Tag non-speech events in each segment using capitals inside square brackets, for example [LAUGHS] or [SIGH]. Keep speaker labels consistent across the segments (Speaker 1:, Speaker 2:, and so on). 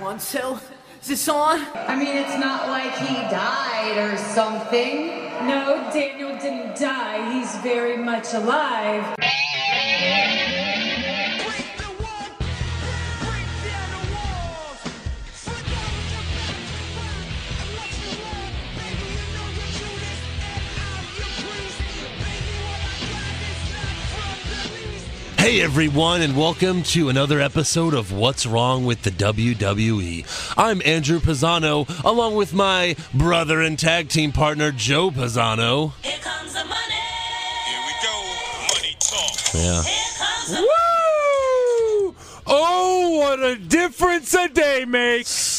Speaker 1: one cell. Is this on?
Speaker 2: I mean, it's not like he died or something.
Speaker 3: No, Daniel didn't die. He's very much alive.
Speaker 4: Hey everyone, and welcome to another episode of What's Wrong with the WWE. I'm Andrew Pisano, along with my brother and tag team partner Joe Pisano.
Speaker 5: Here comes the money.
Speaker 6: Here we go. Money talk.
Speaker 4: Yeah.
Speaker 5: Here comes the
Speaker 7: Woo! Oh, what a difference a day makes.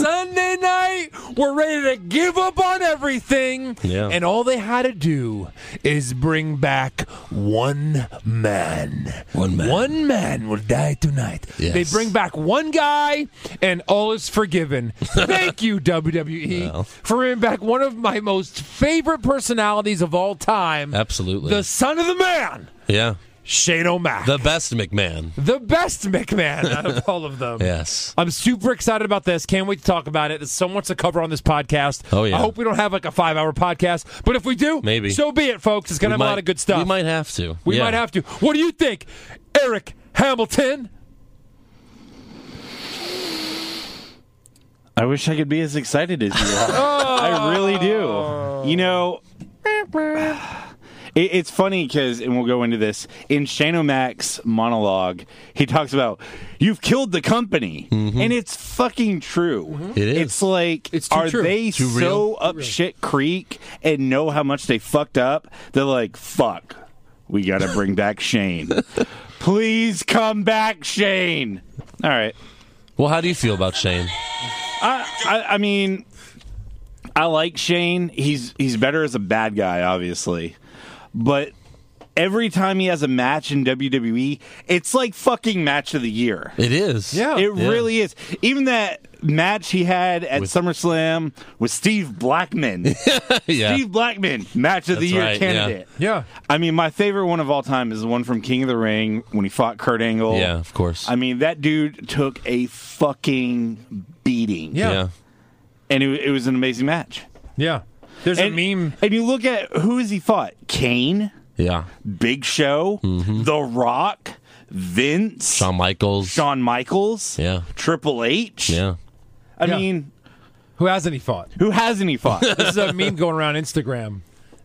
Speaker 7: Sunday night, we're ready to give up on everything.
Speaker 4: Yeah.
Speaker 7: And all they had to do is bring back one man.
Speaker 4: One man.
Speaker 7: One man will die tonight.
Speaker 4: Yes.
Speaker 7: They bring back one guy, and all is
Speaker 4: [LAUGHS]
Speaker 7: forgiven. Thank you, WWE,
Speaker 4: Well.
Speaker 7: for bringing back one of my most favorite personalities of all time.
Speaker 4: Absolutely.
Speaker 7: The son of the man,
Speaker 4: yeah.
Speaker 7: Shane O'Mac
Speaker 4: The best McMahon.
Speaker 7: the best McMahon out of all of them.
Speaker 4: Yes.
Speaker 7: I'm super excited about this. Can't wait to talk about it. There's so much to cover on this podcast.
Speaker 4: Oh, yeah.
Speaker 7: I hope we don't have like a five hour podcast, but if we do,
Speaker 4: Maybe.
Speaker 7: so be it, folks. It's gonna
Speaker 4: We
Speaker 7: have
Speaker 4: might-
Speaker 7: a lot of good stuff.
Speaker 4: We might have to.
Speaker 7: We
Speaker 4: Yeah.
Speaker 7: might have to. What do you think, Eric Hamilton?
Speaker 8: I wish I could be as excited as you are. I really do. You know, [SIGHS] it, it's funny because, and we'll go into this, in Shane O'Mac's monologue, he talks about, you've killed the company. And it's fucking true.
Speaker 4: Mm-hmm. It is.
Speaker 8: It's like,
Speaker 7: It's too
Speaker 8: are
Speaker 7: true.
Speaker 8: they
Speaker 4: Too
Speaker 8: so
Speaker 4: real.
Speaker 8: up shit creek and know how much they fucked up? They're like, fuck, we got to bring
Speaker 4: [LAUGHS]
Speaker 8: back Shane. Please come back, Shane. All right.
Speaker 4: Well, how do you feel about Shane?
Speaker 8: I, I mean, I like Shane. He's he's better as a bad guy, obviously, but every time he has a match in WWE, it's like fucking match of the year.
Speaker 4: It is.
Speaker 7: Yeah.
Speaker 8: It really is. Even that match he had at SummerSlam with Steve Blackman.
Speaker 4: [LAUGHS] [LAUGHS] yeah.
Speaker 8: Steve Blackman, match of
Speaker 4: That's
Speaker 8: the year
Speaker 4: right, yeah.
Speaker 8: candidate.
Speaker 7: Yeah.
Speaker 8: I mean, my favorite one of all time is the one from King of the Ring when he fought Kurt Angle.
Speaker 4: Yeah, of course.
Speaker 8: I mean, that dude took a fucking beating
Speaker 7: Yeah.
Speaker 4: yeah.
Speaker 8: and it, it was an amazing match.
Speaker 7: Yeah. There's
Speaker 8: And,
Speaker 7: a meme.
Speaker 8: and you look at who has he fought: Kane,
Speaker 4: Yeah.
Speaker 8: Big Show, The Rock, Vince,
Speaker 4: Mm-hmm. Shawn Michaels.
Speaker 8: Shawn Michaels,
Speaker 4: Yeah.
Speaker 8: Triple H.
Speaker 4: Yeah.
Speaker 8: I
Speaker 7: Yeah.
Speaker 8: mean,
Speaker 7: Who hasn't he fought?
Speaker 8: who hasn't
Speaker 4: [LAUGHS]
Speaker 8: he fought?
Speaker 7: This is a meme going around Instagram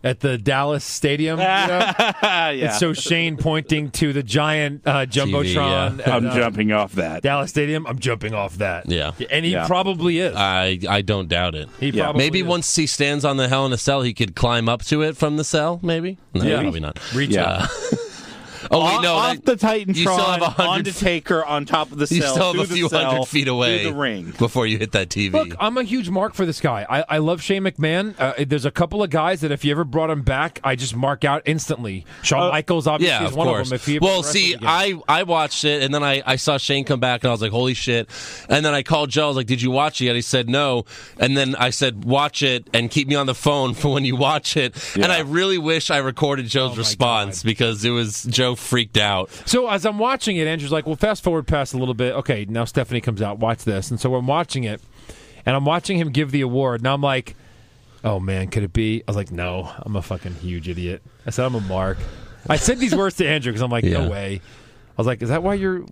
Speaker 7: at the Dallas Stadium. you know?
Speaker 8: Ah, yeah,
Speaker 7: So Shane pointing to the giant uh, jumbotron.
Speaker 4: yeah.
Speaker 7: at,
Speaker 8: I'm
Speaker 7: uh,
Speaker 8: jumping off that.
Speaker 7: Dallas Stadium. I'm jumping off that.
Speaker 4: Yeah.
Speaker 7: and he
Speaker 8: Yeah.
Speaker 7: probably is.
Speaker 4: I I don't doubt it.
Speaker 7: he
Speaker 8: yeah.
Speaker 7: probably
Speaker 4: Maybe
Speaker 7: is.
Speaker 4: once he stands on the Hell in a Cell, he could climb up to it from the cell. Maybe. No,
Speaker 7: Yeah.
Speaker 4: probably not.
Speaker 7: reach
Speaker 8: yeah.
Speaker 7: out.
Speaker 4: Oh wait, no.
Speaker 8: off
Speaker 4: that-
Speaker 8: the Titantron,
Speaker 4: you still have a
Speaker 8: on
Speaker 4: hundred
Speaker 8: to Taker, on top of the cell,
Speaker 4: [LAUGHS] You still have
Speaker 8: through
Speaker 4: a
Speaker 8: the
Speaker 4: few
Speaker 8: cell,
Speaker 4: hundred feet away
Speaker 8: through the ring.
Speaker 4: before you hit that TV.
Speaker 7: Look, I'm a huge mark for this guy. I, I love Shane McMahon. Uh, there's a couple of guys that if you ever brought him back, I just mark out instantly.
Speaker 8: Uh,
Speaker 7: Shawn Michaels obviously
Speaker 4: yeah,
Speaker 7: is
Speaker 4: of
Speaker 7: one
Speaker 4: course.
Speaker 7: of them. If he ever
Speaker 4: well,
Speaker 7: wrestled
Speaker 4: see,
Speaker 7: again.
Speaker 4: I, I watched it, and then I, I saw Shane come back, and I was like, holy shit. And then I called Joe. I was like, did you watch it yet? He said no. And then I said, watch it and keep me on the phone for when you watch it. And I really wish I recorded
Speaker 7: Oh
Speaker 4: Joe's response because it was Joe freaked out.
Speaker 7: so as I'm watching it, Andrew's like, "Well, fast forward past a little bit. Okay, now Stephanie comes out. Watch this." And so I'm watching it, and I'm watching him give the award. Now I'm like, "Oh man, could it be?" I was like, "No, I'm a fucking huge idiot." I said, "I'm a mark." I said these words to Andrew because I'm like,
Speaker 4: Yeah.
Speaker 7: "No way." I was like, "Is that why you're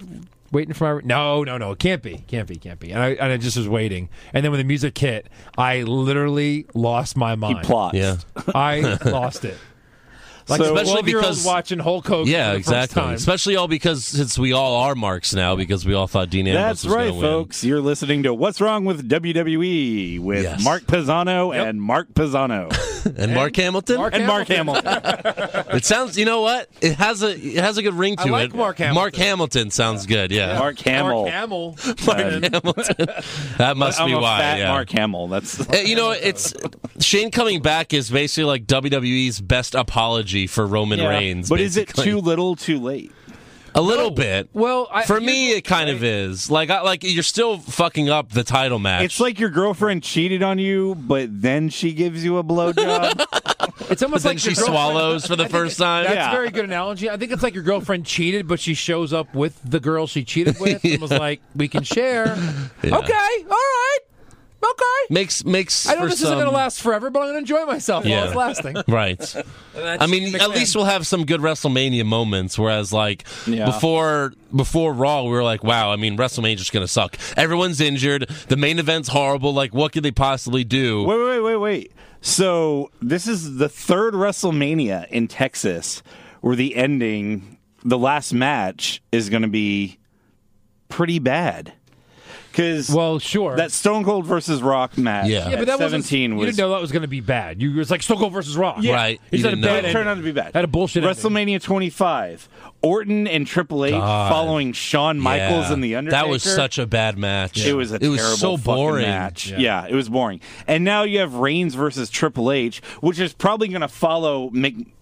Speaker 7: waiting for my?" No, no, no. It can't be. Can't be. Can't be. And I and I just was waiting. And then when the music hit, I literally lost my
Speaker 8: He
Speaker 7: mind.
Speaker 8: plots.
Speaker 4: Yeah.
Speaker 7: I
Speaker 4: [LAUGHS]
Speaker 7: lost it. Like
Speaker 8: So-
Speaker 7: especially
Speaker 4: Especially
Speaker 7: because
Speaker 4: because-
Speaker 7: watching Hulk Hogan.
Speaker 4: Yeah,
Speaker 7: for the first
Speaker 4: exactly.
Speaker 7: time.
Speaker 4: Especially all because since we all are marks now because we all thought Dean Ambrose
Speaker 8: That's
Speaker 4: was
Speaker 8: right,
Speaker 4: gonna win.
Speaker 8: folks. You're listening to What's Wrong with WWE with
Speaker 4: Yes.
Speaker 8: Mark Pisano
Speaker 7: Yep.
Speaker 8: and
Speaker 4: [LAUGHS]
Speaker 8: Mark Pisano
Speaker 4: And, Mark Hamilton.
Speaker 7: Mark
Speaker 8: and Mark Hamilton.
Speaker 4: It sounds. You know what? It has a it has a good ring to
Speaker 7: I like
Speaker 4: it.
Speaker 7: Mark Hamilton.
Speaker 4: Mark Hamilton sounds good. Yeah.
Speaker 8: Mark Hamill.
Speaker 7: Mark Hamill.
Speaker 4: Hamilton. that must
Speaker 8: I'm
Speaker 4: be
Speaker 8: a
Speaker 4: why.
Speaker 8: fat
Speaker 4: yeah.
Speaker 8: Mark Hamill. That's
Speaker 4: Uh, You know, it's Shane coming back is basically like WWE's best apology for Roman Reigns.
Speaker 8: But is it
Speaker 4: basically.
Speaker 8: too little, too late?
Speaker 4: A little bit.
Speaker 7: Well, I-
Speaker 4: for
Speaker 7: you-
Speaker 4: me, it kind of is. Like, I, like you're still fucking up the title match.
Speaker 8: It's like your girlfriend cheated on you, but then she gives you a blowjob.
Speaker 7: It's almost
Speaker 4: then
Speaker 7: like
Speaker 4: she
Speaker 7: your girlfriend-
Speaker 4: swallows for the first time.
Speaker 7: That's
Speaker 8: Yeah.
Speaker 7: a very good analogy. I think it's like your girlfriend cheated, but she shows up with the girl she cheated with
Speaker 4: [LAUGHS]
Speaker 7: and was like, "We can share." Okay, all right, okay.
Speaker 4: Makes makes.
Speaker 7: I know
Speaker 4: for
Speaker 7: this
Speaker 4: some,
Speaker 7: isn't going to last forever, but I'm going to enjoy myself
Speaker 4: Yeah.
Speaker 7: while it's lasting.
Speaker 4: Right. I mean, at least we'll have some good WrestleMania moments. Whereas, like
Speaker 8: Yeah.
Speaker 4: before before Raw, we were like, "Wow, I mean, WrestleMania's just gonna suck. Everyone's injured. The main event's horrible. Like, what could they possibly do?"
Speaker 8: wait, wait, wait, wait. So this is the third WrestleMania in Texas where the ending, the last match, is going to be pretty bad. Because
Speaker 7: Well, sure.
Speaker 8: that Stone Cold versus Rock match,
Speaker 4: Yeah.
Speaker 7: yeah,
Speaker 8: at
Speaker 7: but that
Speaker 8: seventeen
Speaker 7: wasn't,
Speaker 8: was
Speaker 7: You didn't know that was going to be bad. You it was like Stone Cold versus Rock.
Speaker 4: Yeah. Right.
Speaker 7: He
Speaker 4: You
Speaker 7: said a
Speaker 4: didn't know.
Speaker 7: bad
Speaker 8: It turned out to be bad.
Speaker 7: Had a bullshit ending.
Speaker 8: WrestleMania 25, Orton and Triple H
Speaker 4: God.
Speaker 8: following Shawn Michaels
Speaker 4: Yeah.
Speaker 8: and the Undertaker.
Speaker 4: That was such a bad match.
Speaker 8: It was a
Speaker 4: it was
Speaker 8: terrible
Speaker 4: so
Speaker 8: fucking
Speaker 4: boring.
Speaker 8: match.
Speaker 7: Yeah.
Speaker 8: Yeah. it was boring. And now you have Reigns versus Triple H, which is probably going to follow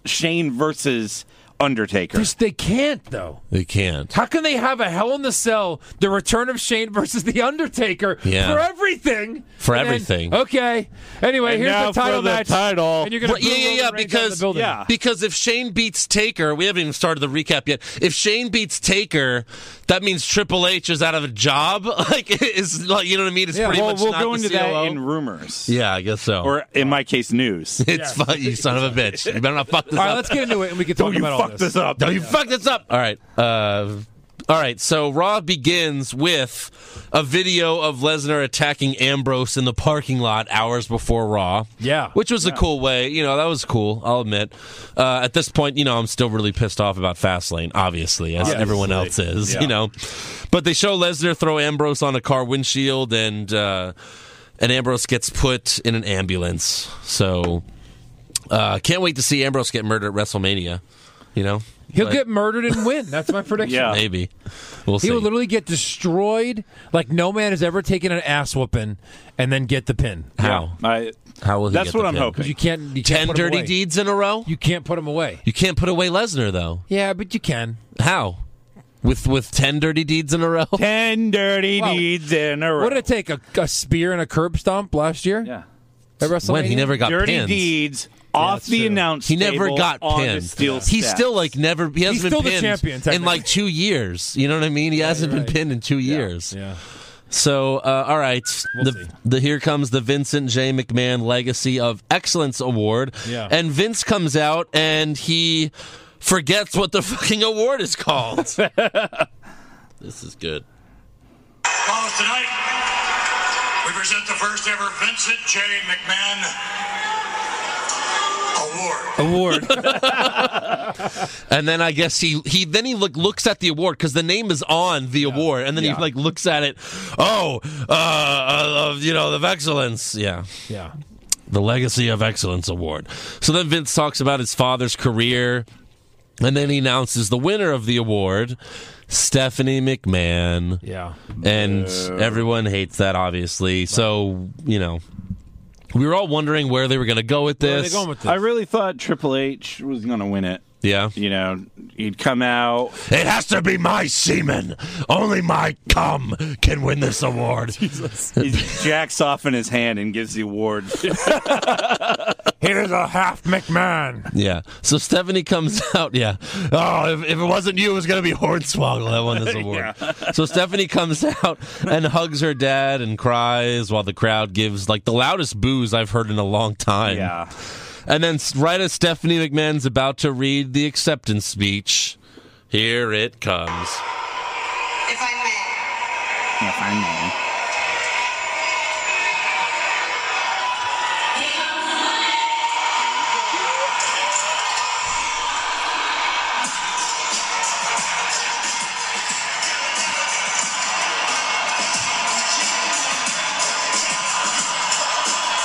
Speaker 8: McShane versus Undertaker.
Speaker 7: Just- They can't though.
Speaker 4: They can't.
Speaker 7: How can they have a Hell in the Cell, the return of Shane versus the Undertaker
Speaker 4: Yeah.
Speaker 7: for everything?
Speaker 4: For
Speaker 7: And then-
Speaker 4: everything.
Speaker 7: okay. Anyway,
Speaker 8: And
Speaker 7: here's
Speaker 8: now
Speaker 7: the title
Speaker 8: for the
Speaker 7: match.
Speaker 8: title.
Speaker 7: And you're gonna
Speaker 4: Right, yeah,
Speaker 7: boo
Speaker 4: yeah,
Speaker 7: Roman
Speaker 4: yeah,
Speaker 7: Reigns out of
Speaker 4: because-
Speaker 7: the building.
Speaker 8: yeah.
Speaker 4: Because if Shane beats Taker, we haven't even started the recap yet. If Shane beats Taker, that means Triple H is out of a job. [LAUGHS] Like, is like you know what I mean? It's
Speaker 7: Yeah,
Speaker 4: pretty
Speaker 8: well,
Speaker 4: much
Speaker 8: we'll
Speaker 4: not
Speaker 8: go
Speaker 4: the
Speaker 8: into
Speaker 4: COO.
Speaker 8: that in rumors.
Speaker 4: yeah, I guess so.
Speaker 8: Or in my
Speaker 4: [LAUGHS]
Speaker 8: case, news.
Speaker 4: it's fu- you son of a bitch. You better not fuck this
Speaker 7: All right,
Speaker 4: up.
Speaker 7: let's get into it and we can
Speaker 8: [LAUGHS]
Speaker 7: talk
Speaker 8: Don't Oh, you
Speaker 7: about all
Speaker 8: fuck this up.
Speaker 4: Don't you fuck this up. All right. Uh, all right. So Raw begins with a video of Lesnar attacking Ambrose in the parking lot hours before Raw.
Speaker 7: Yeah.
Speaker 4: Which was a cool way. You know, that was cool. I'll admit. Uh, at this point, you know, I'm still really pissed off about Fastlane, obviously, as everyone else is, you know. But they show Lesnar throw Ambrose on a car windshield and. Uh, and Ambrose gets put in an ambulance. So, uh, can't wait to see Ambrose get murdered at WrestleMania. You know,
Speaker 7: He'll
Speaker 4: Like-
Speaker 7: get murdered and win. That's
Speaker 8: [LAUGHS]
Speaker 7: my prediction.
Speaker 8: Yeah.
Speaker 4: Maybe. We'll see.
Speaker 7: He will literally get destroyed like no man has ever taken an ass whooping and then get the pin.
Speaker 4: How?
Speaker 8: I,
Speaker 4: How will he
Speaker 8: That's
Speaker 4: get the
Speaker 8: what I'm
Speaker 4: pin?
Speaker 8: hoping.
Speaker 7: You can't you can't
Speaker 4: Ten
Speaker 7: put him
Speaker 4: dirty
Speaker 7: away.
Speaker 4: deeds in a row?
Speaker 7: You can't put him away.
Speaker 4: You can't put away Lesnar though.
Speaker 7: Yeah, but you can.
Speaker 4: How? With with ten dirty deeds in a
Speaker 8: [LAUGHS]
Speaker 4: row?
Speaker 8: ten dirty
Speaker 7: Well,
Speaker 8: deeds in a row.
Speaker 7: What did it take? A, a spear and a curb stomp last year?
Speaker 8: yeah.
Speaker 7: At WrestleMania?
Speaker 4: When he never got
Speaker 8: dirty
Speaker 4: pins.
Speaker 8: deeds off the announce
Speaker 4: He never
Speaker 8: table
Speaker 4: got
Speaker 8: on
Speaker 4: pinned.
Speaker 8: The steel
Speaker 4: He's
Speaker 8: steps.
Speaker 4: still like never. He hasn't
Speaker 7: still the
Speaker 4: been
Speaker 7: champion,
Speaker 4: pinned in like two years. You know what I mean? He hasn't been pinned in two years.
Speaker 7: Yeah.
Speaker 4: So, uh, all right. the,
Speaker 7: see.
Speaker 4: the here comes the Vincent J. McMahon Legacy of Excellence Award.
Speaker 7: Yeah.
Speaker 4: And Vince comes out and he forgets what the [LAUGHS] fucking award is
Speaker 7: [LAUGHS]
Speaker 4: called. this is good.
Speaker 6: Follows tonight, we present the first ever Vincent J. McMahon Award.
Speaker 7: [LAUGHS] Award.
Speaker 4: And then I guess he he then he look, looks at the award because the name is on the award, and then
Speaker 8: Yeah.
Speaker 4: he like looks at it. Oh, uh, uh, you know, of excellence. Yeah.
Speaker 7: yeah.
Speaker 4: the Legacy of Excellence Award. So then Vince talks about his father's career, and then he announces the winner of the award, Stephanie McMahon.
Speaker 7: Yeah.
Speaker 4: And everyone hates that, obviously. So, you know, we were all wondering where they were going to go with
Speaker 7: Where are they
Speaker 4: this.
Speaker 7: going with this?
Speaker 8: I really thought Triple H was going to win it.
Speaker 4: yeah.
Speaker 8: You know, he'd come out.
Speaker 4: It has to be my semen. Only my cum can win this award. [LAUGHS]
Speaker 8: He jacks off in his hand and gives the award.
Speaker 7: Here's a half McMahon.
Speaker 4: Yeah. So Stephanie comes [LAUGHS] out. Yeah. Oh, if, if it wasn't you, it was going to be Hornswoggle that won
Speaker 8: [LAUGHS]
Speaker 4: this award. So Stephanie comes [LAUGHS] out and hugs her dad and cries while the crowd gives like the loudest boos I've heard in a long time.
Speaker 8: Yeah.
Speaker 4: And then s- right as Stephanie McMahon's about to read the acceptance speech, here it comes.
Speaker 5: If I may,
Speaker 8: Yeah, I know.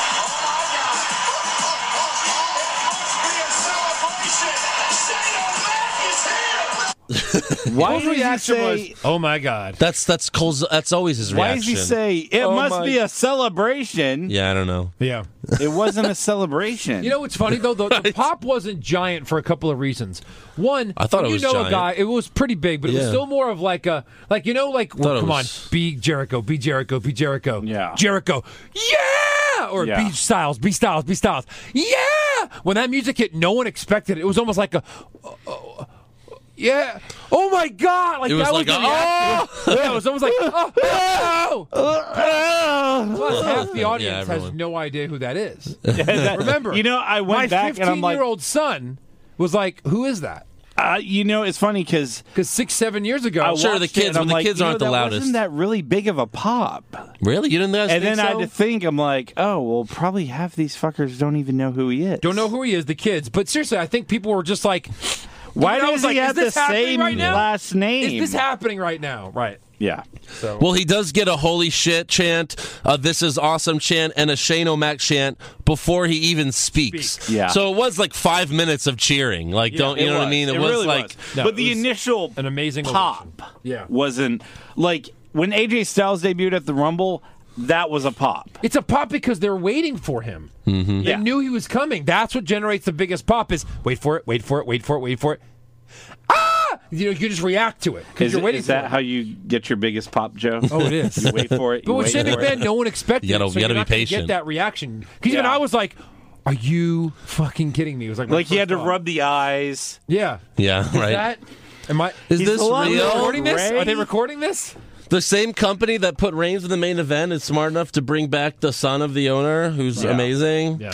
Speaker 8: Why
Speaker 7: His
Speaker 8: does he
Speaker 7: reaction
Speaker 8: say?
Speaker 7: was, "Oh my god."
Speaker 4: That's that's Cole's. That's always his
Speaker 8: Why
Speaker 4: reaction.
Speaker 8: does he say it
Speaker 7: Oh
Speaker 8: must
Speaker 7: my-
Speaker 8: be a celebration?
Speaker 4: Yeah, I don't know.
Speaker 7: Yeah.
Speaker 8: It wasn't
Speaker 4: [LAUGHS]
Speaker 8: a celebration.
Speaker 7: You know what's funny though? The, the pop wasn't giant for a couple of reasons. One,
Speaker 4: I thought
Speaker 7: when
Speaker 4: it
Speaker 7: you
Speaker 4: was
Speaker 7: know
Speaker 4: giant.
Speaker 7: a guy, it was pretty big, but it was
Speaker 4: Yeah.
Speaker 7: still more of like a like you know like
Speaker 4: it
Speaker 7: well, come
Speaker 4: was-
Speaker 7: on, be Jericho, be Jericho, be Jericho,
Speaker 8: Yeah.
Speaker 7: Jericho, yeah, or
Speaker 8: Yeah.
Speaker 7: be Styles, be Styles, be Styles, yeah. When that music hit, no one expected it. It was almost like a. oh, yeah. Oh my God! Like
Speaker 4: It was
Speaker 7: that
Speaker 4: like
Speaker 7: was
Speaker 4: a,
Speaker 7: the reaction. [LAUGHS] yeah, it was almost like oh, oh.
Speaker 8: Ah,
Speaker 7: Plus, half the audience has
Speaker 4: everyone.
Speaker 7: no idea who that
Speaker 8: [LAUGHS]
Speaker 7: is. Remember,
Speaker 8: you know, I went
Speaker 7: my
Speaker 8: back and I'm like-
Speaker 7: fifteen-year-old son was like, "Who is that?"
Speaker 8: Uh, you know, it's funny because
Speaker 7: Because six, seven years ago,
Speaker 8: I
Speaker 4: Sure, the
Speaker 8: watched it,
Speaker 4: kids-
Speaker 8: and I'm
Speaker 4: when the
Speaker 8: like,
Speaker 4: kids
Speaker 8: you know,
Speaker 4: aren't the
Speaker 8: that
Speaker 4: loudest.
Speaker 8: Wasn't that really big of a pop?
Speaker 4: Really? You didn't ask
Speaker 8: And then
Speaker 4: so?
Speaker 8: I had to think. I'm like, oh, well, probably half these fuckers don't even know who he is.
Speaker 7: don't know who he is. The kids, but seriously, I think people were just like,
Speaker 8: Why
Speaker 7: Dude, I
Speaker 8: does
Speaker 7: was
Speaker 8: he
Speaker 7: like, is
Speaker 8: have the
Speaker 7: this happening
Speaker 8: same
Speaker 7: right now?
Speaker 8: last name?
Speaker 7: "Is this happening right now?" Right.
Speaker 8: yeah.
Speaker 4: Well, he does get a holy shit chant, a this is awesome chant, and a Shane O'Mac chant before he even speaks.
Speaker 8: Yeah.
Speaker 4: So it was like five minutes of cheering. Like, don't you know what I mean? It, was
Speaker 8: really
Speaker 4: like
Speaker 8: was.
Speaker 7: No,
Speaker 8: but
Speaker 7: it
Speaker 8: the
Speaker 7: was
Speaker 8: initial
Speaker 7: an amazing
Speaker 8: pop.
Speaker 7: ovation. Yeah.
Speaker 8: wasn't like when AJ Styles debuted at the Rumble. That was a pop.
Speaker 7: It's a pop because they're waiting for him. Mm-hmm. They
Speaker 8: Yeah.
Speaker 7: knew he was coming. That's what generates the biggest pop. Is wait for it, wait for it, wait for it, wait for it. Ah! You know, you just react to it because
Speaker 8: Is,
Speaker 7: you're waiting.
Speaker 8: is that
Speaker 7: for it.
Speaker 8: how you get your biggest pop, Joe?
Speaker 7: Oh, it is.
Speaker 8: You wait for it.
Speaker 7: But
Speaker 8: you
Speaker 7: with
Speaker 8: wait
Speaker 7: Shane
Speaker 8: for it.
Speaker 7: McMahon, no one expected.
Speaker 4: You gotta-
Speaker 7: it, so
Speaker 4: you gotta
Speaker 7: you're
Speaker 4: be
Speaker 7: not gonna
Speaker 4: patient.
Speaker 7: Get that reaction because even
Speaker 8: Yeah.
Speaker 7: I was like, "Are you fucking kidding me?" It was like, my
Speaker 8: Like he had to
Speaker 7: first thought.
Speaker 8: rub the eyes.
Speaker 7: Yeah,
Speaker 4: Yeah, right.
Speaker 7: That am I?
Speaker 4: Is
Speaker 8: He's
Speaker 4: this
Speaker 8: a lot
Speaker 7: Are they
Speaker 4: real?
Speaker 8: more-
Speaker 7: recording this? Are they
Speaker 8: Ray?
Speaker 7: recording this?
Speaker 4: The same company that put Reigns in the main event is smart enough to bring back the son of the owner, who's amazing.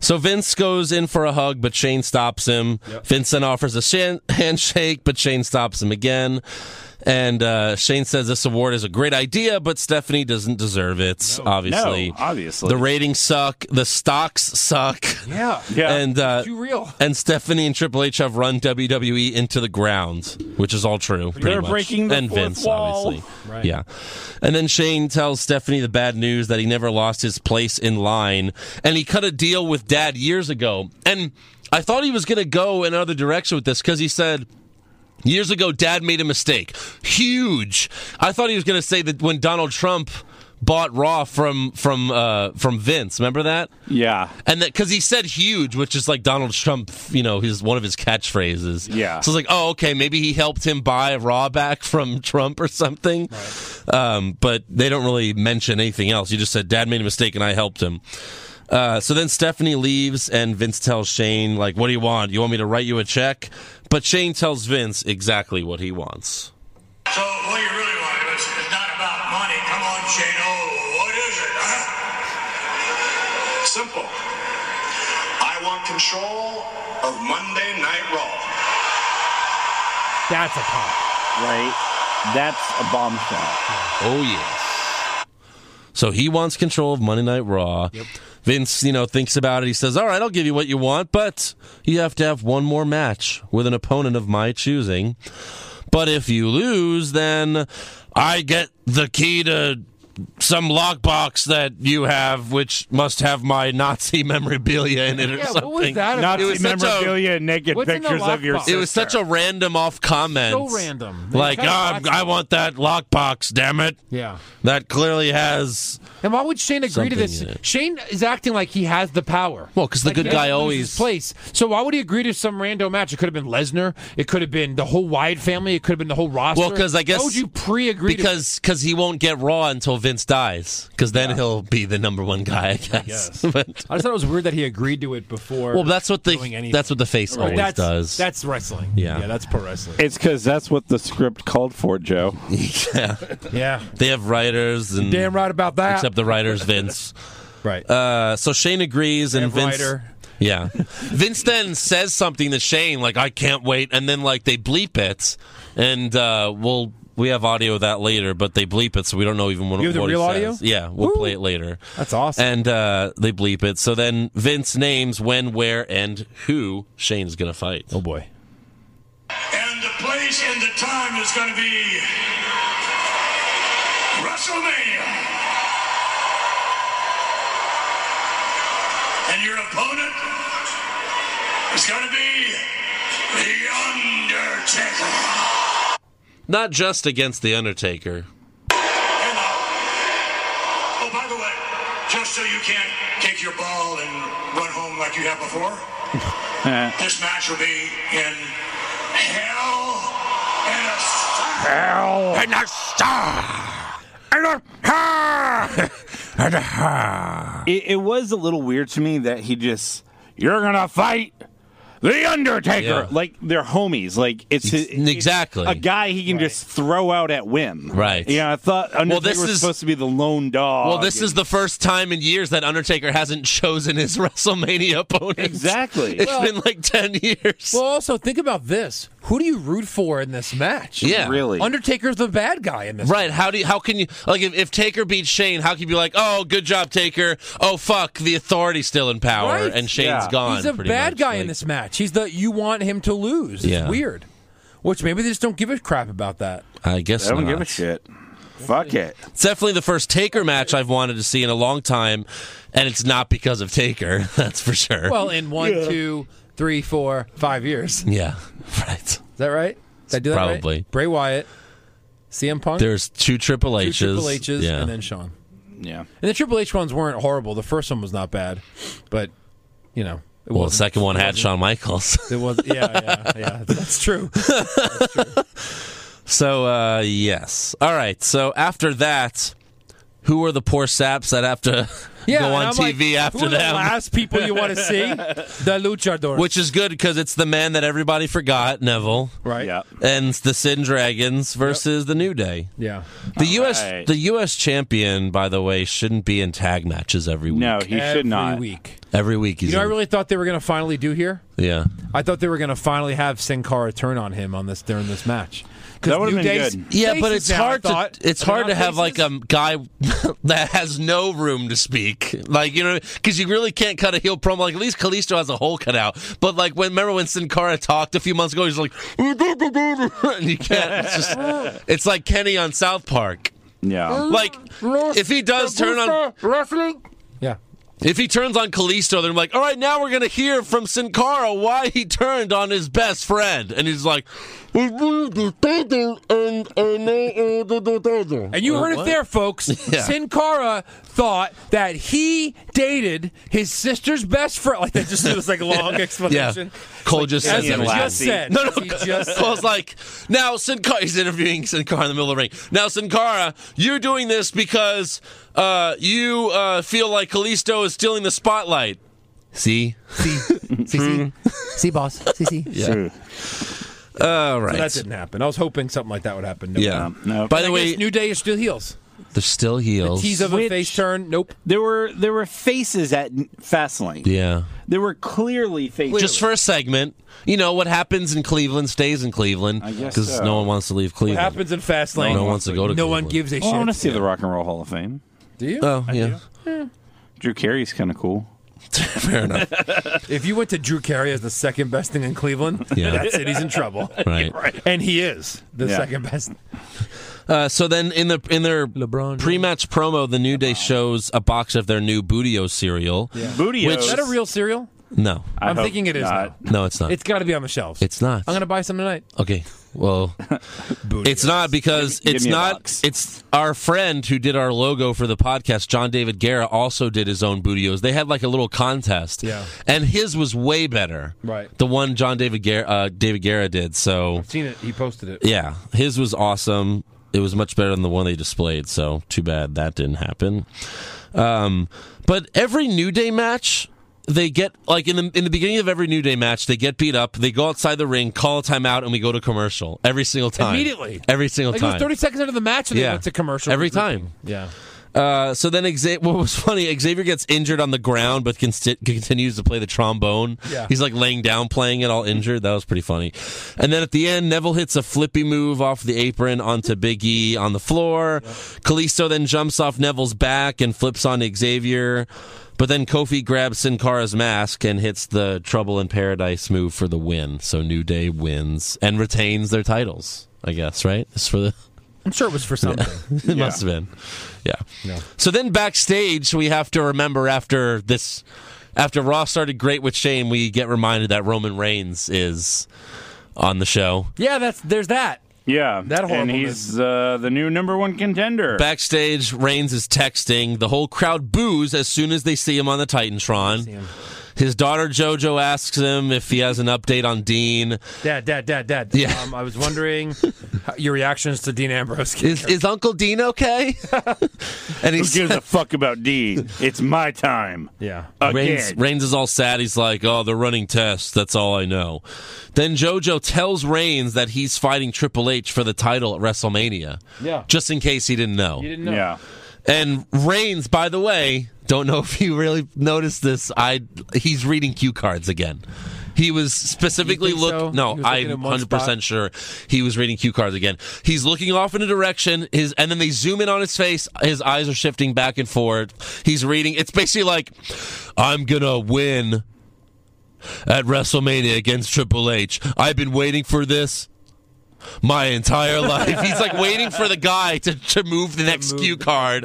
Speaker 4: So Vince goes in for a hug, but Shane stops him. Vince then offers a shan- [LAUGHS] handshake, but Shane stops him again. And uh, Shane says this award is a great idea, but Stephanie doesn't deserve it. obviously,
Speaker 8: No, obviously.
Speaker 4: the ratings suck, the stocks suck,
Speaker 7: Yeah.
Speaker 8: Yeah.
Speaker 4: and uh,
Speaker 7: Too real.
Speaker 4: and Stephanie and Triple H have run WWE into the ground, which is all true. pretty
Speaker 8: They're
Speaker 4: much.
Speaker 8: breaking the
Speaker 4: and
Speaker 8: fourth
Speaker 4: Vince,
Speaker 8: wall.
Speaker 4: obviously. Yeah. And then Shane tells Stephanie the bad news that he never lost his place in line, and he cut a deal with Dad years ago. And I thought he was going to go another direction with this because he said. Years ago, dad made a mistake. Huge. I thought he was going to say that when Donald Trump bought Raw from from uh, from Vince. Remember that?
Speaker 8: Yeah.
Speaker 4: And that because he said huge, which is like Donald Trump, you know, his one of his catchphrases.
Speaker 8: Yeah.
Speaker 4: So it's like, oh, okay, maybe he helped him buy Raw back from [LAUGHS] Trump or something. Um, but they don't really mention anything else. You just said, Dad made a mistake and I helped him. Uh, so then Stephanie leaves and Vince tells Shane, like, what do you want? You want me to write you a check? But Shane tells Vince exactly what he wants.
Speaker 6: So what do you really want? It's, it's not about money. Come on, Shane. Oh, what is it? Huh?
Speaker 9: Simple. I want control of Monday Night Raw.
Speaker 7: That's a pop.
Speaker 8: Right. That's a bombshell.
Speaker 4: Oh yes. So he wants control of Monday Night Raw. Vince, you know, thinks about it. He says, "All right, I'll give you what you want, but you have to have one more match with an opponent of my choosing. But if you lose, then I get the key to some lockbox that you have, which must have my Nazi [LAUGHS] memorabilia in it or
Speaker 7: Yeah.
Speaker 4: something."
Speaker 7: What was that? about?
Speaker 4: It was such a
Speaker 8: and naked
Speaker 7: What's in the lockbox?
Speaker 4: it was such a random off comment.
Speaker 7: So random. They
Speaker 4: Like,
Speaker 7: kinda
Speaker 4: "Ah,
Speaker 7: watched
Speaker 4: I
Speaker 7: it."
Speaker 4: want that lockbox, damn it.
Speaker 7: Yeah.
Speaker 4: That clearly has
Speaker 7: And why would Shane agree to
Speaker 4: Something
Speaker 7: this?
Speaker 4: in it.
Speaker 7: Shane is acting like he has the power.
Speaker 4: Well, 'cause the
Speaker 7: Like,
Speaker 4: good
Speaker 7: he
Speaker 4: guy
Speaker 7: doesn't lose
Speaker 4: always-
Speaker 7: his place. So why would he agree to some rando match? It could have been Lesnar. It could have been the whole Wyatt family. It could have been the whole roster.
Speaker 4: Well, 'cause I guess-
Speaker 7: why would you pre-agree to it?
Speaker 4: because because he won't get Raw until Vince dies. Because then he'll be the number one guy, I guess. [LAUGHS] but,
Speaker 7: I just thought it was weird that he agreed to it before.
Speaker 4: well, that's what
Speaker 7: doing
Speaker 4: the
Speaker 7: anything.
Speaker 4: that's what the face always
Speaker 7: Oh, that's,
Speaker 4: does.
Speaker 7: That's wrestling.
Speaker 4: Yeah.
Speaker 7: yeah, that's pro wrestling.
Speaker 8: It's because that's what the script called for, Joe.
Speaker 4: [LAUGHS] yeah.
Speaker 7: Yeah,
Speaker 4: They have writers and
Speaker 7: damn right about that.
Speaker 4: Mm. except the writers,
Speaker 7: [LAUGHS]
Speaker 4: Vince.
Speaker 7: right.
Speaker 4: Uh, so Shane agrees, and
Speaker 7: Have
Speaker 4: Vince.
Speaker 7: writer.
Speaker 4: Yeah, Vince then says something to Shane like, "I can't wait," and then like they bleep it, and uh, we'll we have audio of that later, but they bleep it, so we don't know even what,
Speaker 7: You have the
Speaker 4: what
Speaker 7: real
Speaker 4: he
Speaker 7: audio?
Speaker 4: says. Yeah, we'll
Speaker 7: Woo.
Speaker 4: play it later.
Speaker 7: That's awesome.
Speaker 4: And uh, they bleep it, so then Vince names when, where, and who Shane's gonna fight.
Speaker 7: oh boy.
Speaker 6: And the place and the time is going to be WrestleMania. And your opponent is going to be The Undertaker.
Speaker 4: Not just against The Undertaker.
Speaker 6: And uh, oh, by the way, just so you can't take your ball and run home like you have before, this match will be in hell in a cell.
Speaker 8: It, it was a little weird to me that he just, you're gonna fight the Undertaker.
Speaker 4: Yeah.
Speaker 8: Like they're homies. Like it's
Speaker 4: Ex-
Speaker 8: it's
Speaker 4: exactly.
Speaker 8: a guy he can just throw out at whim.
Speaker 4: Right.
Speaker 8: Yeah, I thought Undertaker
Speaker 4: this
Speaker 8: was
Speaker 4: is-
Speaker 8: supposed to be the lone
Speaker 7: Uh,
Speaker 8: dog.
Speaker 4: Well, this is the first time in years that Undertaker hasn't [LAUGHS] chosen his WrestMania opponent.
Speaker 8: Exactly.
Speaker 4: It's
Speaker 7: Well-
Speaker 4: been like 10 years.
Speaker 7: Well, also think about this: who do you root for in this match?
Speaker 4: yeah.
Speaker 8: really.
Speaker 7: Undertaker's the bad guy in this.
Speaker 4: Right. How do you, how can you like if, if Taker beats Shane, how can you be like, "Oh, good job Taker. Oh fuck, the authority's still in power
Speaker 7: Right.
Speaker 4: and Shane's
Speaker 8: Yeah.
Speaker 4: gone."
Speaker 7: He's a
Speaker 4: pretty
Speaker 7: bad
Speaker 4: much.
Speaker 7: guy
Speaker 4: Like,
Speaker 7: in this match. He's the you want him to lose.
Speaker 4: Yeah.
Speaker 7: It's weird. Which maybe they just don't give a crap about that.
Speaker 4: I guess
Speaker 8: I don't
Speaker 4: not.
Speaker 8: give a shit. Fuck it.
Speaker 4: It's definitely the first Taker match I've wanted to see in a long time, and it's not because of Taker. [LAUGHS] That's for sure.
Speaker 7: Well, in one, two, three, four, five years. Is
Speaker 4: yeah, right.
Speaker 7: that right? Did I do that right?
Speaker 4: Probably.
Speaker 7: Bray Wyatt, CM Punk,
Speaker 4: There's two Triple
Speaker 7: two
Speaker 4: H's.
Speaker 7: Triple H's,
Speaker 4: yeah.
Speaker 7: and then Sean.
Speaker 8: Yeah.
Speaker 7: And the Triple H ones weren't horrible. The first one was not bad, but you know, it
Speaker 4: well, the
Speaker 7: wasn't-
Speaker 4: second one had Shawn Michaels. [LAUGHS]
Speaker 7: It was yeah, yeah, yeah. [LAUGHS] That's true.
Speaker 4: So uh yes. All right. So after that, who are the poor saps that have to [LAUGHS]
Speaker 7: Yeah,
Speaker 4: go
Speaker 7: and
Speaker 4: on
Speaker 7: I'm like,
Speaker 4: TV
Speaker 7: who
Speaker 4: after
Speaker 7: are the
Speaker 4: them?
Speaker 7: last people you
Speaker 4: [LAUGHS]
Speaker 7: want to see the luchador,
Speaker 4: Which is good because it's the man that everybody forgot, Neville,
Speaker 7: right?
Speaker 8: Yeah.
Speaker 4: and it's the Sin Dragons versus the New Day.
Speaker 7: yeah.
Speaker 4: The U.S.
Speaker 8: right.
Speaker 4: the U.S. champion, by the way, shouldn't be in tag matches every week.
Speaker 8: No, he
Speaker 7: Every
Speaker 8: should not.
Speaker 7: week.
Speaker 4: every week he's
Speaker 7: You know, I
Speaker 4: in.
Speaker 7: really thought they were going to finally do here.
Speaker 4: yeah.
Speaker 7: I thought they were going to finally have Sin Cara turn on him on this during this match. 'Cause
Speaker 8: That would've
Speaker 7: New
Speaker 8: been
Speaker 7: Day's
Speaker 8: good.
Speaker 4: Yeah, but it's
Speaker 7: faces now, I
Speaker 4: hard to
Speaker 7: thought.
Speaker 4: it's
Speaker 7: Are they
Speaker 4: hard to
Speaker 7: not
Speaker 4: have like um,
Speaker 7: faces?
Speaker 4: a guy [LAUGHS] that has no room to speak. Like you know, because you really can't cut a heel promo. Like at least Kalisto has a hole cut out. But like when remember when Sin Cara talked a few months ago, he's like, [LAUGHS] and you can't. It's
Speaker 7: [LAUGHS]
Speaker 4: just it's like Kenny on South Park.
Speaker 8: Yeah.
Speaker 4: Like if he does turn on
Speaker 7: yeah.
Speaker 4: if he turns on Kalisto, they're like, all right, now we're gonna hear from Sin Cara why he turned on his best friend, and he's like.
Speaker 7: And you heard it there, [LAUGHS] folks.
Speaker 4: Yeah.
Speaker 7: Sin Cara thought that he dated his sister's best friend. Like that just it was like a [LAUGHS] long explanation.
Speaker 4: Cole just
Speaker 7: As
Speaker 4: says
Speaker 7: he
Speaker 4: that.
Speaker 8: Lassie.
Speaker 7: just
Speaker 4: [LAUGHS]
Speaker 7: said.
Speaker 4: No, no.
Speaker 7: as he just said.
Speaker 4: Cole's like, now Sin Cara, he's interviewing Sin Cara in the middle of the ring. Now, Sin Cara, you're doing this because uh, you uh, feel like Kalisto is stealing the spotlight. See?
Speaker 1: See, boss. See, see.
Speaker 4: All right.
Speaker 7: That didn't happen. I was hoping something like that would happen. No.
Speaker 4: yeah.
Speaker 8: No.
Speaker 4: By
Speaker 7: And
Speaker 4: the
Speaker 7: I
Speaker 4: way,
Speaker 7: guess New Day is still heels.
Speaker 4: they're still heels.
Speaker 7: Tease of a
Speaker 8: Which-
Speaker 7: face turn. Nope.
Speaker 8: There were there were faces at Fastlane.
Speaker 4: yeah.
Speaker 8: There were clearly faces.
Speaker 4: Just for a segment. You know, what happens in Cleveland stays in Cleveland
Speaker 8: I guess
Speaker 4: because
Speaker 8: so.
Speaker 4: no one wants to leave Cleveland.
Speaker 7: Happens in fast
Speaker 4: no
Speaker 7: lane.
Speaker 4: one wants to go to
Speaker 7: No
Speaker 4: Cleveland.
Speaker 7: one gives a
Speaker 8: Oh, I want to
Speaker 7: shit.
Speaker 8: see the Rock and Roll Hall of Fame.
Speaker 7: Do you?
Speaker 4: Oh, yeah.
Speaker 8: Drew Carey's kind of cool.
Speaker 4: Fair enough.
Speaker 7: [LAUGHS] if you went to Drew Carey as the second best thing in [LAUGHS] Cleveland,
Speaker 4: Yeah.
Speaker 7: that's it. He's in trouble.
Speaker 4: Right.
Speaker 7: And he is the
Speaker 8: Yeah.
Speaker 7: second best.
Speaker 4: Uh, so then, in the in their pre-match promo, the New Day shows a box of their new Budio cereal.
Speaker 8: Booty.
Speaker 4: Which-
Speaker 7: Is that a real cereal?
Speaker 4: No,
Speaker 7: I'm thinking it is now.
Speaker 4: no, it's not.
Speaker 7: It's got to be on the shelves.
Speaker 4: It's not.
Speaker 7: I'm going to buy some tonight.
Speaker 4: okay.
Speaker 8: [LAUGHS]
Speaker 4: Well, it's not because
Speaker 8: Give me- give
Speaker 4: it's
Speaker 8: me a
Speaker 4: not.
Speaker 8: box.
Speaker 4: It's our friend who did our logo for the podcast, John David Guerra, also did his own Budios. They had like a little contest.
Speaker 7: Yeah.
Speaker 4: and his was way better.
Speaker 7: Right.
Speaker 4: the one John David Guerra, uh, David Guerra did. So
Speaker 7: Seen it. He posted it.
Speaker 4: yeah, his was awesome. It was much better than the one they displayed. So too bad that didn't happen. Um, but every New Day match, they get like in the in the beginning of every New Day match, they get beat up. They go outside the ring, call a timeout, and we go to commercial every single time.
Speaker 7: Immediately.
Speaker 4: every single
Speaker 7: Like it
Speaker 4: time.
Speaker 7: was 30 seconds into the match and they
Speaker 4: Yeah.
Speaker 7: went to commercial.
Speaker 4: Every time.
Speaker 7: Yeah.
Speaker 4: Uh, so then, Xavier, [LAUGHS] what was funny? Xavier gets injured on the ground, but can sti- continues to play the trombone.
Speaker 7: Yeah.
Speaker 4: He's like laying down, playing it all injured. That was pretty funny. And then at the end, Neville hits a flippy move off the apron onto Big E on the floor. Kalisto then jumps off Neville's back and flips on Xavier. But then Kofi grabs Sin Cara's mask and hits the Trouble in Paradise move for the win. So New Day wins and retains their titles. I guess right. It's for the
Speaker 7: I'm sure it was for something.
Speaker 4: [LAUGHS] it must have been. Yeah. So then backstage, we have to remember after this, after Raw started great with Shane, we get reminded that Roman Reigns is on the show.
Speaker 7: yeah, that's there's that.
Speaker 8: Yeah,
Speaker 7: That
Speaker 8: and
Speaker 7: horribleness.
Speaker 8: he's uh, the new number one contender.
Speaker 4: Backstage, Reigns is texting. The whole crowd boos as soon as they see him on the Titantron. His daughter JoJo asks him if he has an update on Dean.
Speaker 7: Dad, dad, dad, dad.
Speaker 4: Yeah.
Speaker 7: Um, I was wondering how- your reactions to Dean
Speaker 4: [LAUGHS]
Speaker 7: Ambrose.
Speaker 4: Is is Uncle Dean okay? [LAUGHS] and he
Speaker 8: Who gives a fuck about Dean? It's my [LAUGHS] time.
Speaker 7: yeah. Uh,
Speaker 4: Reigns,
Speaker 8: Again.
Speaker 4: Reigns is all sad. He's like, "Oh, they're running tests. That's all I know." Then JoJo tells Reigns that he's fighting Triple H for the title at WrestleMania.
Speaker 7: Yeah.
Speaker 4: just in case he didn't know.
Speaker 7: You didn't know.
Speaker 8: Yeah.
Speaker 4: And Reigns, by the way, don't know [LAUGHS] if you really noticed this. I he's reading cue cards again. He was specifically
Speaker 7: You think
Speaker 4: look.
Speaker 7: so?
Speaker 4: No,
Speaker 7: He was looking
Speaker 4: I'm
Speaker 7: in one
Speaker 4: 100 percent sure he was reading cue cards again. He's looking off in a direction. His and then they zoom in on his face. His eyes are shifting back and forth. He's reading. It's basically like, I'm gonna win at WrestleMania against Triple H. I've been waiting for this my
Speaker 8: [LAUGHS]
Speaker 4: entire life. He's like waiting for the guy to, to move the next cue card.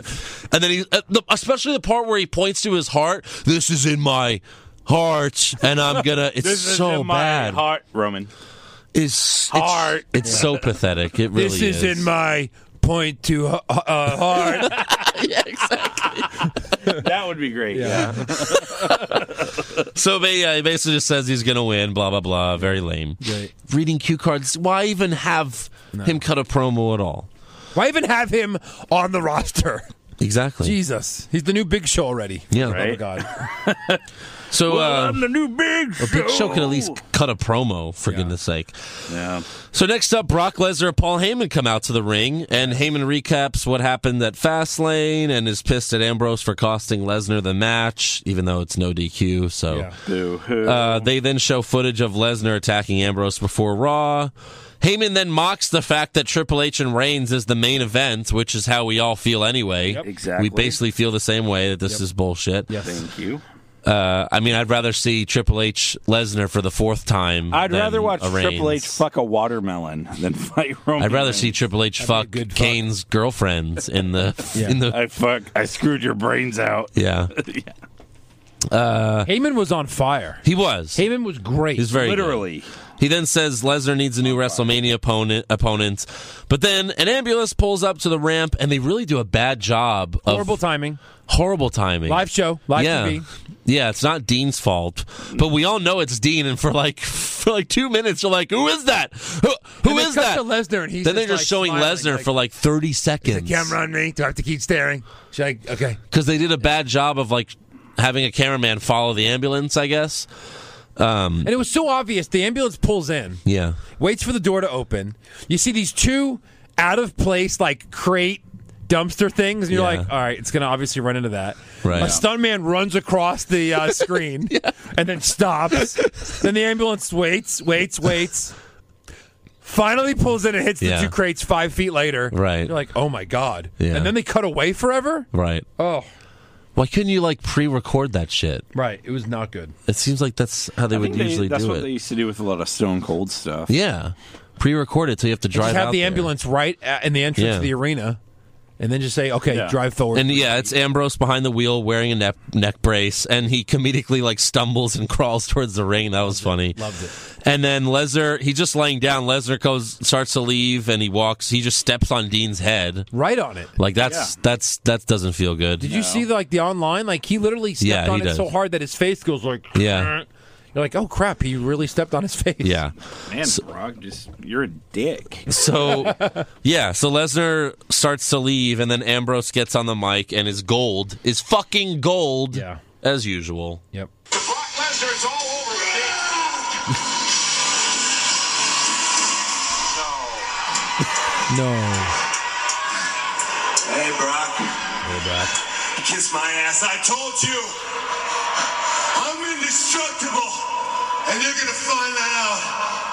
Speaker 4: And then he, uh, the, especially the part where he points to his heart, this is in my heart and I'm
Speaker 8: [LAUGHS]
Speaker 4: gonna, it's
Speaker 8: This is
Speaker 4: so
Speaker 8: in my
Speaker 4: bad.
Speaker 8: heart, Roman.
Speaker 4: It's, it's,
Speaker 8: Heart.
Speaker 4: it's so pathetic. It really is.
Speaker 7: my point to uh, [LAUGHS] heart.
Speaker 8: That would be great. yeah.
Speaker 4: So ba- yeah, he basically just says he's going to win, blah, blah, blah. Very lame.
Speaker 7: Right.
Speaker 4: Reading cue cards, why even have him cut a promo at all?
Speaker 7: Why even have him on the roster?
Speaker 4: [LAUGHS] Exactly.
Speaker 7: Jesus, he's the new Big Show already.
Speaker 4: Yeah.
Speaker 7: Oh my
Speaker 8: Right?
Speaker 7: God.
Speaker 4: So uh,
Speaker 8: I'm the new big show.
Speaker 4: Big Show could at least cut a promo, for goodness sake.
Speaker 8: Yeah.
Speaker 4: So next up, Brock Lesnar and Paul Heyman come out to the ring, and Heyman recaps what happened at Fastlane and is pissed at Ambrose for costing Lesnar the match, even though it's no DQ. So
Speaker 7: Yeah.
Speaker 8: Boo hoo.
Speaker 4: uh, they then show footage of Lesnar attacking Ambrose before Raw. Heyman then mocks the fact that Triple H and Reigns is the main event, which is how we all feel anyway.
Speaker 8: Exactly.
Speaker 4: We basically feel the same way that this is bullshit.
Speaker 8: Thank you.
Speaker 4: Uh, I mean, I'd rather see Triple H Lesnar for the fourth time.
Speaker 8: I'd
Speaker 4: than
Speaker 8: rather watch
Speaker 4: a
Speaker 8: Triple H
Speaker 4: Reigns.
Speaker 8: fuck a watermelon than [LAUGHS] fight Roman.
Speaker 4: I'd rather
Speaker 8: Reigns.
Speaker 4: see Triple H fuck,
Speaker 7: good fuck.
Speaker 4: Kane's girlfriends in
Speaker 8: [LAUGHS]
Speaker 4: the in the
Speaker 8: I fuck. I screwed your brains out. [LAUGHS]
Speaker 4: yeah.
Speaker 7: Heyman was on fire.
Speaker 4: He was. He
Speaker 7: Heyman was great.
Speaker 4: was very good.
Speaker 8: Literally.
Speaker 4: He then says Lesnar needs a new WrestleMania opponent opponent. But then an ambulance pulls up to the ramp and they really do a bad job of
Speaker 7: Horrible timing.
Speaker 4: horrible timing.
Speaker 7: Live show. Live
Speaker 4: yeah.
Speaker 7: TV.
Speaker 4: Yeah, it's not Dean's fault, but we all know it's Dean. And for like [LAUGHS] for like two minutes, you're like, "Who is that? Who, who
Speaker 7: And they
Speaker 4: is
Speaker 7: cut
Speaker 4: that?"
Speaker 7: to Lesnar, and he's
Speaker 4: then they're
Speaker 7: just,
Speaker 4: just
Speaker 7: like,
Speaker 4: showing
Speaker 7: smiling,
Speaker 4: Lesnar
Speaker 7: like,
Speaker 4: for like 30 seconds.
Speaker 7: on me. Do I have to keep staring? Should I? Okay.
Speaker 4: because they did a bad job of like having a cameraman follow the ambulance. I guess.
Speaker 7: And it was so obvious. The ambulance pulls in,
Speaker 4: Yeah.
Speaker 7: waits for the door to open. You see these two out of place, like crate dumpster things, and you're
Speaker 4: Yeah.
Speaker 7: like, all right, it's going to obviously run into that.
Speaker 4: Right.
Speaker 7: A stuntman runs across
Speaker 4: [LAUGHS]
Speaker 7: the uh, screen and then stops. then the ambulance waits, waits, waits. Finally pulls in and hits
Speaker 4: Yeah.
Speaker 7: the two crates five feet later.
Speaker 4: Right.
Speaker 7: You're like, oh my God.
Speaker 4: Yeah.
Speaker 7: And then they cut away forever?
Speaker 4: Right.
Speaker 7: Oh,
Speaker 4: Why couldn't you like pre-record that shit?
Speaker 7: right. It was not good.
Speaker 4: It seems like that's how they
Speaker 8: I
Speaker 4: would
Speaker 8: think they-
Speaker 4: usually
Speaker 8: that's
Speaker 4: do
Speaker 8: what
Speaker 4: it.
Speaker 8: they used to do with a lot of Stone Cold stuff.
Speaker 4: Yeah. Pre-record it so you have to drive
Speaker 7: Just have
Speaker 4: out
Speaker 7: the
Speaker 4: there.
Speaker 7: ambulance right at, in the entrance
Speaker 4: Yeah.
Speaker 7: to the arena, and then just say, "Okay,
Speaker 8: Yeah.
Speaker 7: drive forward."
Speaker 4: And yeah, it's Ambrose behind the wheel wearing a neck, neck brace, and he comedically like stumbles and [LAUGHS] crawls towards the ring. That was funny.
Speaker 7: Loved it.
Speaker 4: And then Lesnar, he's just laying down. Lesnar goes starts to leave, and he walks. He just steps on Dean's head.
Speaker 7: right on it.
Speaker 4: Like that's
Speaker 8: Yeah.
Speaker 4: that's that doesn't feel good.
Speaker 7: Did you see the, like the online? Like he literally stepped
Speaker 4: Yeah, he
Speaker 7: on it
Speaker 4: does.
Speaker 7: so hard that his face goes like,
Speaker 4: Yeah.
Speaker 7: You're like, oh crap! He really stepped on his face.
Speaker 4: Yeah.
Speaker 8: Man, Brock, just you're a dick.
Speaker 7: [LAUGHS]
Speaker 4: So, yeah, so Lesnar starts to leave, and then Ambrose gets on the mic, and his gold is fucking gold,
Speaker 7: Yeah.
Speaker 4: as usual.
Speaker 7: Yep.
Speaker 9: To Brock Lesnar, it's all over with. no.
Speaker 7: No.
Speaker 9: Hey, Brock. Hey, Brock. Kiss my ass. I told you. I'm indestructible. And you're going to find that out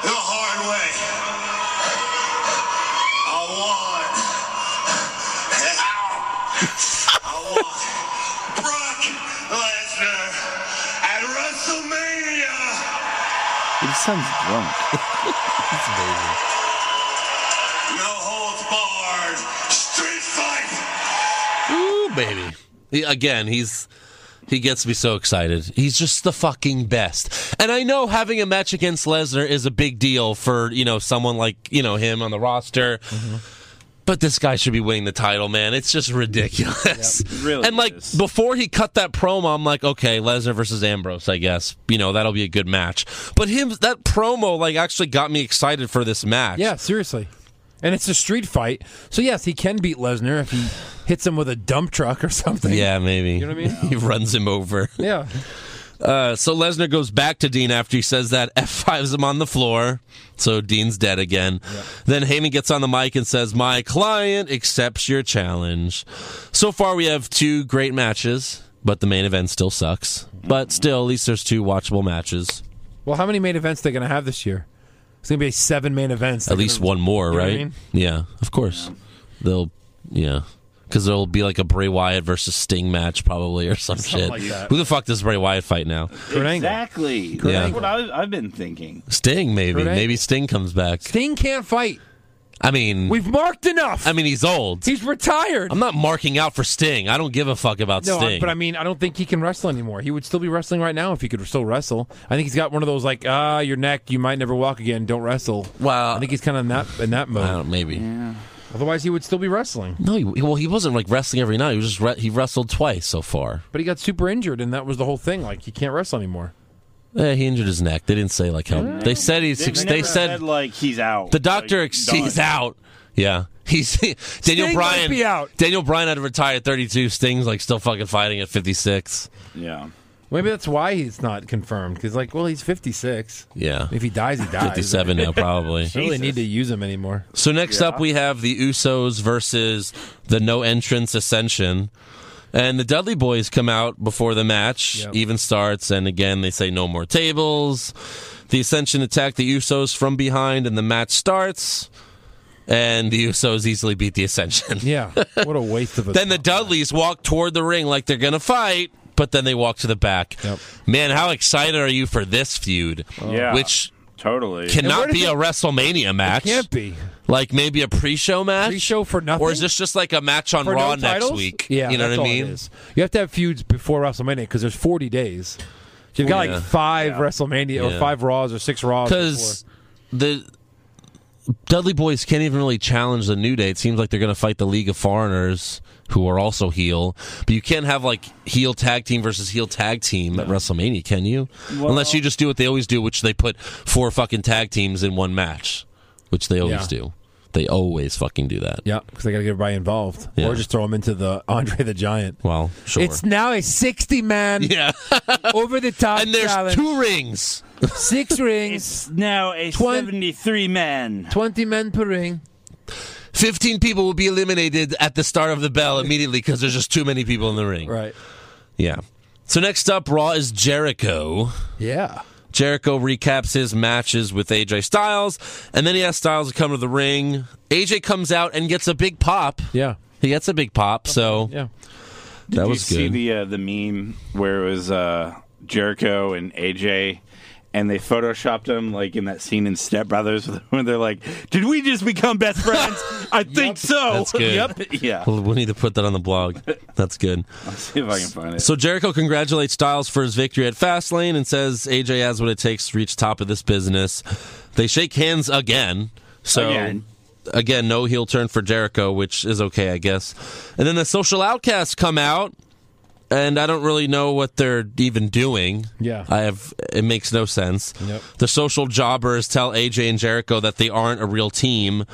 Speaker 9: the hard way. I won. I won. Brock Lesnar at WrestleMania.
Speaker 8: He sounds drunk.
Speaker 9: No holds barred. Street fight.
Speaker 4: Ooh, baby. He, again, he's He gets me so excited. He's just the fucking best. And I know having a match against Lesnar is a big deal for, you know, someone like, you know, him on the roster.
Speaker 7: Mm-hmm.
Speaker 4: But this guy should be winning the title, man. It's just ridiculous.
Speaker 8: really
Speaker 4: [LAUGHS] and like
Speaker 8: is.
Speaker 4: before he cut that promo, I'm like, okay, Lesnar versus Ambrose, I guess. You know, that'll be a good match. But him that promo like actually got me excited for this match.
Speaker 7: Yeah, seriously. And it's a street fight. So, yes, he can beat Lesnar if he hits him with a dump truck or something.
Speaker 4: Yeah, maybe.
Speaker 7: You know what I
Speaker 4: mean? [LAUGHS] he runs him over.
Speaker 7: Yeah.
Speaker 4: Uh, so Lesnar goes back to Dean after he says that [LAUGHS] F5s him on the floor. So Dean's dead again. Then Heyman gets on the mic and says, My client accepts your challenge. So far, we have two great matches, but the main event still sucks. But still, at least there's two watchable matches.
Speaker 7: Well, how many main events they going to have this year? It's going to be seven main events.
Speaker 4: At least one more,
Speaker 7: You know what I
Speaker 4: right?
Speaker 7: mean?
Speaker 4: Yeah, of course. They'll, yeah. Because there'll be like a Bray Wyatt versus Sting match, probably, or some shit.
Speaker 7: like that.
Speaker 4: Who the fuck does Bray Wyatt fight now?
Speaker 7: Kurt Angle.
Speaker 8: Exactly.
Speaker 4: Yeah.
Speaker 8: That's what I've, I've been thinking.
Speaker 4: Sting, maybe.
Speaker 7: Kurt Angle.
Speaker 4: Maybe Sting comes back.
Speaker 7: Sting can't fight.
Speaker 4: I mean,
Speaker 7: We've marked enough.
Speaker 4: I mean, he's old.
Speaker 7: He's retired.
Speaker 4: I'm not marking out for Sting. I don't give a fuck about
Speaker 7: no, I-
Speaker 4: Sting.
Speaker 7: but I mean, I don't think he can wrestle anymore. He would still be wrestling right now if he could still wrestle. I think he's got one of those like, ah, your neck, you might never walk again. Don't wrestle.
Speaker 4: Well-
Speaker 7: I think he's kind of in that in that
Speaker 4: I
Speaker 7: mode.
Speaker 4: don't, maybe.
Speaker 7: Otherwise, he would still be wrestling.
Speaker 4: No, he, well, he wasn't like wrestling every night. He was just re- he wrestled twice so far.
Speaker 7: But he got super injured, and that was the whole thing. Like he can't wrestle anymore.
Speaker 4: Eh, he injured his neck. They didn't say like how. They said he's. They,
Speaker 8: never
Speaker 4: said
Speaker 8: like he's out.
Speaker 4: the doctor.
Speaker 8: Like,
Speaker 4: ex-
Speaker 8: done.
Speaker 4: he's out. Yeah, [LAUGHS] he's Daniel
Speaker 7: might
Speaker 4: Bryan.
Speaker 7: be out.
Speaker 4: Daniel Bryan had to retire at 32. Sting's like still fucking fighting at 56.
Speaker 8: Yeah.
Speaker 7: Maybe that's why he's not confirmed. Because like, well, he's 56.
Speaker 4: Yeah,
Speaker 7: If he dies, he dies.
Speaker 4: 57
Speaker 7: [LAUGHS]
Speaker 4: now probably.
Speaker 7: I really need to use him anymore.
Speaker 4: So next up we have the Usos versus the No Entrance Ascension. And the Dudley Boys come out before the match
Speaker 7: Yep.
Speaker 4: even starts and again they say no more tables. The Ascension attack the Usos from behind and the match starts. And the Usos easily beat the Ascension.
Speaker 7: Yeah. What a waste of a.
Speaker 4: then the Dudleys walk toward the ring like they're going to fight, but then they walk to the back.
Speaker 7: Yep.
Speaker 4: Man, how excited are you for this feud?
Speaker 8: Yeah.
Speaker 4: Which
Speaker 8: Totally.
Speaker 7: where
Speaker 4: cannot
Speaker 7: does
Speaker 4: be a WrestleMania match.
Speaker 7: can't be.
Speaker 4: Like maybe a pre-show match,
Speaker 7: Pre-show for nothing?
Speaker 4: or is this just like a match on
Speaker 7: For
Speaker 4: Raw
Speaker 7: no
Speaker 4: next
Speaker 7: titles?
Speaker 4: week?
Speaker 7: Yeah,
Speaker 4: you know
Speaker 7: that's
Speaker 4: what I
Speaker 7: all it
Speaker 4: mean.
Speaker 7: is. You have to have feuds before WrestleMania because there's 40 days. So you've got
Speaker 4: Yeah.
Speaker 7: like five WrestleMania or
Speaker 4: Yeah.
Speaker 7: five Raws or six Raws.
Speaker 4: Because the Dudley Boys can't even really challenge the New Day. It seems like they're going to fight the League of Foreigners, who are also heel. But you can't have like heel tag team versus heel tag team at WrestleMania, can you? Unless you just do what they always do, which they put four fucking tag teams in one match, which they always
Speaker 7: Yeah.
Speaker 4: do. They always fucking do that.
Speaker 7: yeah, because they got to get everybody involved,
Speaker 4: Yeah.
Speaker 7: or just throw them into the [LAUGHS] Andre the Giant.
Speaker 4: Well, sure.
Speaker 7: It's now a 60
Speaker 4: [LAUGHS]
Speaker 7: man
Speaker 4: yeah,
Speaker 7: over the top
Speaker 4: and there's
Speaker 7: challenge.
Speaker 4: two rings.
Speaker 7: [LAUGHS] six rings,
Speaker 8: now a
Speaker 7: Twen-
Speaker 8: 73 man.
Speaker 7: 20 men per ring.
Speaker 4: 15 people will be eliminated at the start of the bell immediately because there's just too many people in the ring.
Speaker 7: Right.
Speaker 4: Yeah. So next up, Raw is Jericho.
Speaker 7: Yeah.
Speaker 4: Jericho recaps his matches with AJ Styles, and then he has Styles to come to the ring. AJ comes out and gets a big pop.
Speaker 7: Yeah.
Speaker 4: He gets a big pop, so
Speaker 7: Yeah.
Speaker 4: that
Speaker 8: Did
Speaker 4: was
Speaker 8: you
Speaker 4: good.
Speaker 8: see the uh, the meme where it was uh, Jericho and AJ, and they photoshopped him like in that scene in Step Brothers [LAUGHS] when they're like, "Did we just become best
Speaker 4: [LAUGHS]
Speaker 8: friends? I think so."
Speaker 4: That's
Speaker 8: [LAUGHS]
Speaker 4: good.
Speaker 8: Yep. Yeah.
Speaker 4: We'll- we'll need to put that on the blog. That's good.
Speaker 8: [LAUGHS] See if I can find it.
Speaker 4: So Jericho congratulates Styles for his victory at Fastlane and says AJ has what it takes to reach top of this business. They shake hands again. So
Speaker 8: Again.
Speaker 4: again, no heel turn for Jericho, which is okay, I guess. And then the social outcasts come out and I don't really know what they're even doing.
Speaker 7: Yeah.
Speaker 4: I have it makes no sense.
Speaker 7: Yep.
Speaker 4: The social jobbers tell AJ and Jericho that they aren't a real team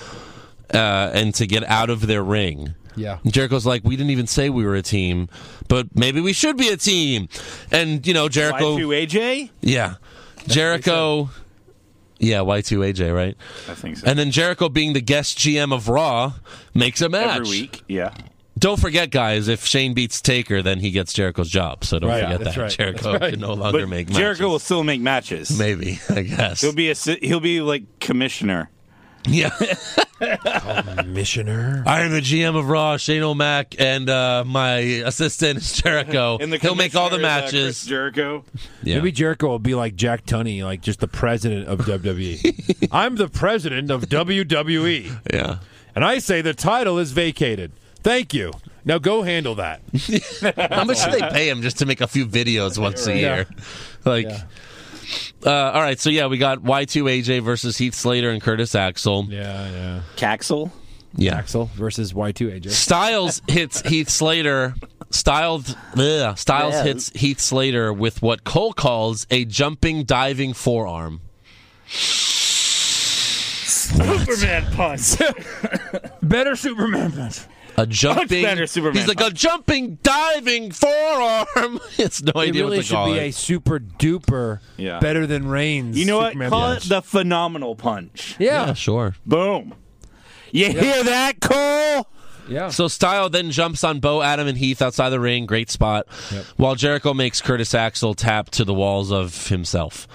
Speaker 4: uh, and to get out of their ring.
Speaker 7: Yeah.
Speaker 4: Jericho's like, we didn't even say we were a team, but maybe we should be a team. And you know,
Speaker 8: Why
Speaker 4: Jericho,
Speaker 8: to AJ?
Speaker 4: yeah, Jericho, yeah, Y two AJ, right?
Speaker 8: I think so.
Speaker 4: And then Jericho, being the guest GM of Raw, makes a match
Speaker 8: Every week. Yeah.
Speaker 4: Don't forget, guys, if Shane beats Taker, then he gets Jericho's job. So don't
Speaker 7: Right,
Speaker 4: forget
Speaker 7: that's
Speaker 4: that
Speaker 7: right,
Speaker 4: Jericho
Speaker 7: that's right.
Speaker 4: can no longer
Speaker 8: But
Speaker 4: make
Speaker 8: Jericho will
Speaker 4: matches.
Speaker 8: still make
Speaker 4: [LAUGHS]
Speaker 8: matches.
Speaker 4: Maybe I guess.
Speaker 8: He'll be a si- he'll be like commissioner.
Speaker 4: yeah, [LAUGHS]
Speaker 7: Missioner.
Speaker 4: I am the GM of Raw, Shane O'Mac, and uh, my assistant is
Speaker 8: [LAUGHS]
Speaker 4: Jericho.
Speaker 8: And the
Speaker 4: He'll make all the
Speaker 8: commissioner is, uh, Chris
Speaker 4: matches.
Speaker 8: Jericho.
Speaker 4: Yeah.
Speaker 7: Maybe Jericho will be like Jack Tunney, like just the president of
Speaker 4: [LAUGHS]
Speaker 7: WWE. I'm the president of E. WWE,
Speaker 4: yeah.
Speaker 7: and I say the title is vacated. Thank you. Now go handle
Speaker 8: [LAUGHS]
Speaker 7: that.
Speaker 4: How much do they pay him just to make a few videos once a year? [LAUGHS] Like, uh, all right, so yeah, we got Y2 AJ versus Heath Slater and Curtis Axel.
Speaker 7: Yeah, yeah.
Speaker 8: Caxel?
Speaker 4: Yeah.
Speaker 7: Axel versus Y2 AJ.
Speaker 4: Styles hits Heath Slater. Styled, ugh, Styles
Speaker 8: Yeah.
Speaker 4: hits Heath Slater with what Cole calls a jumping, diving forearm.
Speaker 10: Superman punch.
Speaker 7: Better Superman punch.
Speaker 4: A jumping.
Speaker 10: better Superman
Speaker 4: he's like a jumping, diving forearm. [LAUGHS] it's no
Speaker 7: It
Speaker 4: idea
Speaker 7: really
Speaker 4: what to
Speaker 7: should
Speaker 4: call
Speaker 7: be
Speaker 4: it.
Speaker 7: a super duper
Speaker 8: Yeah.
Speaker 7: better than Reigns.
Speaker 8: You know what?
Speaker 7: Superman
Speaker 8: Call
Speaker 7: punch.
Speaker 8: it the phenomenal punch.
Speaker 7: yeah.
Speaker 4: yeah, sure.
Speaker 8: Boom. You hear that, Cole?
Speaker 7: Yeah.
Speaker 4: So Style then jumps on Bo, Adam, and Heath outside the ring. Great spot. While Jericho makes Curtis Axel tap to the walls of himself.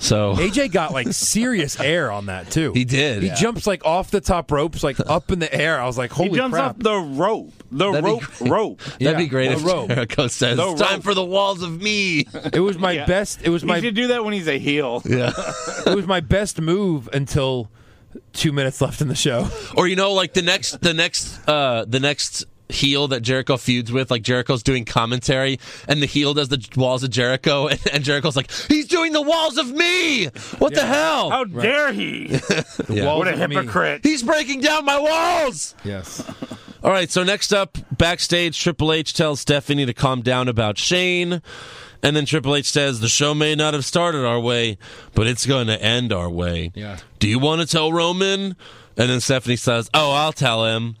Speaker 4: So
Speaker 7: AJ
Speaker 4: [LAUGHS]
Speaker 7: got like serious air on that too.
Speaker 4: he did.
Speaker 7: He jumps like off the top ropes,
Speaker 4: [LAUGHS]
Speaker 7: like up in the air. I was like, holy
Speaker 8: he jumps
Speaker 7: crap!
Speaker 8: off the rope. The
Speaker 4: That'd be
Speaker 8: rope,
Speaker 4: great.
Speaker 8: rope.
Speaker 4: [LAUGHS] That'd be
Speaker 7: Yeah,
Speaker 4: great
Speaker 7: the
Speaker 4: if
Speaker 7: rope.
Speaker 4: Jericho says,
Speaker 8: The
Speaker 4: "It's time
Speaker 8: rope.
Speaker 4: for the walls of me."
Speaker 7: it was my
Speaker 8: Yeah.
Speaker 7: best. It was
Speaker 8: You
Speaker 7: my
Speaker 8: should do that when he's a heel.
Speaker 4: Yeah. [LAUGHS]
Speaker 7: it was my best move until two minutes left in the show.
Speaker 4: or you know, like the next, the next, uh, the next heel that Jericho feuds with, like Jericho's doing commentary, and the heel does the walls of Jericho, [LAUGHS] and, and Jericho's like, "He's doing the walls of me." What the hell?
Speaker 8: How dare he?
Speaker 4: Yeah.
Speaker 7: Walls
Speaker 8: What a
Speaker 7: of me.
Speaker 8: hypocrite.
Speaker 4: He's breaking down my walls.
Speaker 7: Yes.
Speaker 4: All right, so next up, backstage, Triple H tells Stephanie to calm down about Shane. And then Triple H says, The show may not have started our way, but it's going to end our way.
Speaker 7: Yeah.
Speaker 4: Do you want to tell Roman? And then Stephanie says, Oh, I'll tell him.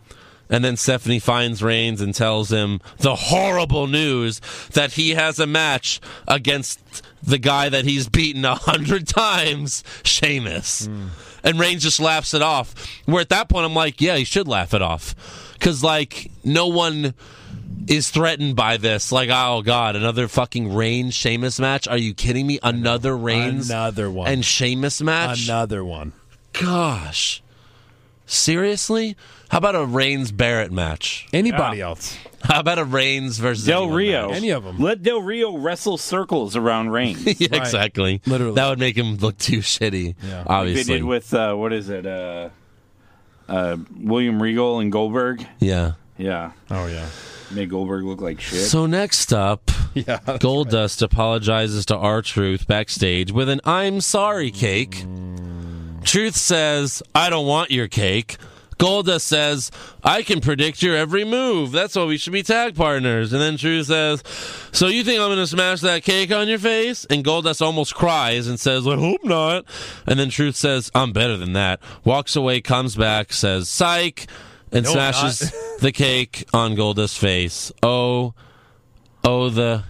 Speaker 4: And then Stephanie finds Reigns and tells him the horrible news that he has a match against the guy that he's beaten a hundred times, Sheamus.
Speaker 7: Hmm.
Speaker 4: And Reigns just laughs it off. Where at that point, I'm like, yeah, he should laugh it off. Because, like, no one is threatened by this. Like, oh, God, another fucking Reigns Sheamus match? Are you kidding me? Another Reigns
Speaker 7: Another one.
Speaker 4: and Sheamus match?
Speaker 7: Another one.
Speaker 4: Gosh. Seriously? How about a Reigns Barrett match?
Speaker 7: Anybody else?
Speaker 4: How about a Reigns versus
Speaker 8: Del
Speaker 4: anyone
Speaker 8: Rio.
Speaker 4: match?
Speaker 7: Any of 'em.
Speaker 8: Let Del Rio wrestle circles around
Speaker 4: [LAUGHS]
Speaker 8: Reigns.
Speaker 4: Yeah, exactly.
Speaker 7: Literally.
Speaker 4: That would make him look too shitty.
Speaker 7: Yeah.
Speaker 8: they
Speaker 4: [LAUGHS] Obviously.
Speaker 8: did with, uh, what is it? Uh, uh, William Regal and Goldberg.
Speaker 4: yeah.
Speaker 8: Yeah.
Speaker 7: Oh yeah.
Speaker 8: Made Goldberg look like shit.
Speaker 4: So next up,
Speaker 7: Yeah. [LAUGHS]
Speaker 4: Goldust apologizes to R Truth backstage with an I'm sorry cake. Truth says, I don't want your cake. Goldust says, I can predict your every move. That's why we should be tag partners. And then Truth says, So you think I'm going to smash that cake on your face? And Goldust almost cries and says, I hope not. And then Truth says, I'm better than that. Walks away, comes back, says, Psych, and
Speaker 7: No, I'm
Speaker 4: smashes
Speaker 7: [LAUGHS]
Speaker 4: the cake on Goldust's face. Oh, oh, the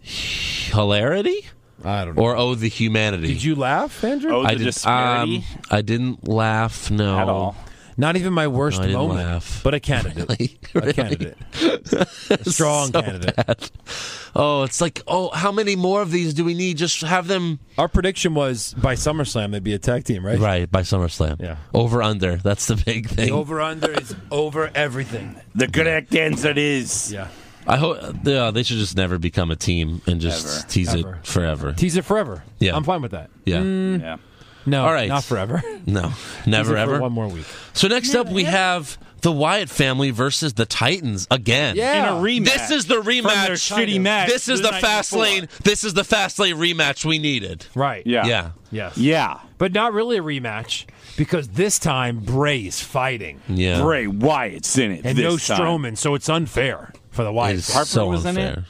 Speaker 4: hilarity?
Speaker 7: I don't know.
Speaker 4: Or oh, the humanity?
Speaker 7: Did you laugh, Andrew?
Speaker 8: oh, the
Speaker 4: I didn't.
Speaker 8: disparity
Speaker 4: Um, I didn't laugh. No,
Speaker 8: at all.
Speaker 7: Not even my worst
Speaker 4: No, I didn't
Speaker 7: moment,
Speaker 4: laugh.
Speaker 7: but a candidate.
Speaker 4: Really? [LAUGHS]
Speaker 7: A candidate. A strong candidate.
Speaker 4: Oh, it's like oh, how many more of these do we need? Just have them
Speaker 7: Our prediction was by SummerSlam they'd be a tag team, right?
Speaker 4: right by SummerSlam.
Speaker 7: Yeah.
Speaker 4: over under. That's the big thing.
Speaker 7: Over under is over everything.
Speaker 8: The correct answer is.
Speaker 7: Yeah.
Speaker 4: I hope. Yeah, they should just never become a team and just
Speaker 8: Ever.
Speaker 4: tease
Speaker 7: Ever.
Speaker 4: it forever.
Speaker 7: Tease it forever.
Speaker 4: Yeah.
Speaker 7: I'm fine with that.
Speaker 4: Yeah,
Speaker 8: Yeah.
Speaker 7: No,
Speaker 4: All right.
Speaker 7: not forever.
Speaker 4: no,
Speaker 7: Tease it
Speaker 4: never
Speaker 7: for
Speaker 4: ever.
Speaker 7: one more week.
Speaker 4: So next up, we have the Wyatt family versus the Titans again.
Speaker 7: Yeah.
Speaker 8: In a rematch.
Speaker 4: This is the rematch.
Speaker 8: From their shitty match.
Speaker 4: This is the,
Speaker 8: night
Speaker 4: fast
Speaker 8: before.
Speaker 4: lane. This is the fast lane rematch we needed.
Speaker 7: Right.
Speaker 8: Yeah.
Speaker 4: Yeah.
Speaker 7: Yes.
Speaker 8: Yeah.
Speaker 7: But not really a rematch because this time Bray's fighting
Speaker 4: Yeah.
Speaker 8: Bray Wyatt's in it.
Speaker 7: and
Speaker 8: this
Speaker 7: no
Speaker 8: time.
Speaker 7: Strowman, so it's unfair for the
Speaker 4: It
Speaker 7: Wyatt.
Speaker 4: is
Speaker 7: family.
Speaker 8: Harper
Speaker 4: so
Speaker 8: was in
Speaker 4: unfair.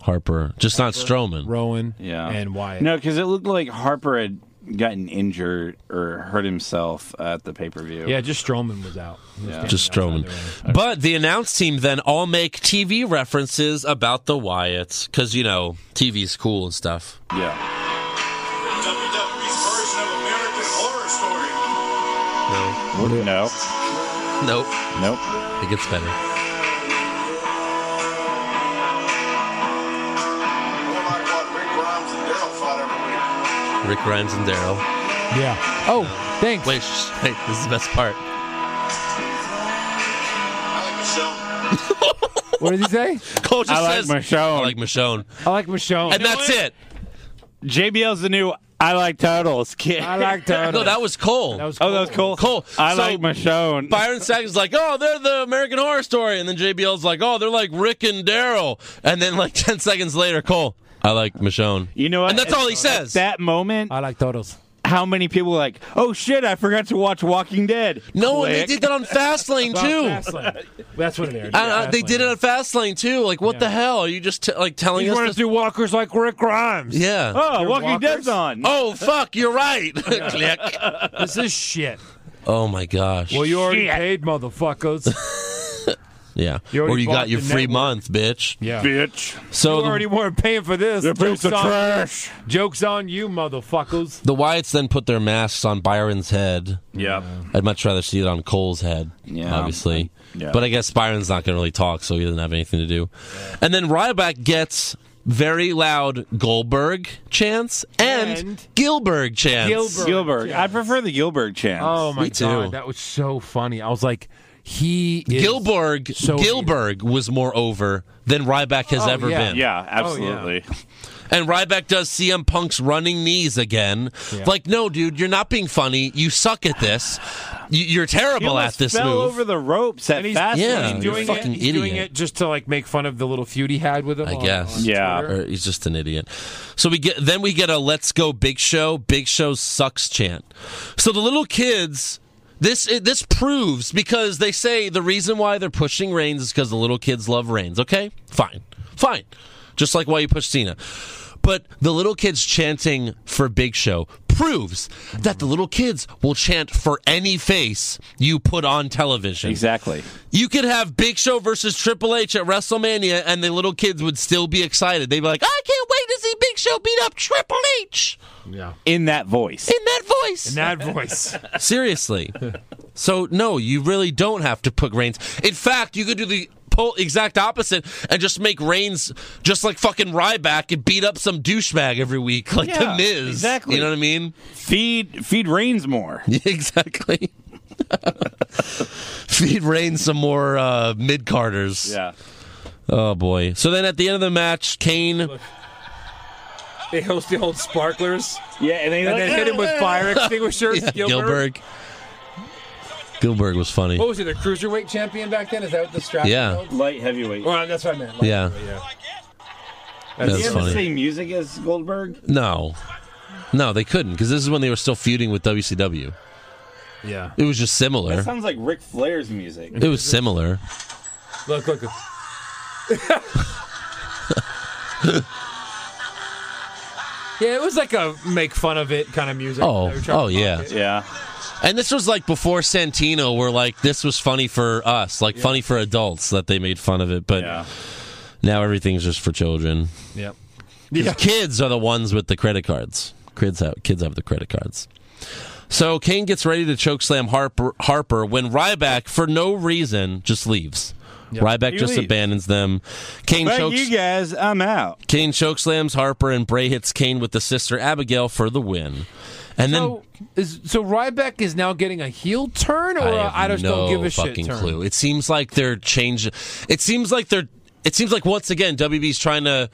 Speaker 4: Harper, just not Strowman.
Speaker 7: Rowan
Speaker 8: Yeah.
Speaker 7: and Wyatt.
Speaker 8: No, because it looked like Harper had gotten injured or hurt himself at the pay per view.
Speaker 7: Yeah, just Strowman was out. He was standing
Speaker 4: just
Speaker 7: outside
Speaker 4: Strowman.
Speaker 7: the ring.
Speaker 4: But the announce team then all make TV references about the Wyatts because you know TV's cool and stuff.
Speaker 8: Yeah.
Speaker 9: WWE's version of American Horror Story.
Speaker 8: No.
Speaker 4: Nope,
Speaker 8: Nope.
Speaker 4: it gets better.
Speaker 9: More like what Rick Grimes and Daryl fought every week.
Speaker 4: Rick Grimes and Daryl.
Speaker 7: Yeah. Oh, thanks.
Speaker 4: Wait, sh- wait, this is the best part.
Speaker 9: I like Michelle.
Speaker 7: What did he say?
Speaker 4: Cole just
Speaker 8: I like
Speaker 4: says,
Speaker 8: Michonne.
Speaker 4: I like Michonne,
Speaker 7: I like Michonne.
Speaker 4: and that's it.
Speaker 8: JBL's the new I like turtles, kid.
Speaker 7: [LAUGHS] I like turtles.
Speaker 4: No, that was Cole.
Speaker 7: That was
Speaker 8: [LAUGHS] Oh, that was cool.
Speaker 4: Cool.
Speaker 8: I
Speaker 4: So-
Speaker 8: like Michonne.
Speaker 4: Byron Saxon's like, oh, they're the American Horror Story, and then JBL's like, oh, they're like Rick and Daryl, and then like [LAUGHS] ten seconds later, Cole, I like Michonne.
Speaker 8: You know what?
Speaker 4: And that's all he says.
Speaker 8: That moment,
Speaker 7: I like turtles.
Speaker 8: how many people were like, "Oh shit, I forgot to watch Walking Dead."
Speaker 4: no, and they
Speaker 8: Click.
Speaker 4: did that on
Speaker 7: [LAUGHS]
Speaker 4: Fastlane too.
Speaker 7: Fastlane. That's what it aired.
Speaker 4: And, uh, they
Speaker 7: Fastlane.
Speaker 4: did it on Fastlane too. Like, what the hell are you just t- like telling
Speaker 7: You
Speaker 4: us?
Speaker 7: want to
Speaker 4: this-
Speaker 7: do walkers like Rick Grimes.
Speaker 4: yeah.
Speaker 8: Oh,
Speaker 7: They're
Speaker 8: Walking
Speaker 7: walkers?
Speaker 8: Dead's on.
Speaker 4: Oh fuck, you're
Speaker 7: [LAUGHS]
Speaker 4: right. Click.
Speaker 7: This
Speaker 4: [LAUGHS]
Speaker 7: is shit.
Speaker 4: Oh my gosh.
Speaker 7: Well, you already paid, motherfuckers.
Speaker 4: yeah.
Speaker 7: you already
Speaker 4: or you got
Speaker 7: bought
Speaker 4: your
Speaker 7: the
Speaker 4: free
Speaker 7: network.
Speaker 4: month, bitch.
Speaker 7: [LAUGHS] yeah. You
Speaker 8: bitch.
Speaker 4: So the,
Speaker 7: already weren't paying for this. Jokes on,
Speaker 8: trash.
Speaker 7: jokes on you, motherfuckers.
Speaker 4: the Wyatts then put their masks on Byron's head.
Speaker 8: Yep.
Speaker 4: I'd much rather see it on Cole's head,
Speaker 8: Yeah.
Speaker 4: obviously.
Speaker 8: Yeah.
Speaker 4: But I guess Byron's not going to really talk, so he doesn't have anything to do. And then Ryback gets very loud Goldberg chance and,
Speaker 7: And-
Speaker 4: Gilberg chance.
Speaker 7: Gilbert.
Speaker 8: Gilbert. I prefer the Gilbert chance.
Speaker 7: Oh my
Speaker 4: Me too.
Speaker 7: god, that was so funny. I was like, he is
Speaker 4: Gilberg,
Speaker 7: So
Speaker 4: Gilberg was more over than Ryback has
Speaker 7: Oh,
Speaker 4: ever
Speaker 7: yeah.
Speaker 4: been.
Speaker 8: Yeah, absolutely.
Speaker 4: And Ryback does CM Punk's running knees again.
Speaker 7: Yeah.
Speaker 4: Like, no, dude, you're not being funny. You suck at this. You- You're
Speaker 8: He
Speaker 4: terrible
Speaker 8: almost
Speaker 4: at this
Speaker 8: fell
Speaker 4: move.
Speaker 8: over the ropes at
Speaker 7: And he's,
Speaker 8: Fastlane.
Speaker 4: Yeah.
Speaker 7: he's
Speaker 4: you're
Speaker 7: doing
Speaker 4: a fucking
Speaker 7: it. He's doing
Speaker 4: idiot.
Speaker 7: it just to like make fun of the little feud he had with him. Oh,
Speaker 4: I
Speaker 7: on-
Speaker 4: guess.
Speaker 7: [LAUGHS] on
Speaker 8: Yeah.
Speaker 7: Twitter.
Speaker 4: or he's just an idiot. So we get then we get a "Let's go Big Show." Big Show sucks chant. So the little kids. This it, this proves because they say the reason why they're pushing Reigns is because the little kids love Reigns. Okay, fine, fine. Just like why you push Cena, but the little kids chanting for Big Show proves that the little kids will chant for any face you put on television.
Speaker 8: Exactly.
Speaker 4: You could have Big Show versus Triple H at WrestleMania, and the little kids would still be excited. They'd be like, I can't wait to see Big Show beat up Triple H
Speaker 7: Yeah.
Speaker 8: In that voice.
Speaker 4: in that voice.
Speaker 7: In that voice.
Speaker 8: [LAUGHS]
Speaker 4: Seriously. so, no, you really don't have to put Reigns. In fact, you could do the po- exact opposite and just make Reigns just like fucking Ryback and beat up some douchebag every week, [LAUGHS] like
Speaker 8: Yeah,
Speaker 4: The Miz.
Speaker 8: exactly.
Speaker 4: You know what I mean? [LAUGHS]
Speaker 8: Feed feed Reigns more.
Speaker 4: exactly. [LAUGHS] Feed Reigns some more uh, mid Carters.
Speaker 8: Yeah.
Speaker 4: Oh boy! So then, at the end of the match,
Speaker 7: [LAUGHS]
Speaker 4: Kane.
Speaker 7: they host the old sparklers
Speaker 8: Yeah, and they,
Speaker 7: and then hit him with fire extinguishers.
Speaker 4: [LAUGHS] Yeah, Gilbert. Gilbert was funny.
Speaker 7: What was he, the cruiserweight champion back then? Is that what the strap?
Speaker 4: Yeah.
Speaker 7: held?
Speaker 8: light heavyweight.
Speaker 7: Well, that's what I meant.
Speaker 4: Yeah. That's
Speaker 8: Did he have the
Speaker 4: funny.
Speaker 8: same music as Goldberg?
Speaker 4: No, no, they couldn't because this is when they were still feuding with WCW.
Speaker 7: Yeah.
Speaker 4: It was just
Speaker 8: That
Speaker 4: similar.
Speaker 8: sounds like Ric Flair's music.
Speaker 4: It was similar.
Speaker 7: Look, look. look. [LAUGHS] yeah, it was like a make fun of it kind of music.
Speaker 4: Oh,
Speaker 7: They were trying to
Speaker 4: oh, yeah.
Speaker 7: mock it.
Speaker 8: Yeah.
Speaker 4: And this was like before Santino, where like this was funny for us, like funny for adults that they made fun of it, but
Speaker 8: Yeah.
Speaker 4: now everything's just for children.
Speaker 7: Yep.
Speaker 4: 'Cause
Speaker 7: Yeah.
Speaker 4: Kids are the ones with the credit cards. Kids have kids have the credit cards. So Kane gets ready to choke slam Harper, Harper when Ryback, for no reason, just leaves. Ryback
Speaker 8: He
Speaker 4: just
Speaker 8: leaves.
Speaker 4: abandons them. Kane
Speaker 8: But
Speaker 4: chokes.
Speaker 8: you guys, I'm out.
Speaker 4: Kane chokeslams Harper, and Bray hits Kane with the sister Abigail for the win. And then
Speaker 7: So, is, so Ryback is now getting a heel turn, or
Speaker 4: I,
Speaker 7: uh, I,
Speaker 4: have
Speaker 7: just
Speaker 4: no
Speaker 7: don't give a
Speaker 4: fucking
Speaker 7: shit turn?
Speaker 4: clue. It seems like they're changing. It seems like they're. It seems like once again WB's trying to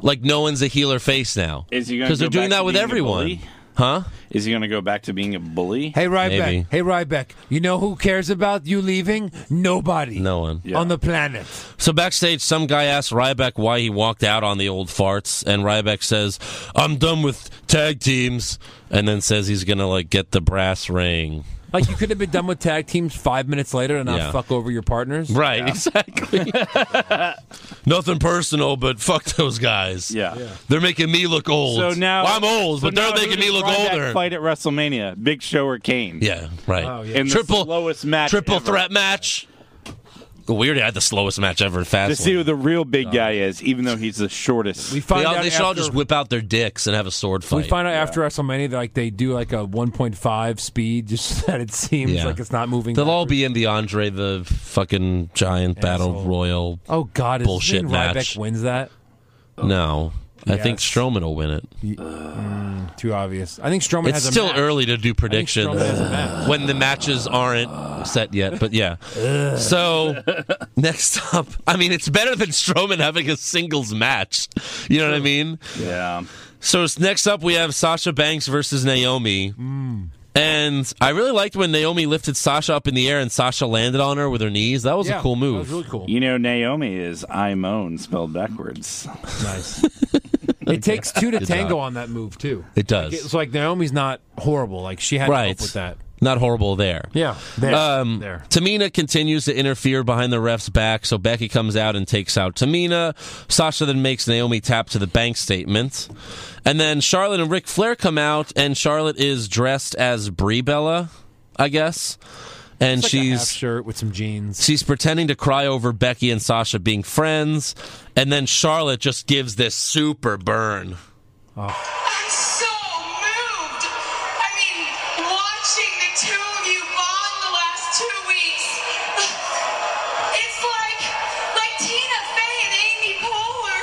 Speaker 4: like no one's a heel or face now.
Speaker 8: Is he gonna
Speaker 4: because they're
Speaker 8: go
Speaker 4: doing
Speaker 8: back
Speaker 4: that
Speaker 8: to
Speaker 4: with
Speaker 8: being a
Speaker 4: everyone,
Speaker 8: bully?
Speaker 4: huh?
Speaker 8: Is he going to go back to being a bully?
Speaker 7: Hey Ryback,
Speaker 4: Maybe.
Speaker 7: hey Ryback, you know who cares about you leaving? Nobody.
Speaker 4: No one.
Speaker 8: Yeah.
Speaker 7: on the planet.
Speaker 4: So backstage, some guy asks Ryback why he walked out on the old farts, and Ryback says, "I'm done with tag teams," and then says he's gonna like get the brass ring.
Speaker 7: Like you could have been done with tag teams five minutes later and not
Speaker 4: Yeah.
Speaker 7: fuck over your partners.
Speaker 4: Right, exactly. [LAUGHS] Nothing personal, but fuck those guys.
Speaker 8: Yeah. Yeah.
Speaker 4: They're making me look old.
Speaker 8: So now
Speaker 4: Well, I'm old,
Speaker 8: so
Speaker 4: but they're
Speaker 8: now
Speaker 4: making
Speaker 8: who
Speaker 4: me
Speaker 8: does
Speaker 4: look
Speaker 8: Ryback
Speaker 4: older.
Speaker 8: Fight at WrestleMania, Big Show or Kane?
Speaker 4: Yeah, right.
Speaker 7: Oh, yeah.
Speaker 8: in
Speaker 4: Triple-
Speaker 8: the slowest match,
Speaker 4: Triple
Speaker 8: ever.
Speaker 4: threat match. Weird, I had the slowest match ever. Fast.
Speaker 8: To see who the real big guy is, even though he's the shortest.
Speaker 7: We
Speaker 4: they
Speaker 7: find
Speaker 4: all,
Speaker 7: out
Speaker 4: they should
Speaker 7: after,
Speaker 4: all just whip out their dicks and have a sword fight.
Speaker 7: we find out after WrestleMania that like they do like a 1.5 speed [LAUGHS] just so that it seems
Speaker 4: Yeah.
Speaker 7: like it's not moving.
Speaker 4: They'll all
Speaker 7: backwards.
Speaker 4: be in the Andre the fucking giant battle
Speaker 7: Asshole.
Speaker 4: royal.
Speaker 7: Oh God! Is
Speaker 4: bullshit
Speaker 7: Ryback
Speaker 4: match.
Speaker 7: wins that?
Speaker 4: No. I think
Speaker 7: Yes.
Speaker 4: Strowman will win it.
Speaker 7: Too obvious. I think Strowman
Speaker 4: It's
Speaker 7: has a
Speaker 4: still
Speaker 7: match.
Speaker 4: early to do
Speaker 7: I think
Speaker 4: predictions.
Speaker 7: Strowman has a match.
Speaker 4: when the matches aren't set yet. But yeah. So next up, I mean, it's better than Strowman having a singles match. You know what I mean?
Speaker 8: yeah.
Speaker 4: So s- next up, we have Sasha Banks versus Naomi.
Speaker 7: Hmm.
Speaker 4: And I really liked when Naomi lifted Sasha up in the air and Sasha landed on her with her knees. That was
Speaker 7: yeah,
Speaker 4: a cool
Speaker 7: That was
Speaker 4: move.
Speaker 7: really
Speaker 4: [LAUGHS]
Speaker 7: cool.
Speaker 8: You know, Naomi is I moan spelled backwards.
Speaker 7: Nice. it takes two to tango on that move too.
Speaker 4: it does.
Speaker 7: It's like Naomi's not horrible. Like she had to
Speaker 4: right.
Speaker 7: help with that.
Speaker 4: Not horrible there.
Speaker 7: Yeah. There.
Speaker 4: Um,
Speaker 7: there.
Speaker 4: Tamina continues to interfere behind the ref's back, so Becky comes out and takes out Tamina. Sasha then makes Naomi tap to the bank statement. And then Charlotte and Ric Flair come out, and Charlotte is dressed as Brie Bella, I guess. And
Speaker 7: It's like a half
Speaker 4: she's
Speaker 7: shirt with some jeans.
Speaker 4: she's pretending to cry over Becky and Sasha being friends. And then Charlotte just gives this super burn.
Speaker 5: I'm so moved. I mean, watching the two of you bond the last two weeks, [LAUGHS] it's like like Tina Fey and Amy Poehler.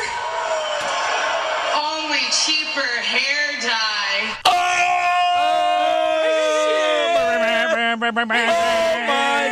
Speaker 5: Only cheaper hair dye.
Speaker 4: Oh!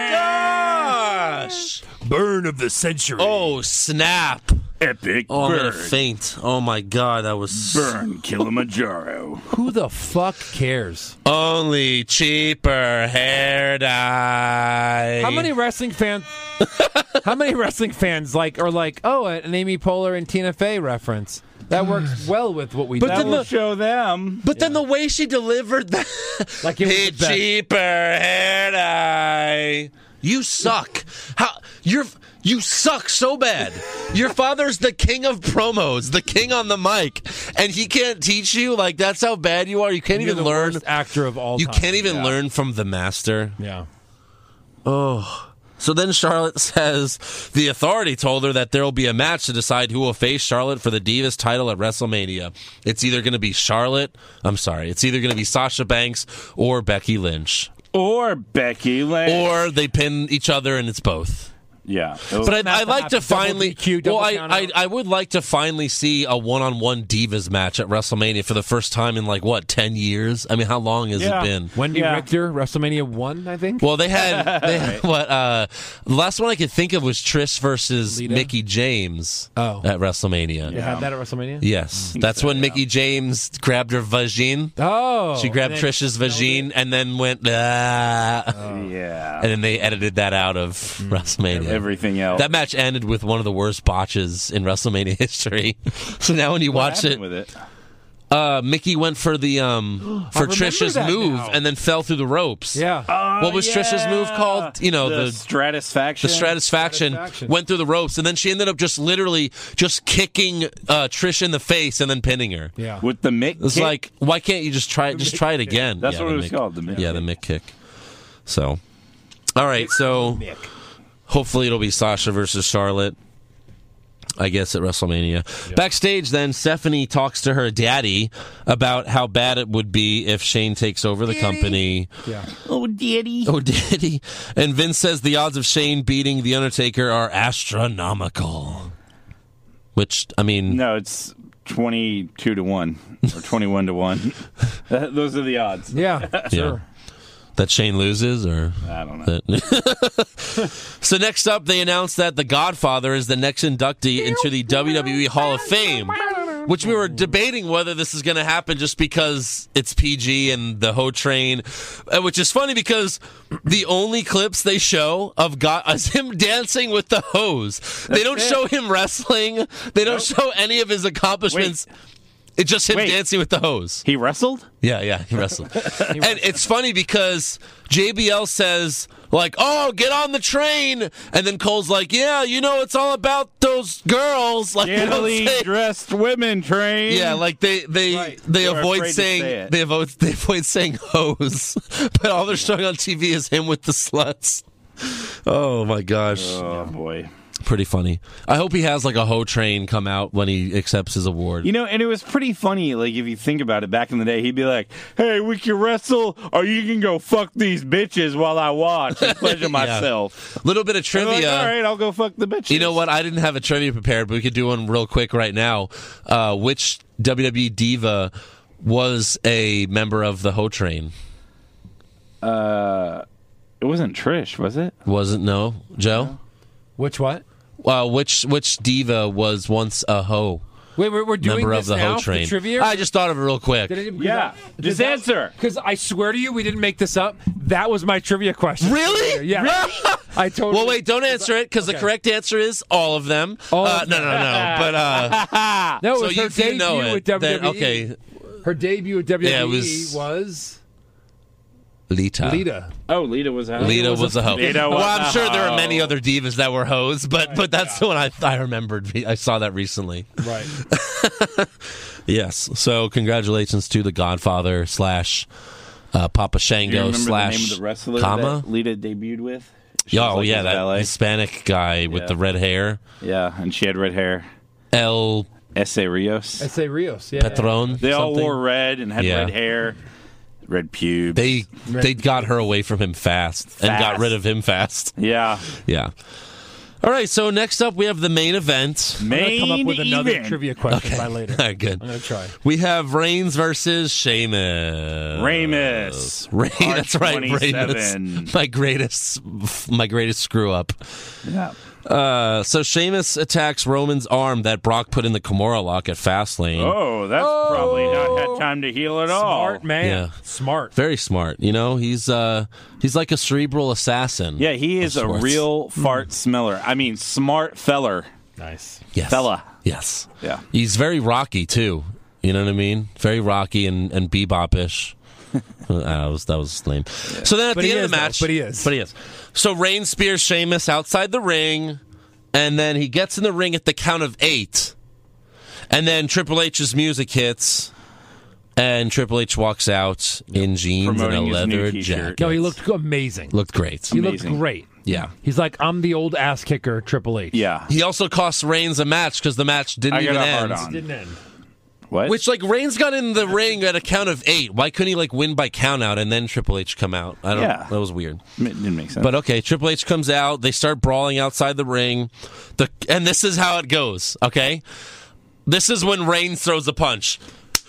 Speaker 4: Oh, gosh!
Speaker 7: Burn of the century.
Speaker 4: Oh, snap.
Speaker 8: Epic
Speaker 4: Oh, I'm gonna faint. Oh my god, that was
Speaker 8: Burn Kilimanjaro.
Speaker 7: Who the fuck cares?
Speaker 4: only cheaper hair dye.
Speaker 7: How many wrestling fans? [LAUGHS] how many wrestling fans like are like, oh, an Amy Poehler and Tina Fey reference that works well with what we do.
Speaker 4: But then the-
Speaker 8: show them.
Speaker 4: But then the way she delivered that,
Speaker 7: [LAUGHS]
Speaker 4: [LAUGHS]
Speaker 7: Like it was
Speaker 4: Hey,
Speaker 7: the best.
Speaker 4: cheaper hair dye. You suck. How you're you suck so bad. Your father's the king of promos, the king on the mic, and he can't teach you. Like that's how bad you are. You can't
Speaker 7: You're
Speaker 4: even
Speaker 7: the
Speaker 4: learn.
Speaker 7: worst actor of all.
Speaker 4: You
Speaker 7: time.
Speaker 4: can't even
Speaker 7: Yeah.
Speaker 4: learn from the master.
Speaker 7: Yeah.
Speaker 4: So then Charlotte [LAUGHS] says the authority told her that there will be a match to decide who will face Charlotte for the Divas title at WrestleMania. It's either going to be Charlotte, I'm sorry, it's either going to be Sasha Banks or Becky Lynch.
Speaker 8: Or Becky Lynch.
Speaker 4: Or they pin each other and it's both.
Speaker 8: yeah.
Speaker 4: But I'd,
Speaker 7: Smack
Speaker 4: I'd like
Speaker 7: that
Speaker 4: to
Speaker 7: happen. Double
Speaker 4: finally,
Speaker 7: DQ,
Speaker 4: well,
Speaker 7: double
Speaker 4: I,
Speaker 7: count out.
Speaker 4: I, I would like to finally see a one on one Divas match at WrestleMania for the first time in like, what, 10 years? I mean, how long has
Speaker 8: Yeah.
Speaker 4: it been?
Speaker 7: Wendy
Speaker 8: Yeah.
Speaker 7: Richter, WrestleMania one, I think.
Speaker 4: Well, they
Speaker 7: [LAUGHS]
Speaker 4: had, they had what? Uh, the last one I could think of was Trish versus
Speaker 7: Lita?
Speaker 4: Mickey James
Speaker 7: Oh. Mm-hmm.
Speaker 4: at WrestleMania.
Speaker 7: They had that at WrestleMania.
Speaker 4: Yes, that's when Mickey James grabbed her vagine.
Speaker 7: Oh,
Speaker 4: She grabbed
Speaker 7: and then-
Speaker 4: Trish's vagine and then went, ah.
Speaker 8: yeah.
Speaker 4: and then they edited that out of
Speaker 7: Mm.
Speaker 4: WrestleMania.
Speaker 8: Everything else.
Speaker 4: That match ended with one of the worst botches in WrestleMania [LAUGHS] history. so now when you
Speaker 8: What
Speaker 4: watch
Speaker 8: happened
Speaker 4: it,
Speaker 8: With it.
Speaker 4: uh, Mickey went for the
Speaker 7: [GASPS]
Speaker 4: um for
Speaker 7: remember
Speaker 4: Trish's
Speaker 7: that
Speaker 4: move
Speaker 7: now.
Speaker 4: and then fell through the ropes.
Speaker 7: Yeah. Oh,
Speaker 4: What was Trish's move called? You know,
Speaker 8: Oh, the,
Speaker 4: the-
Speaker 8: stratisfaction.
Speaker 4: The stratisfaction,
Speaker 7: Stratisfaction.
Speaker 4: went through the ropes, and then she ended up just literally just kicking uh, Trish in the face and then pinning her.
Speaker 7: yeah.
Speaker 8: with the Mick.
Speaker 4: It's like, why can't you just try it? Just try it again.
Speaker 8: That's what
Speaker 4: the
Speaker 8: it was called, the Mick
Speaker 4: yeah, the Mick kick. So, all right. So, hopefully it'll be Sasha versus Charlotte. I guess at WrestleMania. Backstage, then Stephanie talks to her daddy about how bad it would be if Shane takes over the company.
Speaker 7: Yeah.
Speaker 8: oh, daddy.
Speaker 4: [LAUGHS] Oh, did he? And Vince says the odds of Shane beating The Undertaker are astronomical. Which, I mean,
Speaker 8: No, it's twenty-two to one
Speaker 4: [LAUGHS]
Speaker 8: or twenty-one to one. That- Those are the odds.
Speaker 7: Yeah. Sure.
Speaker 4: that Shane loses or.
Speaker 8: I don't know.
Speaker 4: so next up, they announced that The Godfather is the next inductee into the WWE Hall of Fame, which we were debating whether this is going to happen just because it's PG and the Ho Train, uh, which is funny because the only clips they show [LAUGHS] of God is him dancing with the hose. They don't show him wrestling. They don't show any of his accomplishments. It's just him
Speaker 8: Wait.
Speaker 4: dancing with the hose.
Speaker 8: He wrestled.
Speaker 4: Yeah, yeah, he
Speaker 8: [LAUGHS]
Speaker 4: wrestled. and it's funny because JBL says, like, oh, get on the train. And then Cole's like, yeah, you know, it's all about those girls. Like, they [LAUGHS] don't
Speaker 8: Scantily
Speaker 4: say-
Speaker 8: dressed women train.
Speaker 4: yeah, like they they
Speaker 8: Right.
Speaker 4: they
Speaker 8: They're
Speaker 4: avoid
Speaker 8: afraid to
Speaker 4: saying
Speaker 8: say it.
Speaker 4: they avoid they avoid saying hose, [LAUGHS] but all they're showing on TV is him with the sluts. Oh my gosh,
Speaker 8: Oh boy.
Speaker 4: pretty funny. I hope he has like a hoe train come out when he accepts his award.
Speaker 8: You know, and it was pretty funny. Like if you think about it, back in the day, he'd be like, "Hey, we can wrestle, or you can go fuck these bitches while I watch and
Speaker 4: [LAUGHS]
Speaker 8: pleasure [LAUGHS] myself."
Speaker 4: Little bit of
Speaker 8: And I'm
Speaker 4: trivia.
Speaker 8: like, All right, I'll go fuck the bitches.
Speaker 4: You know what? I didn't have a trivia prepared, but we could do one real quick right now. Uh, which WWE diva was a member of the Ho Train?
Speaker 8: It wasn't Trish, was it?
Speaker 4: Wasn't no Joe?
Speaker 7: Which what?
Speaker 4: Uh, which which diva was once a hoe?
Speaker 7: Wait, we're, we're doing
Speaker 4: member
Speaker 7: this
Speaker 4: of the
Speaker 7: now
Speaker 4: Ho
Speaker 7: for
Speaker 4: Train.
Speaker 7: trivia.
Speaker 4: I just thought of it real quick.
Speaker 8: Yeah. Just answer.
Speaker 7: Because I swear to you, we didn't make this up. That was my trivia question.
Speaker 4: Really?
Speaker 7: Yeah. I totally.
Speaker 4: Well, wait, don't answer it because the correct answer is all of them.
Speaker 7: All
Speaker 4: uh,
Speaker 7: of
Speaker 4: no, no, no, no. But uh,
Speaker 7: No, [LAUGHS] it
Speaker 4: so
Speaker 7: was
Speaker 4: you
Speaker 7: her
Speaker 4: do
Speaker 7: debut
Speaker 4: know
Speaker 7: at
Speaker 4: it.
Speaker 7: WWE.
Speaker 4: Then- okay,
Speaker 7: Her debut at WWE
Speaker 4: Yeah, it
Speaker 7: was,
Speaker 4: was- Uh, Lita.
Speaker 7: Lita.
Speaker 8: Oh, Lita was out.
Speaker 4: Lita was a hoe.
Speaker 8: Lita was
Speaker 4: well, I'm
Speaker 8: a
Speaker 4: sure there
Speaker 8: hoe.
Speaker 4: are many other divas that were hoes, but but that's the one I, I remembered. I saw that recently.
Speaker 7: Right.
Speaker 4: Yes. So congratulations to the Godfather slash uh, Papa
Speaker 8: Do you
Speaker 4: Shango
Speaker 8: remember
Speaker 4: slash
Speaker 8: the name of the wrestler
Speaker 4: comma.
Speaker 8: that Lita debuted with? She
Speaker 4: Yeah,
Speaker 8: was,
Speaker 4: oh
Speaker 8: like,
Speaker 4: yeah,
Speaker 8: his
Speaker 4: that
Speaker 8: valet.
Speaker 4: Hispanic guy with
Speaker 8: Yeah.
Speaker 4: the red hair,
Speaker 8: Yeah, and she had red hair.
Speaker 4: El
Speaker 8: S. A. Rios.
Speaker 7: I say Rios. Yeah.
Speaker 4: Patron.
Speaker 8: They all
Speaker 4: something.
Speaker 8: wore red and had
Speaker 4: Yeah.
Speaker 8: red hair, red pubes.
Speaker 4: They they got her away from him fast, and got
Speaker 8: Fast.
Speaker 4: rid of him fast.
Speaker 8: yeah.
Speaker 4: Yeah. All right. So next up, we have the main event.
Speaker 7: I'm gonna
Speaker 8: Main
Speaker 7: come up with another
Speaker 8: event.
Speaker 7: trivia question by later.
Speaker 4: All right, [LAUGHS] good.
Speaker 7: I'm gonna
Speaker 8: [LAUGHS]
Speaker 7: try.
Speaker 4: We have Reigns versus Sheamus. [LAUGHS]
Speaker 8: Ramus.
Speaker 4: Rain,
Speaker 8: March
Speaker 4: that's right, Rain.
Speaker 8: 27.
Speaker 4: My greatest, my greatest screw up.
Speaker 8: Yeah.
Speaker 4: Uh, so Sheamus attacks Roman's arm that Brock put in the Kimura lock at Fastlane.
Speaker 8: [LAUGHS] Oh, that's probably not
Speaker 4: Oh.
Speaker 8: had time to heal at all.
Speaker 7: Smart man.
Speaker 4: Yeah.
Speaker 7: Smart.
Speaker 4: Very smart, you know. He's uh, he's like a cerebral assassin.
Speaker 8: Yeah, he is
Speaker 4: Of
Speaker 8: a
Speaker 4: sorts.
Speaker 8: real fart smeller. I mean, smart feller.
Speaker 7: Nice.
Speaker 4: yes.
Speaker 8: fella.
Speaker 4: Yes,
Speaker 8: Yeah.
Speaker 4: he's very rocky too. You know what I mean? Very rocky and and
Speaker 8: [LAUGHS]
Speaker 4: bebop-ish. Uh, that was that was his name. So then at
Speaker 7: But
Speaker 4: the
Speaker 7: he
Speaker 4: end
Speaker 7: is,
Speaker 4: of the
Speaker 7: though.
Speaker 4: match,
Speaker 7: But he is.
Speaker 4: but he is. So Reigns spears Sheamus outside the ring, and then he gets in the ring at the count of eight, and then Triple H's music hits, and Triple H walks out in jeans and a
Speaker 8: Promoting his new
Speaker 4: leather
Speaker 8: t-shirt.
Speaker 4: jacket.
Speaker 7: No, he looked amazing.
Speaker 4: looked great.
Speaker 7: he looked
Speaker 8: amazing.
Speaker 7: great.
Speaker 4: Yeah.
Speaker 7: He's like, I'm the old ass kicker, Triple H.
Speaker 8: Yeah.
Speaker 4: He also cost Reigns a match because the match didn't
Speaker 8: I got
Speaker 4: even
Speaker 8: a hard
Speaker 4: end.
Speaker 8: on.
Speaker 7: Didn't end.
Speaker 8: What?
Speaker 4: Which like Reigns got in the ring at a count of eight. Why couldn't he like win by count out and then Triple H come out? I don't.
Speaker 8: Yeah.
Speaker 4: That was weird.
Speaker 8: It didn't make sense.
Speaker 4: But uh, okay, Triple H comes out. They start brawling outside the ring. The and this is how it goes. Okay, this is when Reigns throws a punch.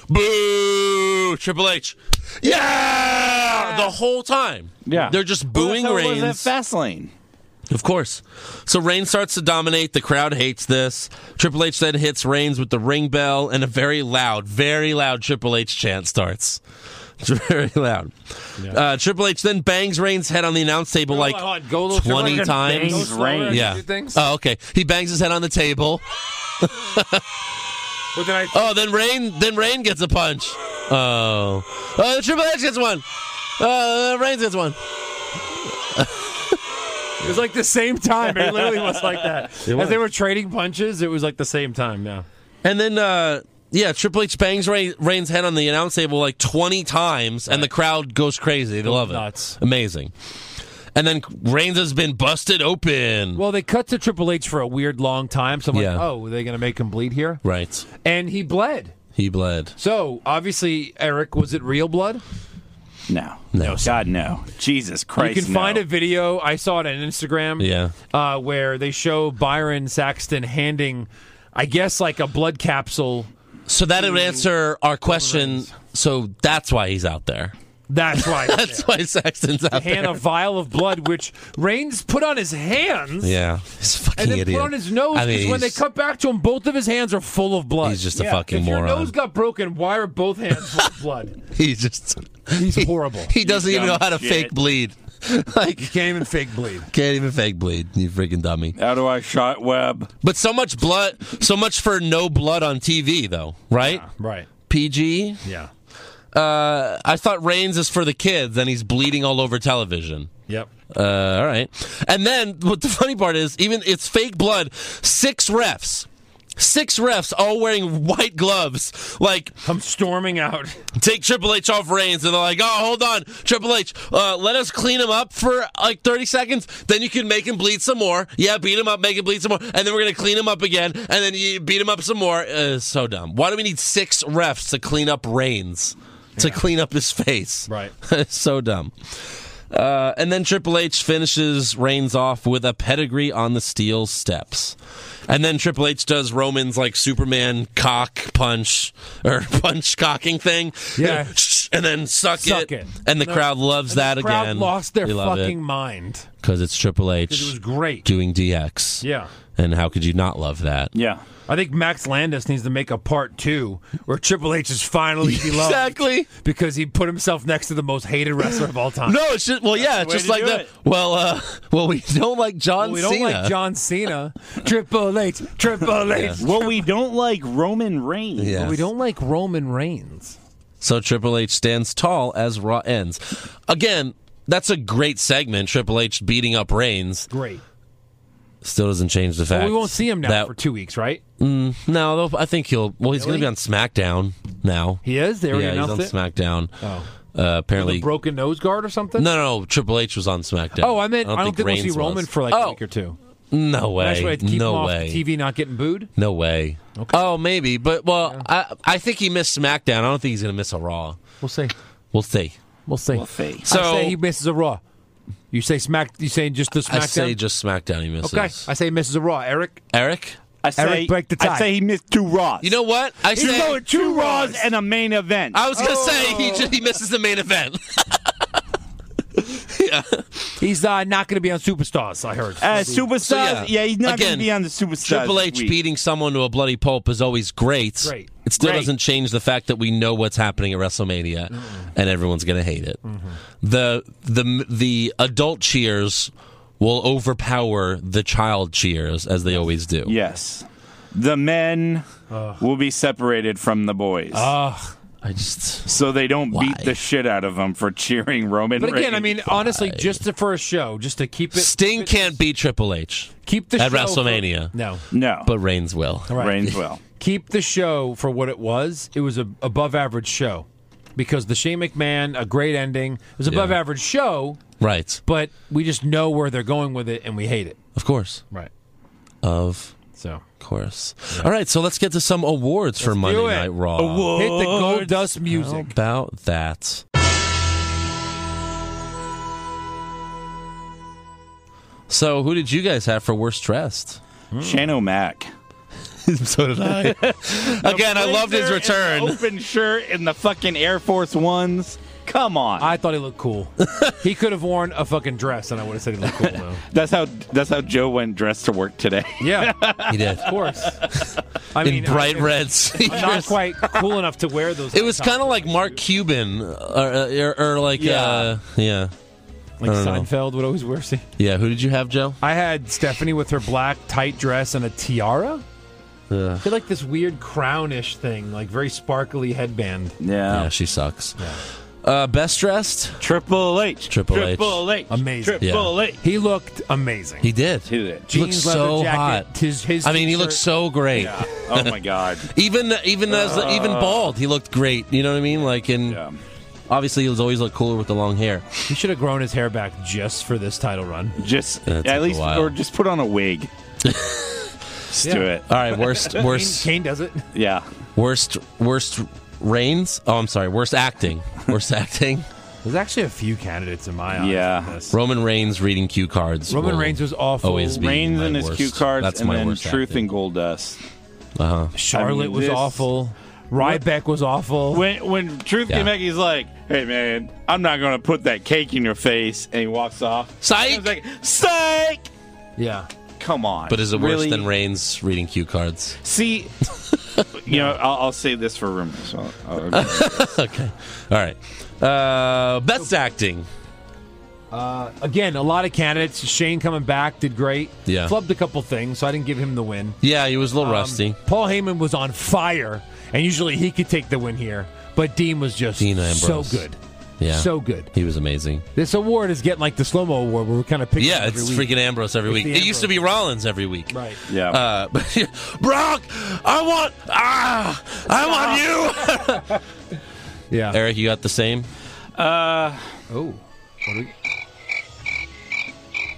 Speaker 4: Boo! Triple H. Yeah! The whole time.
Speaker 8: yeah,
Speaker 4: They're just
Speaker 8: Well, that's
Speaker 4: booing
Speaker 8: how it was
Speaker 4: Reigns.
Speaker 8: at Fastlane.
Speaker 4: Of course. So Reigns starts to dominate. The crowd hates this. Triple H then hits Reigns with the ring bell, and a very loud, very loud Triple H chant starts. [LAUGHS] It's very loud. Uh, Triple H then bangs Reigns' head on the announce table like
Speaker 7: hold on. Go a little-
Speaker 4: 20
Speaker 8: Triple H
Speaker 4: times.
Speaker 8: bangs Reigns.
Speaker 4: Yeah.
Speaker 7: Do things?
Speaker 4: Oh, okay. He bangs his head on the table.
Speaker 7: But then I
Speaker 4: Oh, then Rain then Rain gets a punch. Oh. Oh, Triple H gets one. Uh, Reigns gets one.
Speaker 7: It was like the same time. It literally was like that. As they were trading punches, it was like the same time. Yeah.
Speaker 4: And then, uh, yeah, Triple H bangs Ray- Reigns' head on the announce table like 20 times, and the crowd goes crazy. They love it.
Speaker 7: nuts.
Speaker 4: Amazing. And then Reigns has been busted open.
Speaker 7: Well, they cut to Triple H for a weird long time. So I'm
Speaker 4: Yeah.
Speaker 7: like, oh, are they going to make him bleed here?
Speaker 4: right.
Speaker 7: And he bled.
Speaker 4: He bled.
Speaker 7: So obviously, Eric, was it real blood?
Speaker 8: No,
Speaker 4: No.
Speaker 8: God, no. Jesus Christ!
Speaker 7: you can
Speaker 8: no.
Speaker 7: find a video. I saw it on Instagram.
Speaker 4: Yeah.
Speaker 7: uh, where they show Byron Saxton handing, I guess, like a blood capsule.
Speaker 4: So that would answer our question. So that's why he's out there. [LAUGHS]
Speaker 7: That's why. it's
Speaker 4: That's why Saxton's out
Speaker 7: there. hand a
Speaker 4: there.
Speaker 7: vial of blood, which Reigns put on his hands.
Speaker 4: Yeah. He's a fucking
Speaker 7: And then
Speaker 4: idiot.
Speaker 7: put on his nose
Speaker 4: I
Speaker 7: because
Speaker 4: mean,
Speaker 7: when they
Speaker 4: he's- [LAUGHS]
Speaker 7: cut back to him, both of his hands are full of blood.
Speaker 4: He's just a fucking
Speaker 7: if
Speaker 4: moron.
Speaker 7: your nose got broken, why are both hands full of blood?
Speaker 4: He's just. [LAUGHS]
Speaker 7: He's horrible.
Speaker 4: He doesn't even know
Speaker 8: dumb
Speaker 4: how to
Speaker 8: shit.
Speaker 4: fake bleed. Like,
Speaker 7: Can't even fake bleed.
Speaker 4: can't even fake bleed, you freaking dummy.
Speaker 8: How do I shot web?
Speaker 4: But so much blood, so much for no blood on TV, though, right?
Speaker 7: [LAUGHS] Right.
Speaker 4: PG.
Speaker 7: Yeah.
Speaker 4: Uh, I thought Reigns is for the kids, and he's bleeding all over television.
Speaker 7: [LAUGHS] Yep.
Speaker 4: Uh, all right. And then what the [LAUGHS] funny part is, even it's fake blood. Six refs. Six refs all wearing white gloves. Like,
Speaker 7: Come storming out.
Speaker 4: take Triple H off Reigns, and they're like, oh, hold on, Triple H, uh, let us clean him up for like 30 seconds. Then you can make him bleed some more. Yeah, beat him up, make him bleed some more. And then we're going to clean him up again, and then you beat him up some more. Uh, so dumb. Why do we need six refs to clean up Reigns? To clean up his face.
Speaker 7: Right.
Speaker 4: [LAUGHS] so dumb. Uh, and then Triple H finishes Reigns off with a pedigree on the steel steps. And then Triple H does Roman's like Superman cock punch or [LAUGHS] punch cocking thing.
Speaker 7: Yeah.
Speaker 4: [LAUGHS] And then suck,
Speaker 7: Suck it.
Speaker 4: And the crowd loves that
Speaker 7: the crowd
Speaker 4: again.
Speaker 7: lost their fucking mind.
Speaker 4: Because it's Triple
Speaker 7: It was
Speaker 4: H
Speaker 7: great.
Speaker 4: doing DX.
Speaker 7: Yeah.
Speaker 4: And how could you not love that?
Speaker 8: Yeah.
Speaker 7: I think Max Landis needs to make a part two where Triple H
Speaker 4: [LAUGHS]
Speaker 7: is finally beloved
Speaker 4: Exactly.
Speaker 7: because he put himself next to the most hated wrestler of all time.
Speaker 4: No, it's just well, yeah, it's
Speaker 8: way
Speaker 4: just
Speaker 8: to
Speaker 4: like
Speaker 8: do
Speaker 4: the
Speaker 8: it.
Speaker 4: well, uh, [LAUGHS] well, we don't like John
Speaker 7: we don't
Speaker 4: Cena.
Speaker 7: like
Speaker 4: [LAUGHS]
Speaker 7: John Cena. Triple H, Triple H.
Speaker 8: Well, we don't like Roman Reigns.
Speaker 4: Yeah.
Speaker 7: We don't like Roman Reigns.
Speaker 4: So Triple H stands tall as Raw ends. Again, that's a great segment. Triple H beating up Reigns
Speaker 7: Great.
Speaker 4: still doesn't change the fact.
Speaker 7: Well, we won't see him now
Speaker 4: that-
Speaker 7: for two weeks, right?
Speaker 4: no, though, I think he'll. Well, he's going to be on SmackDown now.
Speaker 7: He is. They already
Speaker 4: yeah, he's on
Speaker 7: announced it.
Speaker 4: SmackDown.
Speaker 7: Oh.
Speaker 4: Uh, apparently,
Speaker 7: The broken nose guard or something.
Speaker 4: no, no, no. Triple H was on SmackDown.
Speaker 7: Oh, I meant I don't, think, we'll
Speaker 4: Reigns
Speaker 7: see Roman
Speaker 4: was.
Speaker 7: for like
Speaker 4: oh,
Speaker 7: a week or two.
Speaker 4: No
Speaker 7: That's why
Speaker 4: way.
Speaker 7: I'd keep him
Speaker 4: No
Speaker 7: off
Speaker 4: way.
Speaker 7: TV, not getting booed.
Speaker 4: No way. Oh, maybe, but well, I I think he missed SmackDown. I don't think he's going to miss a Raw.
Speaker 7: We'll see.
Speaker 4: We'll see.
Speaker 7: We'll see.
Speaker 8: Buffet.
Speaker 4: So
Speaker 7: I say he misses a Raw. You say Smack. You say just the SmackDown.
Speaker 4: I say just SmackDown. He misses.
Speaker 7: okay. I say he misses a Raw. Eric.
Speaker 4: Eric.
Speaker 8: I say,
Speaker 7: Eric, break the tie.
Speaker 8: I say he missed two Raws.
Speaker 4: You know what? I
Speaker 8: He's
Speaker 4: say.
Speaker 8: going Oh. two Raws and a main event.
Speaker 4: I was gonna say he just, he misses the main
Speaker 8: [LAUGHS]
Speaker 4: event.
Speaker 7: He's uh, not going to be on Superstars. I heard.
Speaker 8: uh, superstars.
Speaker 4: So, yeah.
Speaker 8: yeah. he's not going
Speaker 4: Again,
Speaker 8: to be on the superstars.
Speaker 4: Triple
Speaker 8: this
Speaker 4: H
Speaker 8: week.
Speaker 4: beating someone to a bloody pulp is always great.
Speaker 7: Great.
Speaker 4: It still
Speaker 8: Great.
Speaker 4: doesn't change the fact that we know what's happening at WrestleMania,
Speaker 8: Mm-hmm.
Speaker 4: and everyone's gonna hate it. The the the adult cheers will overpower the child cheers as they always do.
Speaker 8: Yes. The men will be separated from the boys,
Speaker 4: I just
Speaker 8: so they don't
Speaker 4: why?
Speaker 8: beat the shit out of them for cheering Roman.
Speaker 7: But again,
Speaker 8: Reigns.
Speaker 7: I mean, honestly, just the first show, just to keep it
Speaker 4: Sting can't beat Triple H,
Speaker 7: keep the
Speaker 4: at
Speaker 7: show
Speaker 4: WrestleMania.
Speaker 7: For, no,
Speaker 8: no,
Speaker 4: but Reigns will.
Speaker 7: right.
Speaker 8: Reigns will.
Speaker 7: keep the show for what it was. It was a above average show because the Shane McMahon, a great ending. It was above
Speaker 4: Yeah.
Speaker 7: average show,
Speaker 4: Right.
Speaker 7: but we just know where they're going with it, and we hate it.
Speaker 4: Of course.
Speaker 7: Right.
Speaker 4: Of
Speaker 7: So
Speaker 4: course. All right, so let's get to some awards for Monday
Speaker 7: do it.
Speaker 4: Night Raw.
Speaker 7: hit the gold dust
Speaker 4: How
Speaker 7: music.
Speaker 4: about that? So, who did you guys have for worst dressed?
Speaker 8: Shane O'Mac.
Speaker 4: so did [LAUGHS] I. Again, I loved his
Speaker 8: Blazer
Speaker 4: return.
Speaker 8: and the Open shirt and the fucking Air Force Ones. Come on.
Speaker 7: I thought he looked cool. he could have worn a fucking dress, and I would have said he looked cool. Though.
Speaker 8: that's how that's how Joe went dressed to work today.
Speaker 7: [LAUGHS] Yeah, of
Speaker 4: He did.
Speaker 7: course. [LAUGHS] I
Speaker 4: In bright
Speaker 7: I-
Speaker 4: red sneakers.
Speaker 7: Not quite cool enough to wear those.
Speaker 4: It was
Speaker 7: kind
Speaker 4: kind of like Mark Cuban, uh, or, or, or like, yeah.
Speaker 8: Yeah.
Speaker 4: Uh, yeah.
Speaker 7: of like Seinfeld would always wear. See,
Speaker 4: Yeah, who did you have, Joe?
Speaker 7: I had Stephanie with her black tight dress and a tiara. I feel like this weird crownish thing, like very sparkly headband.
Speaker 4: [LAUGHS]
Speaker 8: Oh.
Speaker 4: Yeah, she sucks. Uh, best dressed?
Speaker 8: Triple H.
Speaker 4: Triple H.
Speaker 8: Triple H.
Speaker 7: Amazing.
Speaker 8: Triple H.
Speaker 7: He looked amazing.
Speaker 4: He did.
Speaker 8: He did.
Speaker 4: He looked
Speaker 7: Jeans, leather
Speaker 4: so
Speaker 7: jacket,
Speaker 4: hot.
Speaker 7: his- his
Speaker 4: I mean, he
Speaker 7: t-shirt.
Speaker 4: looked so great.
Speaker 8: Oh
Speaker 4: [LAUGHS]
Speaker 8: my God.
Speaker 4: Even even as even
Speaker 7: Uh.
Speaker 4: bald, he looked great. You know what I mean? Like, and
Speaker 8: Yeah.
Speaker 4: obviously, he was always looked cooler with the long hair.
Speaker 7: He should have grown his hair back just for this title run.
Speaker 8: Just
Speaker 4: That took
Speaker 8: at
Speaker 4: a
Speaker 8: least,
Speaker 4: while.
Speaker 8: or just put on a wig. just do it.
Speaker 4: All right,
Speaker 7: [LAUGHS]
Speaker 4: worst worst
Speaker 7: Kane does it.
Speaker 8: Yeah.
Speaker 4: worst worst reigns. Oh, I'm sorry, worst acting. Worst [LAUGHS] acting.
Speaker 7: There's actually a few candidates in my eyes.
Speaker 8: Yeah.
Speaker 7: on this.
Speaker 4: Roman Reigns reading cue cards.
Speaker 7: Roman
Speaker 4: will
Speaker 7: Reigns was awful.
Speaker 4: Always be
Speaker 8: Reigns
Speaker 4: my
Speaker 8: and his
Speaker 4: worst.
Speaker 8: cue cards,
Speaker 4: That's
Speaker 8: and
Speaker 4: my
Speaker 8: then
Speaker 4: worst
Speaker 8: Truth
Speaker 4: acting.
Speaker 8: and Gold Dust.
Speaker 4: Uh-huh.
Speaker 7: Charlotte
Speaker 8: I mean,
Speaker 7: was
Speaker 8: this-
Speaker 7: awful. Ryback was awful.
Speaker 8: When when Truth
Speaker 4: Yeah.
Speaker 8: came back, he's like, "Hey man, I'm not gonna put that cake in your face," and he walks off. I was
Speaker 4: Psych.
Speaker 8: like, "Psych."
Speaker 7: yeah.
Speaker 8: Come on.
Speaker 4: But is it worse
Speaker 8: really?
Speaker 4: than Reigns reading cue cards? [LAUGHS]
Speaker 8: See, you know, I'll, I'll save this for rumors. So I'll- I'll-
Speaker 4: okay. All right. Uh, best acting.
Speaker 7: Again, a lot of candidates. Shane coming back did great.
Speaker 4: Yeah.
Speaker 7: Flubbed a couple things, so I didn't give him the win.
Speaker 4: Yeah, he was a little
Speaker 7: Um,
Speaker 4: rusty.
Speaker 7: Paul Heyman was on fire, and usually he could take the win here, but Dean was just
Speaker 4: Dean
Speaker 7: so
Speaker 4: Ambrose.
Speaker 7: good.
Speaker 4: Yeah.
Speaker 7: So good.
Speaker 4: He was amazing.
Speaker 7: This award is getting like the slow mo award where we're kind of picking
Speaker 4: Yeah,
Speaker 7: every
Speaker 4: it's
Speaker 7: week.
Speaker 4: freaking Ambrose every week.
Speaker 7: the
Speaker 4: It used to be Rollins every week.
Speaker 7: Right.
Speaker 8: yeah.
Speaker 4: Uh, [LAUGHS] Brock, I want ah, I want you. [LAUGHS]
Speaker 7: Yeah.
Speaker 4: Eric, you got the same.
Speaker 7: Oh.
Speaker 4: Uh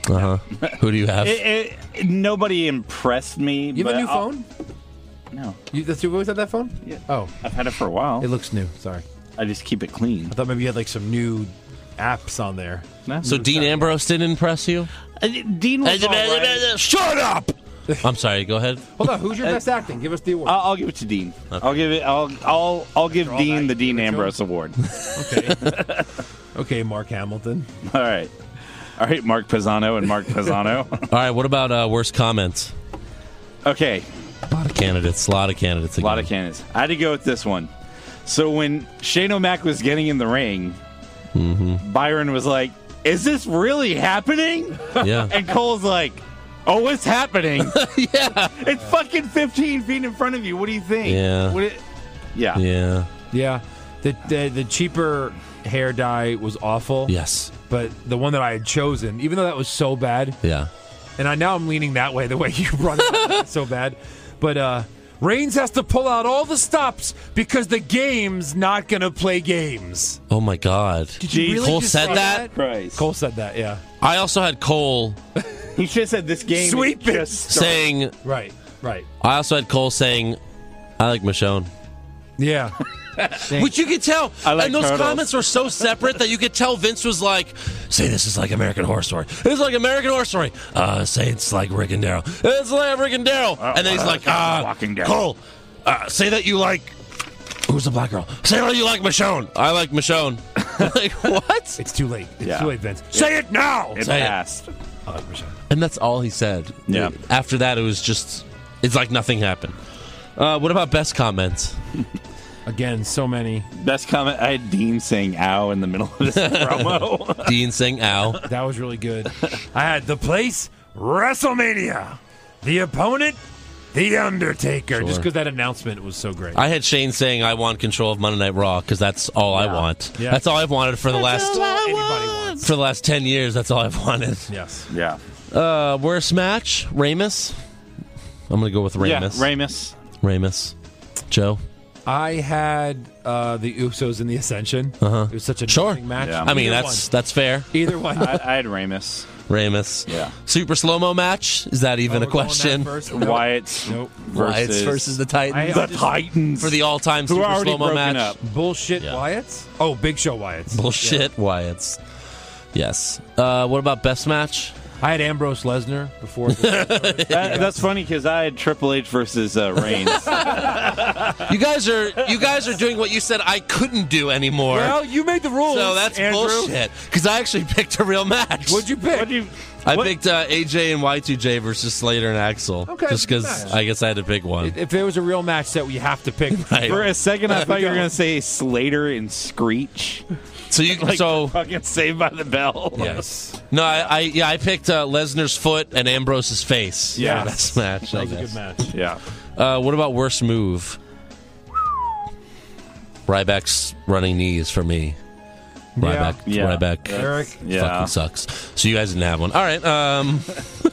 Speaker 4: huh. Who do you have?
Speaker 8: It- it- nobody impressed me.
Speaker 7: You have
Speaker 8: but
Speaker 7: a new
Speaker 8: I'll-
Speaker 7: phone?
Speaker 8: No,
Speaker 7: You, that's, you always had that phone?
Speaker 8: Yeah.
Speaker 7: Oh,
Speaker 8: I've had it for a while.
Speaker 7: it looks new. Sorry.
Speaker 8: I just keep it clean.
Speaker 7: I thought maybe you had like some new apps on there.
Speaker 4: so Dean Ambrose didn't impress you?
Speaker 8: Uh, Dean was all right.
Speaker 4: Shut up! I'm sorry. Go ahead.
Speaker 7: Hold on. Who's your best acting? Give us the award.
Speaker 8: I'll, I'll give it to Dean. I'll give it. I'll. I'll. I'll give
Speaker 7: all
Speaker 8: Dean
Speaker 7: night,
Speaker 8: the Dean
Speaker 7: give it to him.
Speaker 8: Ambrose Award. [LAUGHS]
Speaker 7: Okay. okay, Mark Hamilton.
Speaker 8: all right. All right, Mark Pisano and Mark Pisano.
Speaker 4: All right. What about uh, worst comments?
Speaker 8: Okay,
Speaker 4: A lot of candidates. A lot of candidates.
Speaker 8: a lot of candidates. I had to go with this one. So when Shane O'Mac was getting in the ring, Byron was like, "Is this really happening?"
Speaker 4: Yeah.
Speaker 8: And Cole's like, "Oh, it's happening.
Speaker 4: yeah.
Speaker 8: it's fucking 15 feet in front of you. What do you think?"
Speaker 4: Yeah.
Speaker 8: What it- yeah.
Speaker 4: Yeah.
Speaker 7: Yeah, the, the the cheaper hair dye was awful.
Speaker 4: Yes.
Speaker 7: but the one that I had chosen, even though that was so bad,
Speaker 4: Yeah.
Speaker 7: and I now I'm leaning that way [LAUGHS] the way you run it so bad, but uh. Reigns has to pull out all the stops because the game's not gonna play games.
Speaker 4: Oh my God.
Speaker 8: you really
Speaker 4: Cole
Speaker 7: just
Speaker 4: said
Speaker 7: say
Speaker 4: that.
Speaker 8: Christ.
Speaker 7: Cole said that, yeah.
Speaker 4: I also had Cole
Speaker 8: He should have said this game.
Speaker 7: Sweep
Speaker 8: is
Speaker 7: it.
Speaker 8: just starting.
Speaker 4: saying.
Speaker 7: Right, right.
Speaker 4: I also had Cole saying, "I like Michonne."
Speaker 7: Yeah.
Speaker 4: Which you could tell.
Speaker 8: I like
Speaker 4: and those
Speaker 8: turtles.
Speaker 4: comments were so separate that you could tell Vince was like, say this is like American Horror Story. It's like American Horror Story. Uh, say it's like Rick and Daryl. It's like Rick and Daryl. and then he's like, ah,
Speaker 8: Walking Daryl."
Speaker 4: Cole, uh, say that you like. Who's the black girl? Say that you like Michonne. I like
Speaker 8: [LAUGHS]
Speaker 4: Michonne. like, what?
Speaker 7: it's too late. It's
Speaker 8: Yeah.
Speaker 7: too late, Vince. Say it now!
Speaker 8: It
Speaker 4: Say it.
Speaker 8: passed.
Speaker 7: Oh, for sure.
Speaker 4: And that's all he said.
Speaker 8: Yeah.
Speaker 4: After that, it was just, it's like nothing happened. Uh, what about best comments?
Speaker 7: Again, so many.
Speaker 8: Best comment. I had Dean saying "ow" in the middle
Speaker 7: [LAUGHS]
Speaker 8: of this promo.
Speaker 4: Dean saying, ow.
Speaker 7: That was really good. I had the place WrestleMania, the opponent, The Undertaker. Just because that announcement was so great.
Speaker 4: I had Shane saying I want control of Monday Night Raw because that's all I want.
Speaker 7: Yeah.
Speaker 4: That's all I've wanted for the last
Speaker 7: Anybody wants.
Speaker 4: for the last ten years. That's all I've wanted.
Speaker 7: Yes.
Speaker 8: yeah.
Speaker 4: Uh, worst match, Ramus. I'm gonna go with Ramus.
Speaker 8: Yeah. Ramus.
Speaker 4: Ramus. Joe.
Speaker 7: I had uh, the Usos in the Ascension. Uh-huh. It was such a
Speaker 4: Sure.
Speaker 7: sure. match.
Speaker 8: Yeah.
Speaker 4: I mean
Speaker 7: Either
Speaker 4: that's that's fair.
Speaker 7: one. either one.
Speaker 8: I, I had Ramus.
Speaker 4: Ramus.
Speaker 8: Yeah.
Speaker 4: Super slow mo match. Is that even
Speaker 7: Oh, We're
Speaker 4: a
Speaker 7: going that
Speaker 4: question?
Speaker 7: first? Nope.
Speaker 8: Wyatt's
Speaker 7: Nope.
Speaker 4: [LAUGHS]
Speaker 8: versus,
Speaker 4: Wyatt's versus the Titans
Speaker 7: I-
Speaker 8: the Titans
Speaker 4: for the all time
Speaker 8: who
Speaker 4: super
Speaker 8: are already
Speaker 4: slow mo
Speaker 8: broken
Speaker 4: match.
Speaker 8: up.
Speaker 7: Bullshit
Speaker 4: Yeah.
Speaker 7: Wyatts? Oh, Big Show Wyatts.
Speaker 4: Bullshit. Wyatt's. Yes. Uh, what about best match?
Speaker 7: I had Ambrose Lesnar
Speaker 4: [LAUGHS]
Speaker 7: before. the-
Speaker 8: That- that's funny because I had Triple H versus
Speaker 7: [LAUGHS]
Speaker 8: uh, Reigns.
Speaker 4: You guys are you guys are doing what you said I couldn't do anymore.
Speaker 7: well, you made the rules.
Speaker 4: So that's
Speaker 7: Andrew.
Speaker 4: bullshit. Because I actually [LAUGHS] picked a real match.
Speaker 7: What'd you pick?
Speaker 8: What'd you?
Speaker 4: I
Speaker 8: what-
Speaker 4: picked uh, AJ and Y2J versus Slater and Axel.
Speaker 7: Okay,
Speaker 4: Just because
Speaker 7: nice.
Speaker 4: I guess I had to pick one.
Speaker 7: if there was a real match that we have to pick,
Speaker 4: Right.
Speaker 8: For a second, I thought you were gonna say Slater
Speaker 4: [LAUGHS]
Speaker 8: and Screech.
Speaker 4: So you
Speaker 7: [LAUGHS]
Speaker 8: Like
Speaker 4: so
Speaker 8: [LAUGHS] fucking Saved by the Bell.
Speaker 7: yes,
Speaker 4: no I, I yeah I picked uh, Lesnar's foot and Ambrose's face. for
Speaker 8: Yeah.
Speaker 4: that match.
Speaker 7: that
Speaker 4: I
Speaker 7: was a good
Speaker 4: guess.
Speaker 7: match.
Speaker 8: [LAUGHS] Yeah.
Speaker 4: Uh, what about worst move? Ryback's running knees for me. Ryback,
Speaker 8: Yeah.
Speaker 4: Ryback,
Speaker 7: Eric.
Speaker 8: Yeah.
Speaker 4: fucking sucks. So you guys didn't have one. All right. Um,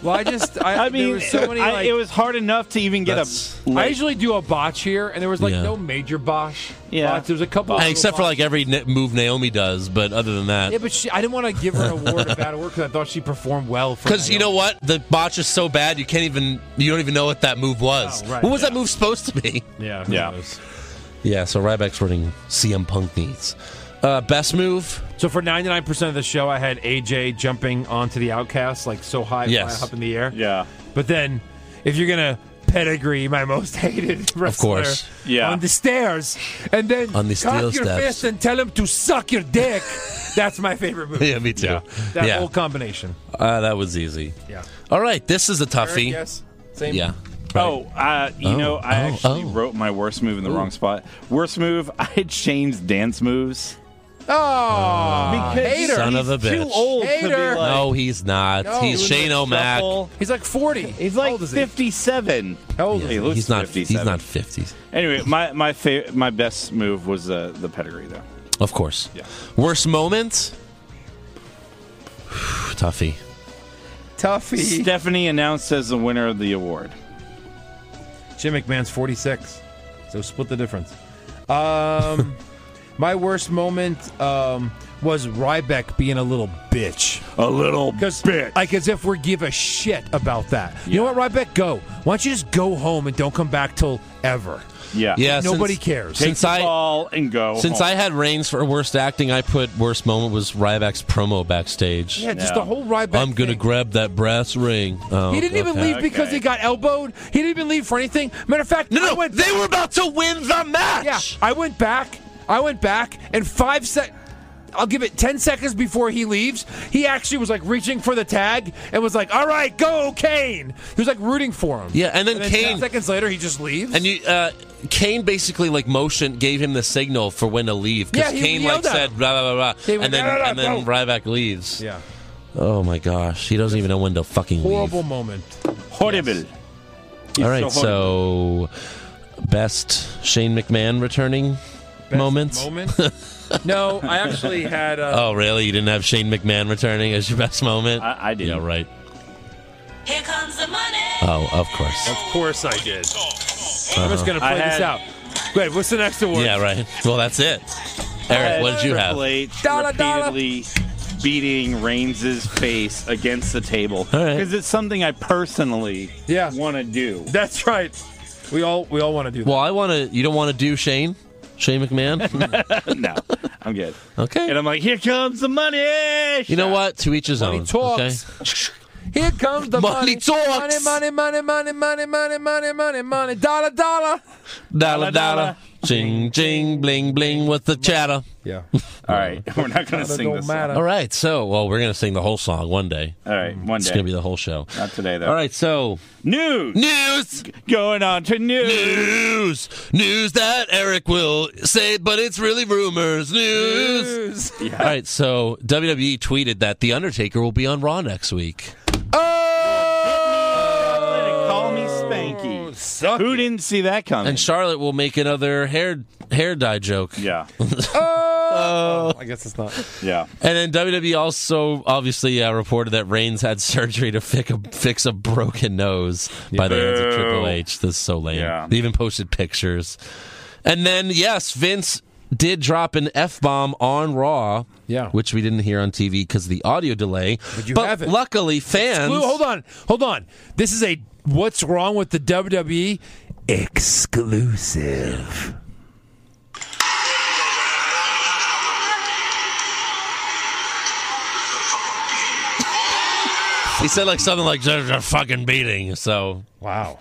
Speaker 7: Well, I just I,
Speaker 8: [LAUGHS] I mean,
Speaker 7: there were so many.
Speaker 8: I-
Speaker 7: like,
Speaker 8: it was hard enough to even get
Speaker 4: That's-
Speaker 8: a.
Speaker 7: I usually do a botch here, and there was like
Speaker 4: Yeah.
Speaker 7: no major botch.
Speaker 8: Yeah.
Speaker 7: bots. there was a couple.
Speaker 4: and
Speaker 7: little
Speaker 4: except for
Speaker 7: botches.
Speaker 4: like every na- move Naomi does, but other than that,
Speaker 7: Yeah, but she, I didn't want to give her
Speaker 4: [LAUGHS]
Speaker 7: an award about work because I thought she performed well. for
Speaker 4: Because you know
Speaker 7: Naomi.
Speaker 4: what, the botch is so bad you can't even you don't even know what that move was.
Speaker 7: Oh, right,
Speaker 4: what was that
Speaker 7: yeah.
Speaker 4: move supposed to be?
Speaker 7: yeah, who
Speaker 8: Yeah.
Speaker 7: knows?
Speaker 4: Yeah, so Ryback's running CM Punk needs. Uh, best move? [LAUGHS]
Speaker 7: So for ninety nine percent of the show, I had AJ jumping onto the outcast like so high,
Speaker 4: Yes.
Speaker 7: fly up in the air.
Speaker 8: Yeah.
Speaker 7: But then, if you're gonna pedigree my most [LAUGHS] hated wrestler,
Speaker 4: course.
Speaker 8: Yeah.
Speaker 7: on the stairs, and then
Speaker 4: On the steel
Speaker 7: cock your
Speaker 4: steps.
Speaker 7: fist and tell him to suck your dick. That's my favorite
Speaker 4: [LAUGHS]
Speaker 7: move.
Speaker 4: Yeah, me too. Yeah,
Speaker 7: That whole combination.
Speaker 4: uh, that was easy.
Speaker 7: Yeah.
Speaker 4: All right, this is a
Speaker 7: Eric,
Speaker 4: toughie.
Speaker 7: yes. Same.
Speaker 4: Yeah.
Speaker 8: Oh, uh, you
Speaker 4: Oh,
Speaker 8: know, I
Speaker 4: oh,
Speaker 8: actually
Speaker 4: oh.
Speaker 8: wrote my worst move in the wrong spot. Worst move, [LAUGHS] I had Shane's dance moves.
Speaker 7: Oh, hater.
Speaker 4: Ah, son of a
Speaker 8: He's Too
Speaker 4: bitch.
Speaker 8: old to be
Speaker 7: Hater.
Speaker 8: like,
Speaker 4: no, he's not.
Speaker 7: No,
Speaker 4: he's
Speaker 7: he
Speaker 4: Shane O'Mac.
Speaker 8: shuffle.
Speaker 7: [LAUGHS] He's like forty.
Speaker 8: He's
Speaker 7: How
Speaker 8: like
Speaker 7: old is he?
Speaker 8: fifty-seven.
Speaker 7: How old is
Speaker 8: He
Speaker 7: he?
Speaker 8: looks
Speaker 4: He's not.
Speaker 8: 57.
Speaker 4: He's not fifties.
Speaker 8: Anyway, my my fa- my best move was uh, the pedigree though.
Speaker 4: Of course.
Speaker 8: Yeah.
Speaker 4: Worst moment? [SIGHS] toughie.
Speaker 7: Tuffy.
Speaker 8: Stephanie announced as the winner of the award.
Speaker 7: Jim McMahon's 46. So split the difference. Um, [LAUGHS] my worst moment um, was Ryback being a little bitch.
Speaker 8: A little
Speaker 7: 'Cause- Like as if we give a shit about that. You know what, Ryback? Go. Why don't you just go home and don't come back till ever?
Speaker 8: yeah.
Speaker 4: Yeah.
Speaker 7: Nobody
Speaker 4: since-
Speaker 7: cares.
Speaker 8: Take
Speaker 4: Since
Speaker 8: the
Speaker 4: I
Speaker 8: ball and go.
Speaker 4: Since
Speaker 8: home.
Speaker 4: I had reigns for worst acting, I put worst moment was Ryback's promo backstage.
Speaker 7: Yeah, just
Speaker 8: Yeah.
Speaker 7: the whole Ryback.
Speaker 4: I'm gonna
Speaker 7: thing.
Speaker 4: grab that brass ring. Oh,
Speaker 7: He didn't even
Speaker 4: okay.
Speaker 7: leave because
Speaker 8: Okay.
Speaker 7: he got elbowed. He didn't even leave for anything. Matter of fact,
Speaker 4: No,
Speaker 7: I
Speaker 4: no,
Speaker 7: went.
Speaker 4: they were about to win the
Speaker 7: yeah,
Speaker 4: match.
Speaker 7: I went back. I went back, and five sec. I'll give it 10 seconds before he leaves. He actually was like reaching for the tag and was like, all right, go, Kane. He was like rooting for him.
Speaker 4: Yeah, and then Kane-
Speaker 7: 10 seconds later, he just leaves.
Speaker 4: And you, uh, Kane basically like motion gave him the signal for when to leave
Speaker 7: Yeah,
Speaker 4: because
Speaker 7: he
Speaker 4: Kane like
Speaker 7: yelled at
Speaker 4: said
Speaker 7: him.
Speaker 4: blah blah blah, blah
Speaker 7: He went,
Speaker 4: and then
Speaker 7: "No, no, no,
Speaker 4: and then Ryback leaves.
Speaker 7: yeah.
Speaker 4: Oh my gosh, he doesn't even know when to fucking leave.
Speaker 7: Horrible moment.
Speaker 8: Horrible.
Speaker 4: All right,
Speaker 8: so horrible.
Speaker 4: so, best Shane McMahon returning moments.
Speaker 7: Moment? no, I actually had. Uh,
Speaker 4: Oh really? You didn't have Shane McMahon returning as your best moment?
Speaker 8: I- I didn't.
Speaker 4: Yeah, right.
Speaker 5: Here comes the money.
Speaker 4: Oh, of course.
Speaker 7: Of course I did. I'm just going to
Speaker 8: Oh, I
Speaker 7: play this
Speaker 8: had-
Speaker 7: out. Wait, what's the next award?
Speaker 4: Yeah, right. Well, that's it. Eric, what did you have?
Speaker 8: Triple H
Speaker 7: Dollar, dollar.
Speaker 8: repeatedly beating Reigns' face against the table
Speaker 4: All right.
Speaker 8: because it's something I personally
Speaker 7: Yeah.
Speaker 8: want
Speaker 4: [LAUGHS]
Speaker 8: to do.
Speaker 7: That's right. We all we all want to do that.
Speaker 4: Well, I want to. You don't want to do Shane, Shane
Speaker 8: [LAUGHS]
Speaker 4: McMahon.
Speaker 8: no, I'm good. And
Speaker 4: okay.
Speaker 8: I'm like, here comes the money.
Speaker 4: You know what? To each his
Speaker 7: Money
Speaker 4: own. Okay.
Speaker 7: talks. Here comes the
Speaker 4: Money
Speaker 7: money.
Speaker 4: talks.
Speaker 7: Money, money, money, money, money, money, money, money. Dollar,
Speaker 4: Dollar,
Speaker 7: dollar.
Speaker 8: Dollar,
Speaker 4: dollar.
Speaker 8: dollar.
Speaker 4: Ching, ching, bling, bling with the chatter.
Speaker 7: Yeah.
Speaker 8: All right, [LAUGHS] we're not going to sing this. Song.
Speaker 4: All right. So, well, we're going to sing the whole song one day.
Speaker 8: All right, one
Speaker 4: It's
Speaker 8: day.
Speaker 4: going to be the whole show.
Speaker 8: not today though.
Speaker 4: All right. So,
Speaker 8: news
Speaker 4: news,
Speaker 8: going on to news.
Speaker 4: news, news that Eric will say, but it's really rumors.
Speaker 8: [LAUGHS]
Speaker 4: News. All right. So, WWE tweeted that The Undertaker will be on Raw next week.
Speaker 8: Call me Spanky.
Speaker 7: Oh, Suck.
Speaker 8: Who didn't see that coming?
Speaker 4: And Charlotte will make another hair hair dye joke.
Speaker 8: yeah,
Speaker 7: I guess it's not.
Speaker 8: yeah.
Speaker 4: And then WWE also obviously uh, reported that Reigns had [LAUGHS] surgery to fix a, fix a broken nose by the hands of
Speaker 8: Boo.
Speaker 4: Triple H. This is so lame.
Speaker 8: Yeah.
Speaker 4: They even posted pictures. And then, yes, Vince did drop an F bomb on Raw,
Speaker 7: Yeah.
Speaker 4: which we didn't hear on TV because of the audio delay. But,
Speaker 7: you have it.
Speaker 4: luckily, fans.
Speaker 7: Lou, hold on. Hold on. This is a what's wrong with the WWE exclusive.
Speaker 4: He said like something like, "There's a fucking beating. So,
Speaker 7: Wow.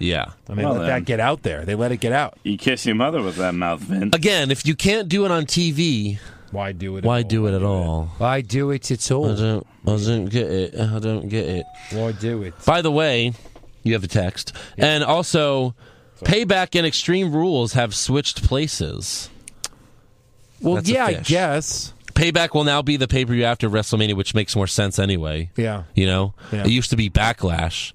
Speaker 4: yeah.
Speaker 7: I mean,
Speaker 8: Well,
Speaker 7: let
Speaker 8: then.
Speaker 7: that get out there. They let it get out.
Speaker 8: You kiss your mother with that mouth, Vince.
Speaker 4: Again, if you can't do it on TV,
Speaker 7: Why do it?
Speaker 4: why do it at all?
Speaker 1: Why do it at
Speaker 4: I
Speaker 1: all?
Speaker 4: don't, I don't get it. I don't get it.
Speaker 7: Why do it?
Speaker 4: By the way, you have a text. And also, Payback and Extreme Rules have switched places.
Speaker 7: Well,
Speaker 4: That's a
Speaker 7: yeah, I
Speaker 4: fish.
Speaker 7: guess.
Speaker 4: Payback will now be the pay per view after WrestleMania, which makes more sense anyway.
Speaker 7: Yeah.
Speaker 4: You know?
Speaker 7: Yeah. Oh,
Speaker 4: It used to be Backlash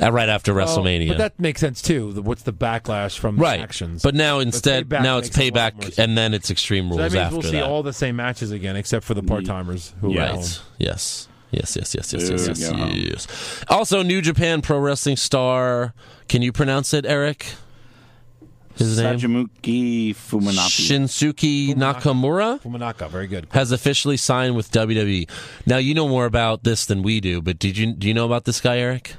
Speaker 4: uh, right after WrestleMania.
Speaker 7: But that makes sense too. The- What's the backlash from the
Speaker 4: right.
Speaker 7: actions?
Speaker 4: But now instead,
Speaker 7: Payback
Speaker 4: now it's
Speaker 7: makes a lot more
Speaker 4: Payback
Speaker 7: sense.
Speaker 4: and then it's Extreme Rules
Speaker 7: that means
Speaker 4: after
Speaker 7: we'll see
Speaker 4: that.
Speaker 7: all the same matches again, except for the part timers who are at home.
Speaker 4: Right. Yes. Yes, yes, yes, yes,
Speaker 8: There
Speaker 4: yes,
Speaker 8: we
Speaker 4: yes,
Speaker 8: go.
Speaker 4: yes. Also, New Japan Pro Wrestling star. Can you pronounce it, Eric? His name?
Speaker 8: Sajamuki Fuminapi.
Speaker 4: Shinsuke Nakamura
Speaker 7: Fumanaka, very good.
Speaker 4: has officially signed with WWE. Now you know more about this than we do, but did you do you know about this guy, Eric?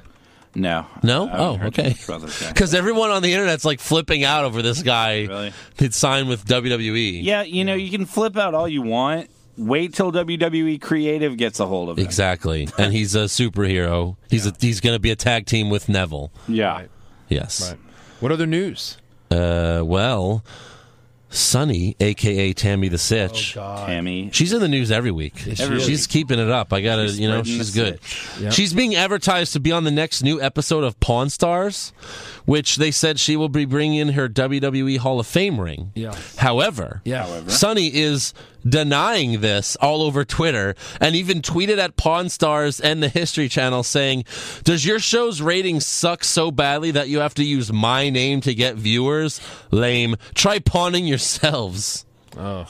Speaker 8: No. Uh,
Speaker 4: No?
Speaker 8: I haven't
Speaker 4: Oh,
Speaker 8: heard
Speaker 4: okay.
Speaker 8: much
Speaker 4: [LAUGHS]
Speaker 8: about this guy.
Speaker 4: Because everyone on the internet's like flipping out over this guy
Speaker 8: Really?
Speaker 4: that signed with E. WWE.
Speaker 8: Yeah, you know, you can flip out all you want. Wait till WWE Creative gets a hold of it.
Speaker 4: Exactly, and he's a superhero. He's a, he's going to be a tag team with Neville.
Speaker 8: Yeah.
Speaker 4: Yes.
Speaker 7: Right. What other news?
Speaker 4: Uh, well, Sunny, aka Tammy the
Speaker 8: Oh,
Speaker 4: Sitch,
Speaker 7: Uh,
Speaker 8: Tammy.
Speaker 4: She's in the news every week.
Speaker 8: Every is.
Speaker 4: she's keeping it up. I gotta,
Speaker 8: She's
Speaker 4: you know,
Speaker 8: spreading
Speaker 4: she's
Speaker 8: the
Speaker 4: good. She's being advertised to be on the next new episode of Pawn Stars, which they said she will be bringing in her WWE Hall of Fame ring.
Speaker 7: Yeah.
Speaker 4: However,
Speaker 7: Yeah.
Speaker 4: Sonny is denying this all over Twitter and even tweeted at Pawn Stars and the History Channel saying, Does your show's ratings suck so badly that you have to use my name to get viewers? Lame. Try pawning yourselves. Oh.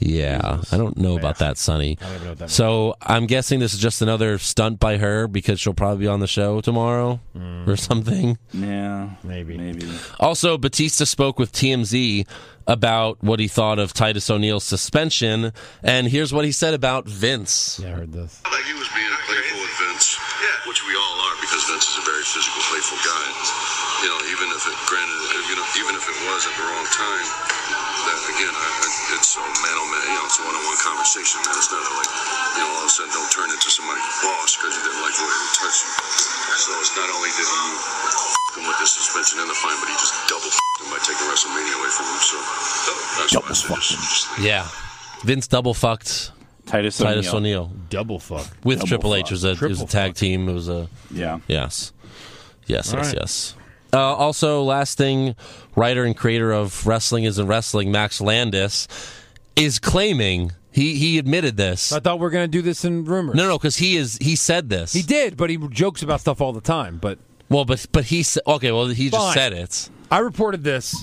Speaker 4: Yeah, I don't know about that, Sonny. So I'm guessing this is just another stunt by her because she'll probably be on the show tomorrow or something.
Speaker 8: Yeah. Maybe. Maybe.
Speaker 4: Also, Batista spoke with TMZ about what he thought of Titus O'Neil's suspension, and here's what he said about Vince.
Speaker 7: Yeah, I heard this.
Speaker 9: Like he was being playful with Vince, which we all are because Vince is a very physical, playful guy. You know, even if it granted, you know, even if it was at the wrong time, that again, I, I, it's a man on man, you know, it's a one on one conversation, man. It's not a, like, you know, all of a sudden don't turn into somebody's boss because you didn't like the way they touched you. So it's not only did he f- him with the suspension and the fine, but he just double f- him by taking WrestleMania away from him. So that's why I said just, just leave.
Speaker 4: Yeah. Vince double fucked
Speaker 8: Titus,
Speaker 4: Titus
Speaker 8: O'Neil.
Speaker 4: O'Neal
Speaker 7: Double fuck.
Speaker 4: with
Speaker 8: Double
Speaker 4: Triple H. It was
Speaker 8: fuck.
Speaker 4: a, it was a
Speaker 7: Triple
Speaker 4: tag team. It was a
Speaker 8: Yeah.
Speaker 4: yes, yes, yes,
Speaker 7: right.
Speaker 4: yes. Uh, also, last thing, writer and creator of Wrestling Isn't Wrestling, Max Landis, is claiming he he admitted this.
Speaker 7: I thought we were gonna do this in rumors.
Speaker 4: No, no, because he is he said this.
Speaker 7: he did, but he jokes about stuff all the time. But
Speaker 4: Well, but but he said okay. Well, he just
Speaker 7: Fine.
Speaker 4: said it.
Speaker 7: I reported this.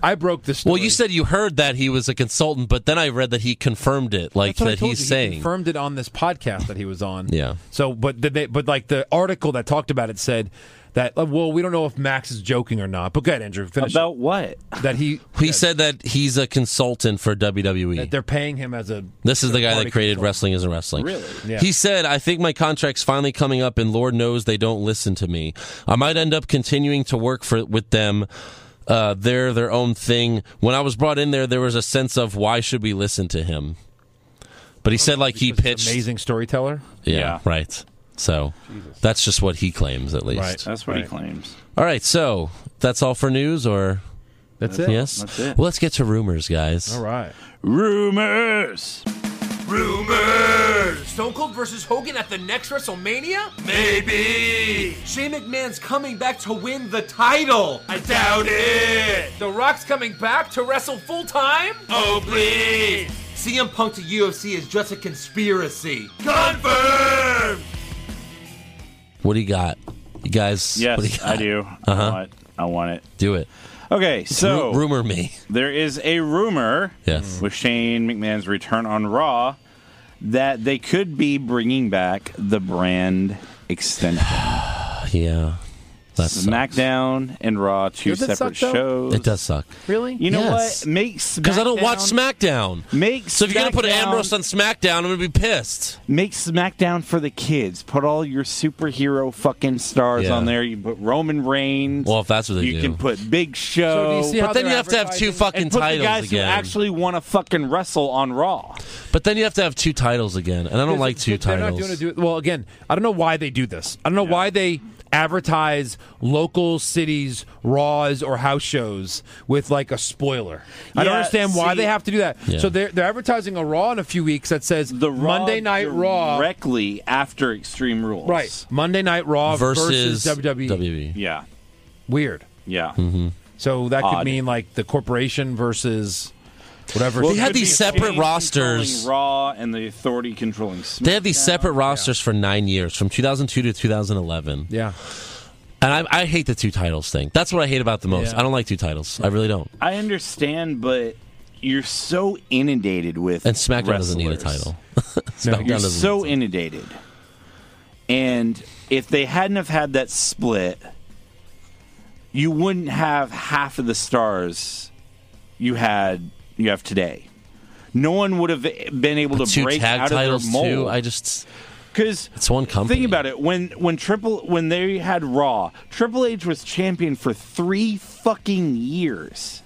Speaker 7: I broke this.
Speaker 4: Well, you said you heard that he was a consultant, but then I read that he confirmed it, like
Speaker 7: That's what I
Speaker 4: that
Speaker 7: told
Speaker 4: he's
Speaker 7: you. He
Speaker 4: saying.
Speaker 7: confirmed it on this podcast that he was on.
Speaker 4: Yeah.
Speaker 7: So, but did they? But like the article that talked about it said that. uh, Well, we don't know if Max is joking or not. But go ahead, Andrew. Finish
Speaker 8: About what?
Speaker 7: it. that he
Speaker 4: he said that he's a consultant for
Speaker 7: that
Speaker 4: WWE.
Speaker 7: they're paying him as a.
Speaker 4: This is the guy
Speaker 7: third-party
Speaker 4: that created
Speaker 7: consultant.
Speaker 4: Wrestling Isn't Wrestling.
Speaker 8: Really?
Speaker 7: Yeah.
Speaker 4: He said, I think my contract's finally coming up, and Lord knows they don't listen to me. I might end up continuing to work for with them. Uh, they're their own thing. When I was brought in there, there was a sense of why should we listen to him? But he said, like, he pitched.
Speaker 7: Oh, Amazing storyteller.
Speaker 4: Yeah,
Speaker 8: Yeah.
Speaker 4: right. So that's just what he claims, at least.
Speaker 7: Right.
Speaker 8: That's what he claims.
Speaker 4: All right, so that's all for news, or
Speaker 7: That's, it.
Speaker 4: yes?
Speaker 8: that's it.
Speaker 4: Well, let's get to rumors, guys.
Speaker 7: All right.
Speaker 8: Rumors.
Speaker 11: Rumors! Stone Cold versus Hogan at the next WrestleMania?
Speaker 9: Maybe.
Speaker 11: Shane McMahon's coming back to win the title!
Speaker 9: I doubt it.
Speaker 11: The Rock's coming back to wrestle full time?
Speaker 9: Oh, please.
Speaker 11: CM Punk to UFC is just a conspiracy.
Speaker 9: Confirm.
Speaker 4: What do you got, you guys? what
Speaker 8: Yes,
Speaker 4: you
Speaker 8: I
Speaker 4: got?
Speaker 8: do. Uh-huh. I want. I want it.
Speaker 4: Do it.
Speaker 8: Okay, so
Speaker 4: Ru- rumor me.
Speaker 8: there is a rumor Mm.
Speaker 4: Yes.
Speaker 8: with Shane McMahon's return on Raw that they could be bringing back the brand extension. [SIGHS]
Speaker 4: Yeah, that's
Speaker 8: SmackDown and Raw, two
Speaker 7: Does it
Speaker 8: separate
Speaker 7: suck, though?
Speaker 8: shows.
Speaker 4: it. Does suck
Speaker 7: Really?
Speaker 8: You know
Speaker 4: Yes.
Speaker 8: what? Make SmackDown.
Speaker 4: because I don't watch SmackDown.
Speaker 8: Make
Speaker 4: So if you're gonna put
Speaker 8: SmackDown-
Speaker 4: Ambrose on SmackDown, I'm gonna be pissed.
Speaker 8: Make SmackDown for the kids. Put all your superhero fucking stars
Speaker 4: Yeah.
Speaker 8: on there. You put Roman Reigns.
Speaker 4: Well, if that's what they
Speaker 8: you
Speaker 4: do.
Speaker 8: can put Big
Speaker 7: So do
Speaker 8: Show.
Speaker 7: you see how
Speaker 4: but then
Speaker 7: they're
Speaker 4: you have to have two
Speaker 7: advertising-
Speaker 4: fucking
Speaker 8: Oh, and put the
Speaker 4: titles
Speaker 8: guys
Speaker 4: again.
Speaker 8: who actually want to fucking wrestle on Raw.
Speaker 4: but then you have to have two titles again, and I don't like two
Speaker 7: they're
Speaker 4: titles.
Speaker 7: Not doing it, do, well, again, I don't know why they do this. I don't know why they advertise local cities raws or house shows with like a spoiler. I don't
Speaker 8: Yeah,
Speaker 7: understand why
Speaker 8: see-
Speaker 7: they have to do that.
Speaker 4: Yeah.
Speaker 7: So they're they're advertising a raw in a few weeks that says
Speaker 8: The Raw
Speaker 7: Monday Night Raw.
Speaker 8: directly after Extreme Rules.
Speaker 7: Right. Monday Night Raw
Speaker 4: versus, E.
Speaker 7: versus,
Speaker 8: E.
Speaker 7: WWE.
Speaker 8: Yeah.
Speaker 7: Weird.
Speaker 8: Yeah.
Speaker 4: Mm-hmm.
Speaker 7: So that could
Speaker 8: Odd.
Speaker 7: mean like the corporation versus whatever.
Speaker 8: Well,
Speaker 4: They
Speaker 8: it
Speaker 4: had
Speaker 8: could
Speaker 4: these
Speaker 8: be
Speaker 4: separate
Speaker 8: Shane
Speaker 4: rosters.
Speaker 8: controlling Raw and the Authority controlling. Smack.
Speaker 4: They had these separate rosters for nine years, from 2002 to 2011.
Speaker 7: yeah.
Speaker 4: And I, I hate the two titles thing. That's what I hate about the most.
Speaker 7: Yeah.
Speaker 4: I don't like two titles. I really don't.
Speaker 8: I understand, but you're so inundated with
Speaker 4: And SmackDown doesn't need a
Speaker 8: wrestlers. [LAUGHS]
Speaker 4: title.
Speaker 7: No,
Speaker 4: SmackDown
Speaker 8: You're
Speaker 4: doesn't.
Speaker 8: so inundated, and if they hadn't have had that split, you wouldn't have half of the stars you had you have today. No one would have been able to
Speaker 4: two
Speaker 8: break
Speaker 4: tag
Speaker 8: out of
Speaker 4: titles
Speaker 8: their mold.
Speaker 4: too. I just
Speaker 8: Because
Speaker 4: It's one company.
Speaker 8: Think about it. When when Triple when they had Raw, Triple H was champion for three fucking years.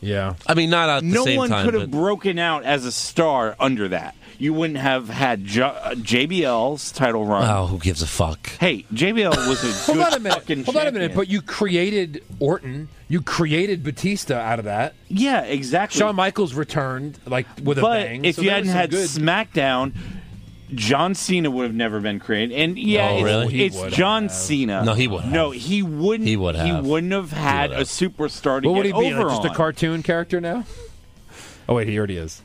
Speaker 7: Yeah.
Speaker 4: I mean, not at the
Speaker 8: No
Speaker 4: same
Speaker 8: one
Speaker 4: time.
Speaker 8: could have
Speaker 4: but
Speaker 8: broken out as a star under that. You wouldn't have had J- uh, JBL's title run.
Speaker 4: oh, who gives a fuck?
Speaker 8: Hey, JBL was a
Speaker 7: [LAUGHS] Hold
Speaker 8: good
Speaker 7: on a minute.
Speaker 8: fucking
Speaker 7: Hold on a minute.
Speaker 8: champion.
Speaker 7: But you created Orton. You created Batista out of that.
Speaker 8: yeah, exactly.
Speaker 7: Shawn Michaels returned like with
Speaker 8: but
Speaker 7: a bang.
Speaker 8: if
Speaker 7: so
Speaker 8: you
Speaker 7: there
Speaker 8: hadn't
Speaker 7: was some
Speaker 8: had
Speaker 7: good,
Speaker 8: SmackDown, John Cena would have never been created. And yeah,
Speaker 4: No,
Speaker 8: it's,
Speaker 4: Oh, really?
Speaker 7: He
Speaker 8: it's
Speaker 7: would
Speaker 8: John
Speaker 7: have.
Speaker 8: Cena.
Speaker 4: No, he would have.
Speaker 8: No, he wouldn't.
Speaker 4: He would have.
Speaker 8: He wouldn't have had
Speaker 4: have.
Speaker 8: a superstar to
Speaker 7: what would he
Speaker 8: get
Speaker 7: be?
Speaker 8: over
Speaker 7: Like, just a
Speaker 8: on.
Speaker 7: cartoon character now? Oh wait, he already is.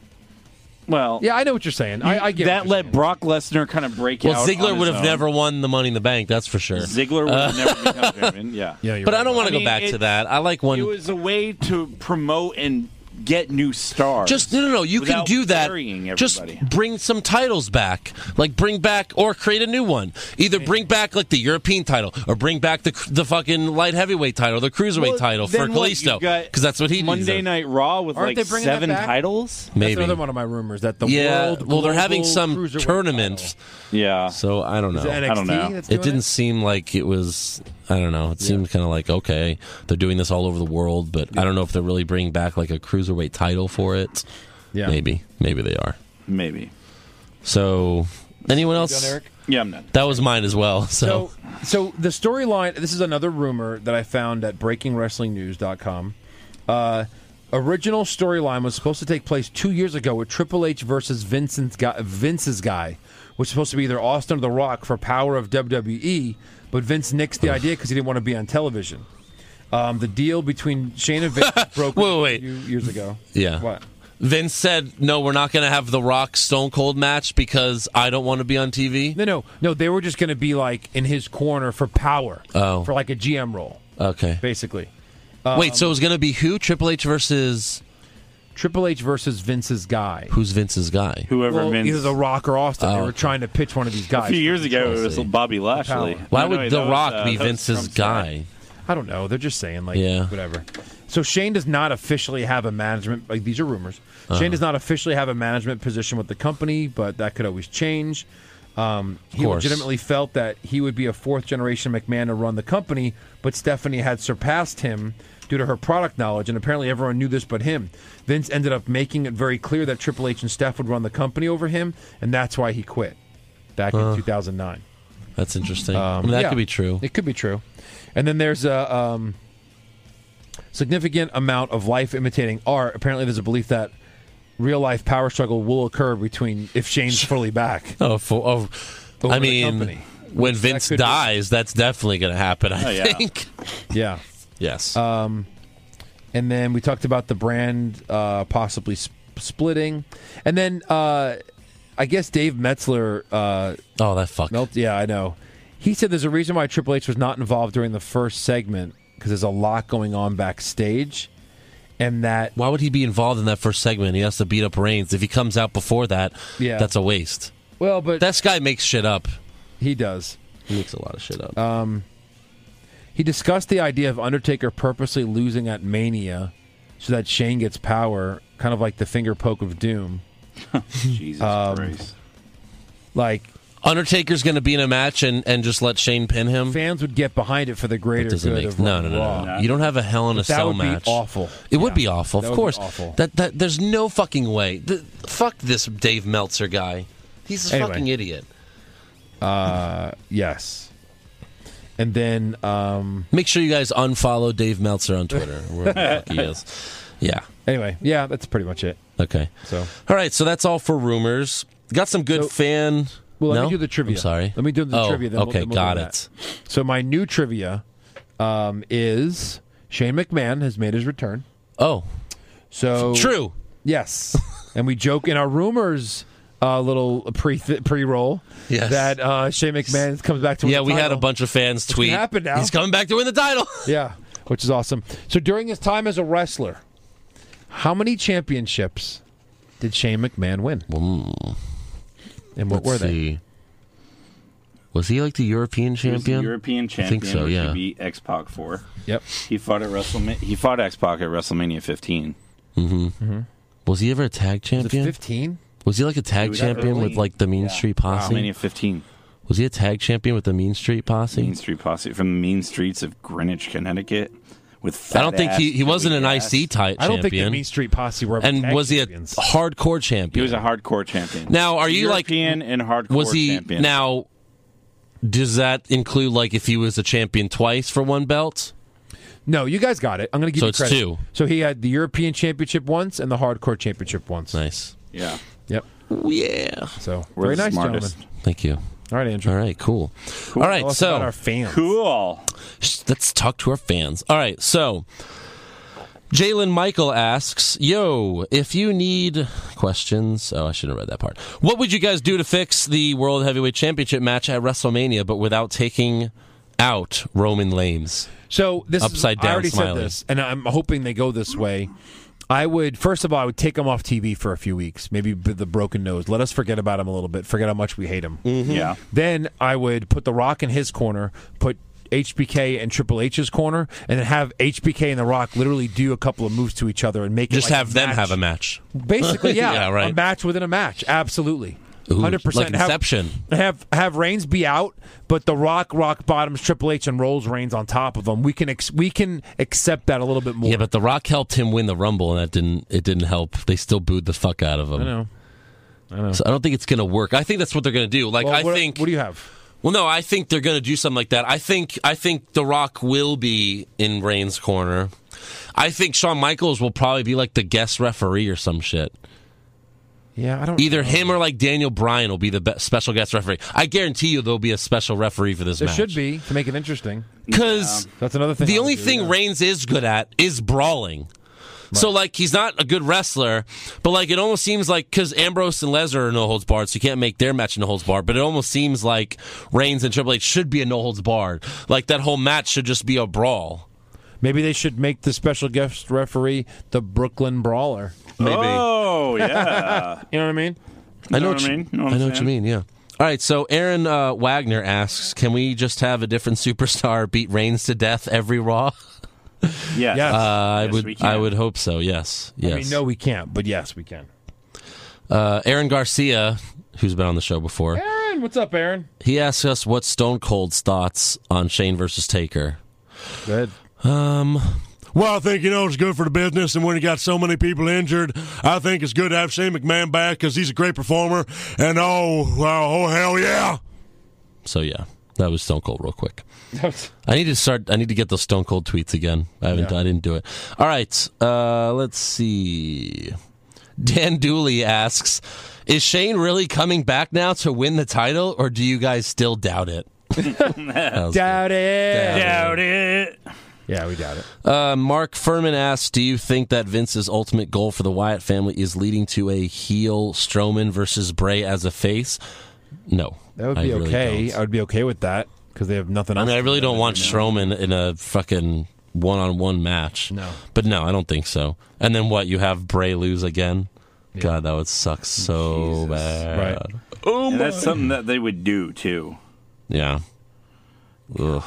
Speaker 8: Well,
Speaker 7: Yeah, I know what you're saying. I, I get
Speaker 8: that
Speaker 7: what you're
Speaker 8: let Brock Lesnar kind of break
Speaker 4: Well,
Speaker 8: out.
Speaker 4: Ziggler
Speaker 8: on
Speaker 4: would
Speaker 8: his
Speaker 4: have
Speaker 8: own.
Speaker 4: never Uh. won the Money in the Bank. That's for sure.
Speaker 8: Ziggler would have never become
Speaker 4: [LAUGHS]
Speaker 8: champion. Yeah.
Speaker 7: saying. Yeah, you're
Speaker 4: but I
Speaker 7: right.
Speaker 4: don't want to
Speaker 8: I
Speaker 4: go
Speaker 8: mean,
Speaker 4: back to
Speaker 8: it's-
Speaker 4: that. I like
Speaker 8: It
Speaker 4: when
Speaker 8: was a way to promote and get new stars.
Speaker 4: Just no, no, no. You can
Speaker 8: without
Speaker 4: do that.
Speaker 8: burying
Speaker 4: Just
Speaker 8: everybody.
Speaker 4: bring some titles back, like bring back or create a new one. Either bring back like the European title, or bring back the the fucking light heavyweight title, the cruiserweight
Speaker 8: Well,
Speaker 4: title for
Speaker 8: then what?
Speaker 4: Kalisto,
Speaker 8: You've got
Speaker 4: because that's what he
Speaker 8: Monday
Speaker 4: needs.
Speaker 8: Night Raw with
Speaker 7: Aren't they
Speaker 8: like
Speaker 7: bringing that
Speaker 8: seven
Speaker 7: back?
Speaker 8: titles.
Speaker 7: That's
Speaker 4: Maybe.
Speaker 7: another one of my rumors that the
Speaker 4: Yeah.
Speaker 7: world.
Speaker 4: well, they're having
Speaker 7: Global
Speaker 4: some
Speaker 7: Cruiserweight
Speaker 4: tournament,
Speaker 8: Yeah.
Speaker 4: so I don't know.
Speaker 7: title. Is it NXT
Speaker 8: I don't know.
Speaker 7: that's
Speaker 4: it
Speaker 7: doing
Speaker 4: didn't seem like it was i don't know it seemed kind of like okay they're doing this all over the world but i don't know if they're really bringing back like a cruiserweight title for it
Speaker 7: Yeah.
Speaker 4: maybe maybe they are
Speaker 8: Maybe.
Speaker 4: so anyone
Speaker 7: Done,
Speaker 4: else
Speaker 7: Eric?
Speaker 8: Yeah, I'm done.
Speaker 4: that was mine as well so,
Speaker 7: So, so the storyline. This is another rumor that I found at BreakingWrestlingNews.com. Uh, original storyline was supposed to take place two years ago with Triple H versus Vincent's guy, Vince's guy, which was supposed to be either Austin or The Rock for Power of WWE, but Vince nixed the idea because he didn't want to be on television. Um, the deal between Shane and
Speaker 4: [LAUGHS]
Speaker 7: Vince broke
Speaker 4: Wait, wait.
Speaker 7: a few years ago.
Speaker 4: Yeah.
Speaker 7: What?
Speaker 4: Vince said, "No, we're not going to have the Rock Stone Cold match because I don't want to be on TV."
Speaker 7: No, no, no. They were just going to be like in his corner for power,
Speaker 4: Oh.
Speaker 7: for like a GM role,
Speaker 4: Okay.
Speaker 7: basically.
Speaker 4: Wait, so it was going to be who? Triple H versus
Speaker 7: Triple H versus Vince's guy.
Speaker 4: who's Vince's guy?
Speaker 8: Whoever
Speaker 7: Well,
Speaker 8: Vince.
Speaker 7: either The Rock or Austin.
Speaker 4: Oh,
Speaker 7: they were
Speaker 4: okay.
Speaker 7: trying to pitch one of these guys.
Speaker 8: a few years ago, it was
Speaker 4: Chelsea.
Speaker 8: Bobby Lashley.
Speaker 7: Power.
Speaker 4: Why
Speaker 8: No,
Speaker 4: would
Speaker 8: no,
Speaker 4: The
Speaker 8: that was,
Speaker 4: Rock
Speaker 8: uh,
Speaker 4: be
Speaker 8: that was
Speaker 4: Vince's
Speaker 8: Trump's
Speaker 4: guy?
Speaker 7: I don't know. They're just saying like
Speaker 4: Yeah.
Speaker 7: whatever. So Shane does not officially have a management. Like these are rumors.
Speaker 4: Uh-huh.
Speaker 7: Shane does not officially have a management position with the company, but that could always change. Um, he
Speaker 4: course.
Speaker 7: legitimately felt that he would be a fourth generation McMahon to run the company, but Stephanie had surpassed him due to her product knowledge, and apparently everyone knew this but him. Vince ended up making it very clear that Triple H and Steph would run the company over him, and that's why he quit back in 2009.
Speaker 4: That's interesting. I mean, Um, that
Speaker 7: Yeah.
Speaker 4: could be true.
Speaker 7: It could be true. And then there's a um, significant amount of life imitating art. Apparently, there's a belief that real life power struggle will occur between if
Speaker 4: [LAUGHS]
Speaker 7: Shane's fully back.
Speaker 4: Oh, for, oh
Speaker 7: Over
Speaker 4: I
Speaker 7: the
Speaker 4: mean,
Speaker 7: company.
Speaker 4: when Vince
Speaker 7: could be-
Speaker 4: dies, that's definitely going to happen. I
Speaker 8: Oh, yeah.
Speaker 4: think. [LAUGHS]
Speaker 7: Yeah.
Speaker 4: Yes.
Speaker 7: And then we talked about the brand uh, possibly sp- splitting. And then uh, I guess Dave Metzler. Uh,
Speaker 4: oh, that fuck.
Speaker 7: Melt. Yeah, I know. He said there's a reason why Triple H was not involved during the first segment because there's a lot going on backstage, and that
Speaker 4: Why would he be involved in that first segment? He has to beat up Reigns. If he comes out before that,
Speaker 7: Yeah.
Speaker 4: that's a waste.
Speaker 7: well, but
Speaker 4: That guy makes shit up.
Speaker 7: he does.
Speaker 4: He makes a lot of shit up.
Speaker 7: He discussed the idea of Undertaker purposely losing at Mania so that Shane gets power, kind of like the finger poke of doom.
Speaker 8: Jesus
Speaker 4: uh,
Speaker 8: Christ.
Speaker 7: Like
Speaker 4: Undertaker's going to be in a match and, and just let Shane pin him.
Speaker 7: fans would get behind it for the greater
Speaker 4: doesn't
Speaker 7: good
Speaker 4: make
Speaker 7: of
Speaker 4: no,
Speaker 7: Raw
Speaker 4: no,
Speaker 7: and
Speaker 4: no, no,
Speaker 7: Raw.
Speaker 4: no. You don't have a Hell in a
Speaker 7: But that
Speaker 4: Cell
Speaker 7: would be
Speaker 4: match.
Speaker 7: awful.
Speaker 4: It would
Speaker 7: Yeah.
Speaker 4: be awful,
Speaker 7: That
Speaker 4: of
Speaker 7: would be
Speaker 4: course.
Speaker 7: awful.
Speaker 4: That that there's no fucking way. The, fuck this Dave Meltzer guy. He's a
Speaker 7: Anyway.
Speaker 4: fucking idiot.
Speaker 7: Yes. And then um
Speaker 4: Make sure you guys unfollow Dave Meltzer on
Speaker 7: [LAUGHS]
Speaker 4: Twitter. wherever the fuck he is. Yeah.
Speaker 7: anyway, yeah, that's pretty much it.
Speaker 4: Okay.
Speaker 7: So
Speaker 4: All right. So that's all for rumors. Got some good
Speaker 7: So-
Speaker 4: fan.
Speaker 7: Well, let
Speaker 4: no?
Speaker 7: me do the trivia.
Speaker 4: I'm sorry.
Speaker 7: Let me do the
Speaker 4: Oh,
Speaker 7: trivia. Then we'll-
Speaker 4: okay,
Speaker 7: then we'll do
Speaker 4: got
Speaker 7: that.
Speaker 4: it.
Speaker 7: So my new trivia um, is Shane McMahon has made his return.
Speaker 4: Oh,
Speaker 7: So
Speaker 4: true.
Speaker 7: Yes. and we joke in our rumors uh, little pre pre roll
Speaker 4: Yes.
Speaker 7: that uh, Shane McMahon comes back to win
Speaker 4: Yeah,
Speaker 7: the
Speaker 4: we had a
Speaker 7: title.
Speaker 4: bunch of fans tweet.
Speaker 7: happen now.
Speaker 4: He's coming back to win the title.
Speaker 7: Yeah, which is awesome. So during his time as a wrestler, how many championships did Shane McMahon win? And what were
Speaker 4: Let's
Speaker 7: they?
Speaker 4: see. Was he like the European
Speaker 8: He was the
Speaker 4: champion?
Speaker 8: European
Speaker 4: think
Speaker 8: champion.
Speaker 4: so,
Speaker 8: which
Speaker 4: yeah.
Speaker 8: He beat X Pac for.
Speaker 7: Yep.
Speaker 8: He fought at WrestleMania. He fought X Pac at WrestleMania 15.
Speaker 4: Was he ever a tag champion?
Speaker 7: Fifteen.
Speaker 4: Was he like a tag
Speaker 8: was
Speaker 4: champion
Speaker 8: early.
Speaker 4: with like the Mean Street Posse?
Speaker 8: WrestleMania 15.
Speaker 4: Was he a tag champion with the Mean Street Posse?
Speaker 8: Mean Street Posse from the mean streets of Greenwich, Connecticut. With
Speaker 4: I don't think he,
Speaker 8: fat-ass,
Speaker 4: he wasn't an
Speaker 8: chubby
Speaker 4: IC
Speaker 8: ass.
Speaker 4: ti- champion.
Speaker 7: I don't think the Mean Street Posse were. ever
Speaker 4: and
Speaker 7: tag
Speaker 4: was he a
Speaker 7: champions.
Speaker 4: hardcore
Speaker 8: He
Speaker 4: champion?
Speaker 8: was a hardcore champion.
Speaker 4: Now, are you, like-
Speaker 8: European and hardcore?
Speaker 4: Was he
Speaker 8: champion.
Speaker 4: now? Does that include like if he was a champion twice for one belt?
Speaker 7: No, you guys got it. I'm going to give
Speaker 4: So
Speaker 7: you
Speaker 4: it's
Speaker 7: credit.
Speaker 4: two.
Speaker 7: So he had the European Championship once and the Hardcore Championship once.
Speaker 4: Nice.
Speaker 8: Yeah,
Speaker 7: Yep.
Speaker 4: Yeah.
Speaker 7: So
Speaker 8: we're
Speaker 7: very
Speaker 8: the
Speaker 7: nice,
Speaker 8: smartest.
Speaker 7: gentlemen.
Speaker 4: Thank you.
Speaker 7: All right, Andrew.
Speaker 4: All right. Cool. All right.
Speaker 7: Tell us
Speaker 4: so
Speaker 7: about our fans.
Speaker 8: Cool.
Speaker 4: Shh, Let's talk to our fans. All right, so Jalen Michael asks, "Yo, if you need questions, oh, I shouldn't have read that part. What would you guys do to fix the World Heavyweight Championship match at WrestleMania, but without taking out Roman Lames?
Speaker 7: So this
Speaker 4: Upside
Speaker 7: is, I
Speaker 4: down
Speaker 7: already
Speaker 4: smiley.
Speaker 7: said this, and I'm hoping they go this way. I would first of all, I would take him off TV for a few weeks, maybe b- the broken nose. Let us forget about him a little bit. Forget how much we hate him.
Speaker 4: Mm-hmm.
Speaker 8: Yeah.
Speaker 7: Then I would put The Rock in his corner, put HBK and Triple H's corner, and then have HBK and The Rock literally do a couple of moves to each other and make
Speaker 4: Just
Speaker 7: it like
Speaker 4: have them
Speaker 7: match.
Speaker 4: have a match.
Speaker 7: Basically,
Speaker 4: [LAUGHS]
Speaker 7: yeah,
Speaker 4: Yeah, right.
Speaker 7: A match within a match, absolutely.
Speaker 4: Ooh,
Speaker 7: Hundred percent.
Speaker 4: like Inception.
Speaker 7: Have, have have Reigns be out, but the Rock Rock bottoms Triple H and rolls Reigns on top of him. We can ex- we can accept that a little bit more.
Speaker 4: Yeah, but The Rock helped him win the Rumble, and that didn't it didn't help. They still booed the fuck out of him. I
Speaker 7: know.
Speaker 4: I know. So I don't think it's gonna work. I think that's what they're gonna do. Like
Speaker 7: Well,
Speaker 4: I
Speaker 7: what,
Speaker 4: think
Speaker 7: What do you have?
Speaker 4: Well, no, I think they're going to do something like that. I think I think The Rock will be in Reigns' corner. I think Shawn Michaels will probably be like the guest referee or some shit.
Speaker 7: Yeah, I don't.
Speaker 4: Either him or like Daniel Bryan will be the be- special guest referee. I guarantee you there'll be a special referee for this
Speaker 7: There
Speaker 4: match.
Speaker 7: should be to make it interesting.
Speaker 4: Because
Speaker 7: that's another thing.
Speaker 4: The
Speaker 7: I
Speaker 4: only
Speaker 7: would do,
Speaker 4: thing
Speaker 7: yeah.
Speaker 4: Reigns is good at is brawling. So like he's not a good wrestler, but like it almost seems like because Ambrose and Lesnar are no holds barred, so you can't make their match a no holds barred. But it almost seems like Reigns and Triple H should be a no holds barred. Like that whole match should just be a brawl.
Speaker 7: Maybe they should make the special guest referee the Brooklyn Brawler.
Speaker 4: Maybe.
Speaker 8: Oh [LAUGHS] yeah.
Speaker 7: you know what I mean?
Speaker 4: I
Speaker 8: Know
Speaker 4: know,
Speaker 8: what
Speaker 4: what
Speaker 8: I
Speaker 4: you
Speaker 8: mean?
Speaker 4: mean.
Speaker 8: Know what
Speaker 4: I
Speaker 8: I'm
Speaker 4: know what you mean.
Speaker 8: saying?
Speaker 4: Yeah. All right. So Aaron uh, Wagner asks, can we just have a different superstar beat Reigns to death every Raw? Uh,
Speaker 8: Yes.
Speaker 4: I
Speaker 7: Yes, we
Speaker 4: would.
Speaker 7: can.
Speaker 4: I would hope so. Yes. Yes.
Speaker 7: I mean, no, we can't. But yes, we can.
Speaker 4: Uh, Aaron Garcia, who's been on the show before,
Speaker 7: Aaron, what's up, Aaron?
Speaker 4: he asked us what Stone Cold's thoughts on Shane versus Taker.
Speaker 7: Good.
Speaker 4: Um,
Speaker 12: Well, I think, you know, it's good for the business. And when you got so many people injured, I think it's good to have Shane McMahon back because he's a great performer. And oh, wow, oh, hell yeah.
Speaker 4: so yeah, that was Stone Cold, real quick. I need to start. I need to get those Stone Cold tweets again. I haven't.
Speaker 12: Yeah.
Speaker 4: I didn't do it. All right. Uh, let's see. Dan Dooley asks, "Is Shane really coming back now to win the title, or do you guys still doubt it?" That was
Speaker 7: Doubt it.
Speaker 4: Doubt
Speaker 8: it.
Speaker 7: Yeah, we doubt it.
Speaker 4: Uh, Mark Furman asks, "Do you think that Vince's ultimate goal for the Wyatt family is leading to a heel Strowman versus Bray as a face?" No,
Speaker 7: That would
Speaker 4: I
Speaker 7: be
Speaker 4: really
Speaker 7: okay.
Speaker 4: don't.
Speaker 7: I would be okay with that because they have nothing
Speaker 4: I
Speaker 7: else.
Speaker 4: mean, I really don't want Strowman in a fucking one-on-one match. No, but no, I don't think so. And then what? You have Bray lose again? God, that would suck so bad.
Speaker 8: Right.
Speaker 4: Oh
Speaker 8: and that's
Speaker 4: my-
Speaker 8: something that they would do too.
Speaker 4: Yeah. Ugh.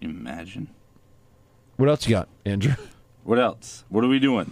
Speaker 8: Can you imagine?
Speaker 7: What else you got, Andrew? [LAUGHS]
Speaker 8: What else? What are we doing?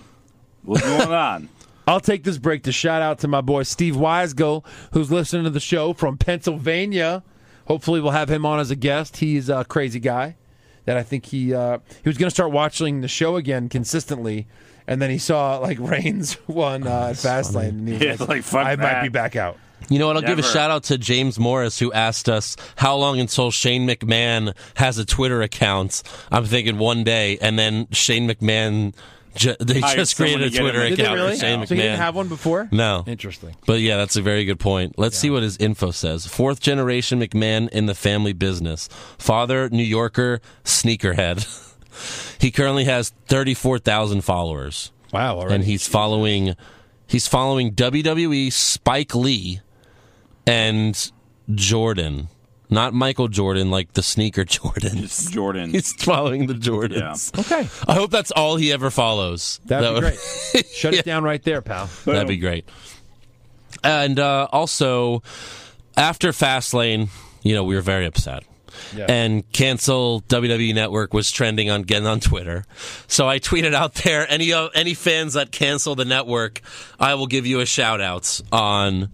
Speaker 8: What's [LAUGHS] going on?
Speaker 7: I'll take this break to shout out to my boy Steve Weisgo, who's listening to the show from Pennsylvania. Hopefully, we'll have him on as a guest. He's a crazy guy that I think he uh, he was going to start watching the show again consistently, and then he saw like [LAUGHS] Reigns won
Speaker 4: Oh,
Speaker 7: uh, at Fastlane, and he was
Speaker 8: Yeah,
Speaker 7: like,
Speaker 8: like, fuck
Speaker 7: "I might
Speaker 8: that."
Speaker 7: be back out."
Speaker 4: You know what? I'll give a
Speaker 7: Never.
Speaker 4: shout out to James Morris who asked us how long until Shane McMahon has a Twitter account. I'm thinking one day, and then Shane McMahon. Ju- they
Speaker 7: Hired
Speaker 4: just
Speaker 7: someone
Speaker 4: created a
Speaker 7: to get him
Speaker 4: Twitter
Speaker 7: a- Did they
Speaker 4: account
Speaker 7: really?
Speaker 4: for Shane McMahon.
Speaker 7: So he didn't have one before?
Speaker 4: No.
Speaker 7: Interesting.
Speaker 4: But yeah, that's a very good point. Let's see what his info says. Fourth generation McMahon in the family business. Father, New Yorker, sneakerhead. [LAUGHS] he currently has 34,000 followers.
Speaker 7: Wow,
Speaker 4: And he's following he's following WWE Spike Lee and Jordan. Not Michael Jordan, like the sneaker [LAUGHS] Jordan.
Speaker 8: Jordan.
Speaker 4: He's following the Jordans. [LAUGHS] Okay. I hope that's all he ever follows.
Speaker 7: That'd
Speaker 4: That
Speaker 7: be
Speaker 4: would- [LAUGHS]
Speaker 7: great. Shut it down right there, pal.
Speaker 4: That'd be great. And uh, also, after Fastlane, you know, we were very upset.
Speaker 7: Yeah.
Speaker 4: And cancel WWE Network was trending on again on Twitter, so I tweeted out there any of any fans that cancel the network, I will give you a shout out on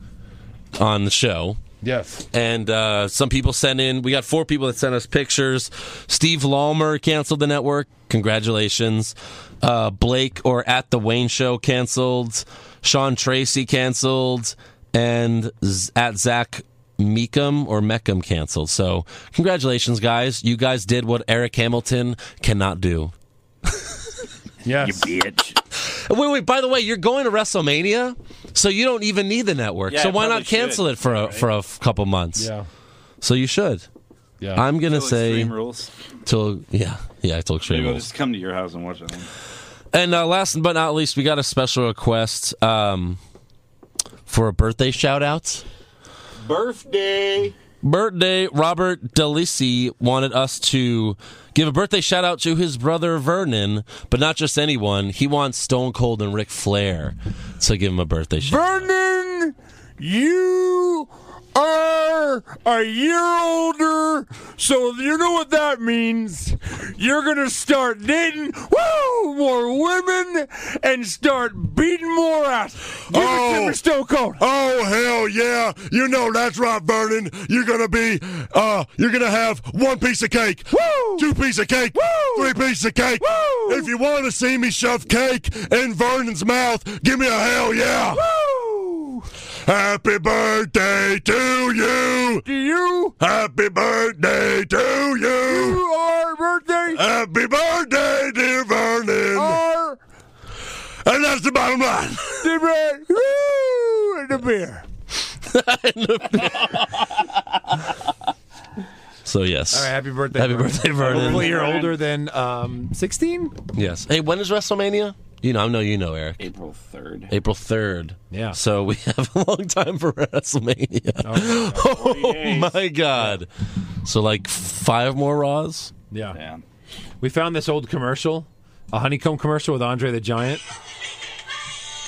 Speaker 4: on the show.
Speaker 7: Yes.
Speaker 4: And uh, some people sent in. We got four people that sent us pictures. Steve Lalmer canceled the network. Congratulations. Uh, Blake or at the Wayne Show canceled. Sean Tracy canceled, and Z- at Zach Meekum or Meckham canceled. So congratulations, guys. You guys did what Eric Hamilton cannot do.
Speaker 7: Yes.
Speaker 8: You bitch.
Speaker 4: Wait, wait. By the way, you're going to WrestleMania, so you don't even need the network.
Speaker 8: Yeah,
Speaker 4: so
Speaker 8: I
Speaker 4: why
Speaker 8: probably
Speaker 4: not cancel
Speaker 8: should,
Speaker 4: it for a, for a f- couple months? So you should.
Speaker 7: Yeah.
Speaker 4: I'm gonna
Speaker 8: Till
Speaker 4: say
Speaker 8: Extreme Rules.
Speaker 4: Till yeah, yeah, till extreme
Speaker 8: Maybe I'll
Speaker 4: rules.
Speaker 8: just come to your house and watch it.
Speaker 4: And uh, last but not least, we got a special request um, for a birthday shout out.
Speaker 13: Birthday.
Speaker 4: Birthday Robert DeLisi wanted us to give a birthday shout out to his brother Vernon, but not just anyone. He wants Stone Cold and Ric Flair to give him a birthday shout
Speaker 13: Vernon, you are a year older, so you know what that means. You're gonna start dating woo, more women and start beating more ass. Give it to me, Stone Cold.
Speaker 12: Oh hell yeah! You know that's right, Vernon. You're gonna be, uh, you're gonna have one piece of cake, two piece of cake, three pieces of cake. If you want to see me shove cake in Vernon's mouth, give me a hell yeah! Happy birthday to you!
Speaker 13: To you!
Speaker 12: Happy birthday to you!
Speaker 13: You are birthday.
Speaker 4: Uh.
Speaker 12: Happy birthday, dear Vernon!
Speaker 7: Oh.
Speaker 14: And that's the bottom line.
Speaker 15: The bread, woo, and the beer.
Speaker 4: So yes.
Speaker 7: All right, happy birthday.
Speaker 4: Happy
Speaker 7: Vernon.
Speaker 4: birthday, Vernon.
Speaker 7: Hopefully you're older than um, 16.
Speaker 4: Yes. Hey, when is WrestleMania? You know, I know you know, Eric.
Speaker 8: April third.
Speaker 4: April third.
Speaker 7: Yeah.
Speaker 4: So we [LAUGHS] have a long time for WrestleMania. [LAUGHS] Oh my god. So like five more Raws.
Speaker 7: Yeah. We found this old commercial, a honeycomb commercial with Andre the Giant.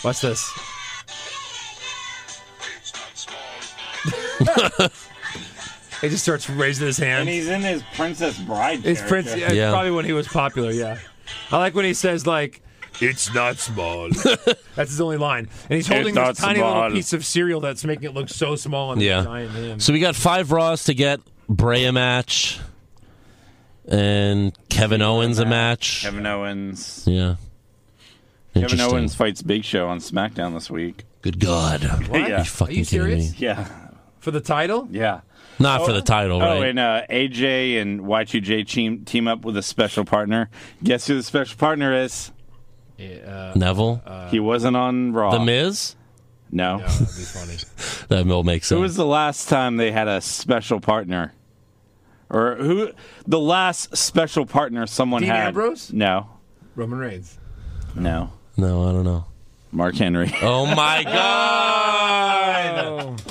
Speaker 7: What's this? [LAUGHS] he just starts raising his
Speaker 8: And
Speaker 7: hand.
Speaker 8: he's in his Princess Bride.
Speaker 7: It's Prince.
Speaker 8: character.
Speaker 7: Yeah, it's probably when he was popular. Yeah, I like when he says like, "It's not small." [LAUGHS] that's his only line, and he's
Speaker 4: It's
Speaker 7: holding
Speaker 4: not
Speaker 7: this tiny
Speaker 4: small.
Speaker 7: little piece of cereal that's making it look so small on
Speaker 4: yeah.
Speaker 7: the giant hand.
Speaker 4: So we got five Raws to get Bray a match, and Kevin Owens a match.
Speaker 8: Kevin Owens.
Speaker 4: Yeah.
Speaker 8: Kevin
Speaker 4: Interesting.
Speaker 8: Owens fights Big Show on SmackDown this week.
Speaker 4: Good God.
Speaker 7: What?
Speaker 8: yeah.
Speaker 7: Are you fucking kidding me?
Speaker 8: Yeah.
Speaker 7: For the [LAUGHS] title?
Speaker 8: Yeah.
Speaker 4: Not for the title,
Speaker 8: Oh,
Speaker 4: right?
Speaker 8: and uh, AJ and Y2J team, team up with a special partner. Guess who the special partner is?
Speaker 4: Neville.
Speaker 7: Uh,
Speaker 8: he wasn't on Raw.
Speaker 4: Uh, The Miz?
Speaker 8: No.
Speaker 7: Oh,
Speaker 4: that will make sense.
Speaker 8: Who was the last time they had a special partner? Or who? The last special partner someone
Speaker 7: Dean
Speaker 8: had?
Speaker 7: Ambrose?
Speaker 8: No.
Speaker 7: Roman Reigns.
Speaker 8: No.
Speaker 4: No, I don't know.
Speaker 8: Mark
Speaker 4: [LAUGHS]
Speaker 8: Henry.
Speaker 4: Oh
Speaker 7: [LAUGHS]
Speaker 4: my god!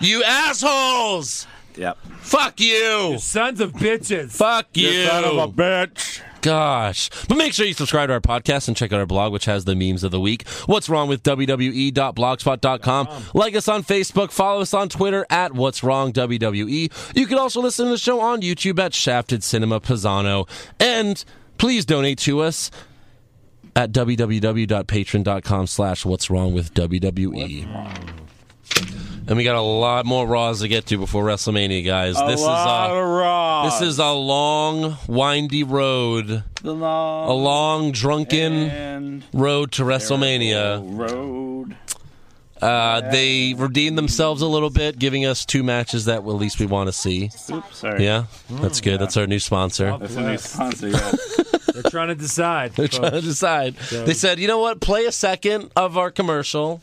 Speaker 4: You assholes!
Speaker 8: Yep.
Speaker 4: Fuck you!
Speaker 7: sons of bitches!
Speaker 4: Fuck you!
Speaker 7: You son of a
Speaker 4: bitch! Gosh. But make sure you subscribe to our podcast and check out our blog, which has the memes of the week. What's wrong with E WWE.blogspot.com? Like us on Facebook. Follow us on Twitter at What's Wrong WWE. You can also listen to the show on YouTube at Shafted Cinema Pisano. And please donate to us at www.patreon.com slash what's wrong with WWE. And we got a lot more Raws to get to before WrestleMania, guys.
Speaker 8: A
Speaker 4: this
Speaker 8: lot
Speaker 4: is a
Speaker 8: of Raws.
Speaker 4: uh, this is uh, a long, windy road,
Speaker 8: The long
Speaker 4: a long, drunken
Speaker 8: and
Speaker 4: road to WrestleMania.
Speaker 8: road.
Speaker 4: Uh, they redeemed themselves a little bit, giving us two matches that at least we want to see.
Speaker 8: Oops, sorry.
Speaker 4: Yeah, that's good. That's our new [LAUGHS] sponsor.
Speaker 8: That's a new sponsor. Yeah.
Speaker 7: They're trying to decide.
Speaker 4: They're trying to
Speaker 7: folks.
Speaker 4: decide.
Speaker 7: So-
Speaker 4: They said, you know what? Play a second of our commercial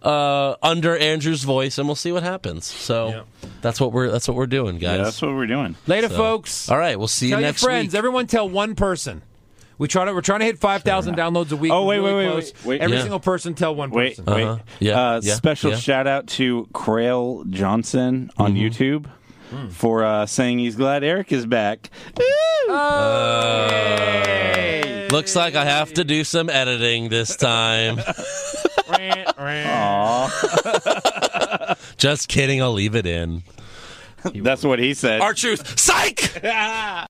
Speaker 4: uh, under Andrew's voice, and we'll see what happens. So that's what we're that's what we're doing, guys.
Speaker 8: Yeah, that's what we're doing.
Speaker 7: Later,
Speaker 4: So-
Speaker 7: folks.
Speaker 4: All right, we'll see
Speaker 7: tell
Speaker 4: you
Speaker 7: your
Speaker 4: next
Speaker 7: friends.
Speaker 4: week.
Speaker 7: Everyone, tell one person. We try to. We're trying to hit five thousand downloads a week.
Speaker 8: Oh,
Speaker 7: We're
Speaker 8: wait, wait,
Speaker 7: really
Speaker 8: wait,
Speaker 7: close.
Speaker 8: wait, wait.
Speaker 7: Every
Speaker 8: Yeah.
Speaker 7: single person, tell one
Speaker 8: Wait,
Speaker 7: person.
Speaker 8: wait. uh,
Speaker 7: Uh-huh. yeah,
Speaker 8: special
Speaker 7: yeah. Mm-hmm.
Speaker 8: shout out to Crail Johnson on YouTube
Speaker 7: Hmm.
Speaker 8: for uh, saying he's glad Eric is back.
Speaker 4: Looks like I have to do some editing this
Speaker 7: [LAUGHS]
Speaker 4: time. Just kidding. I'll leave it in.
Speaker 8: [LAUGHS] That's what he said.
Speaker 4: Our truth. Psych!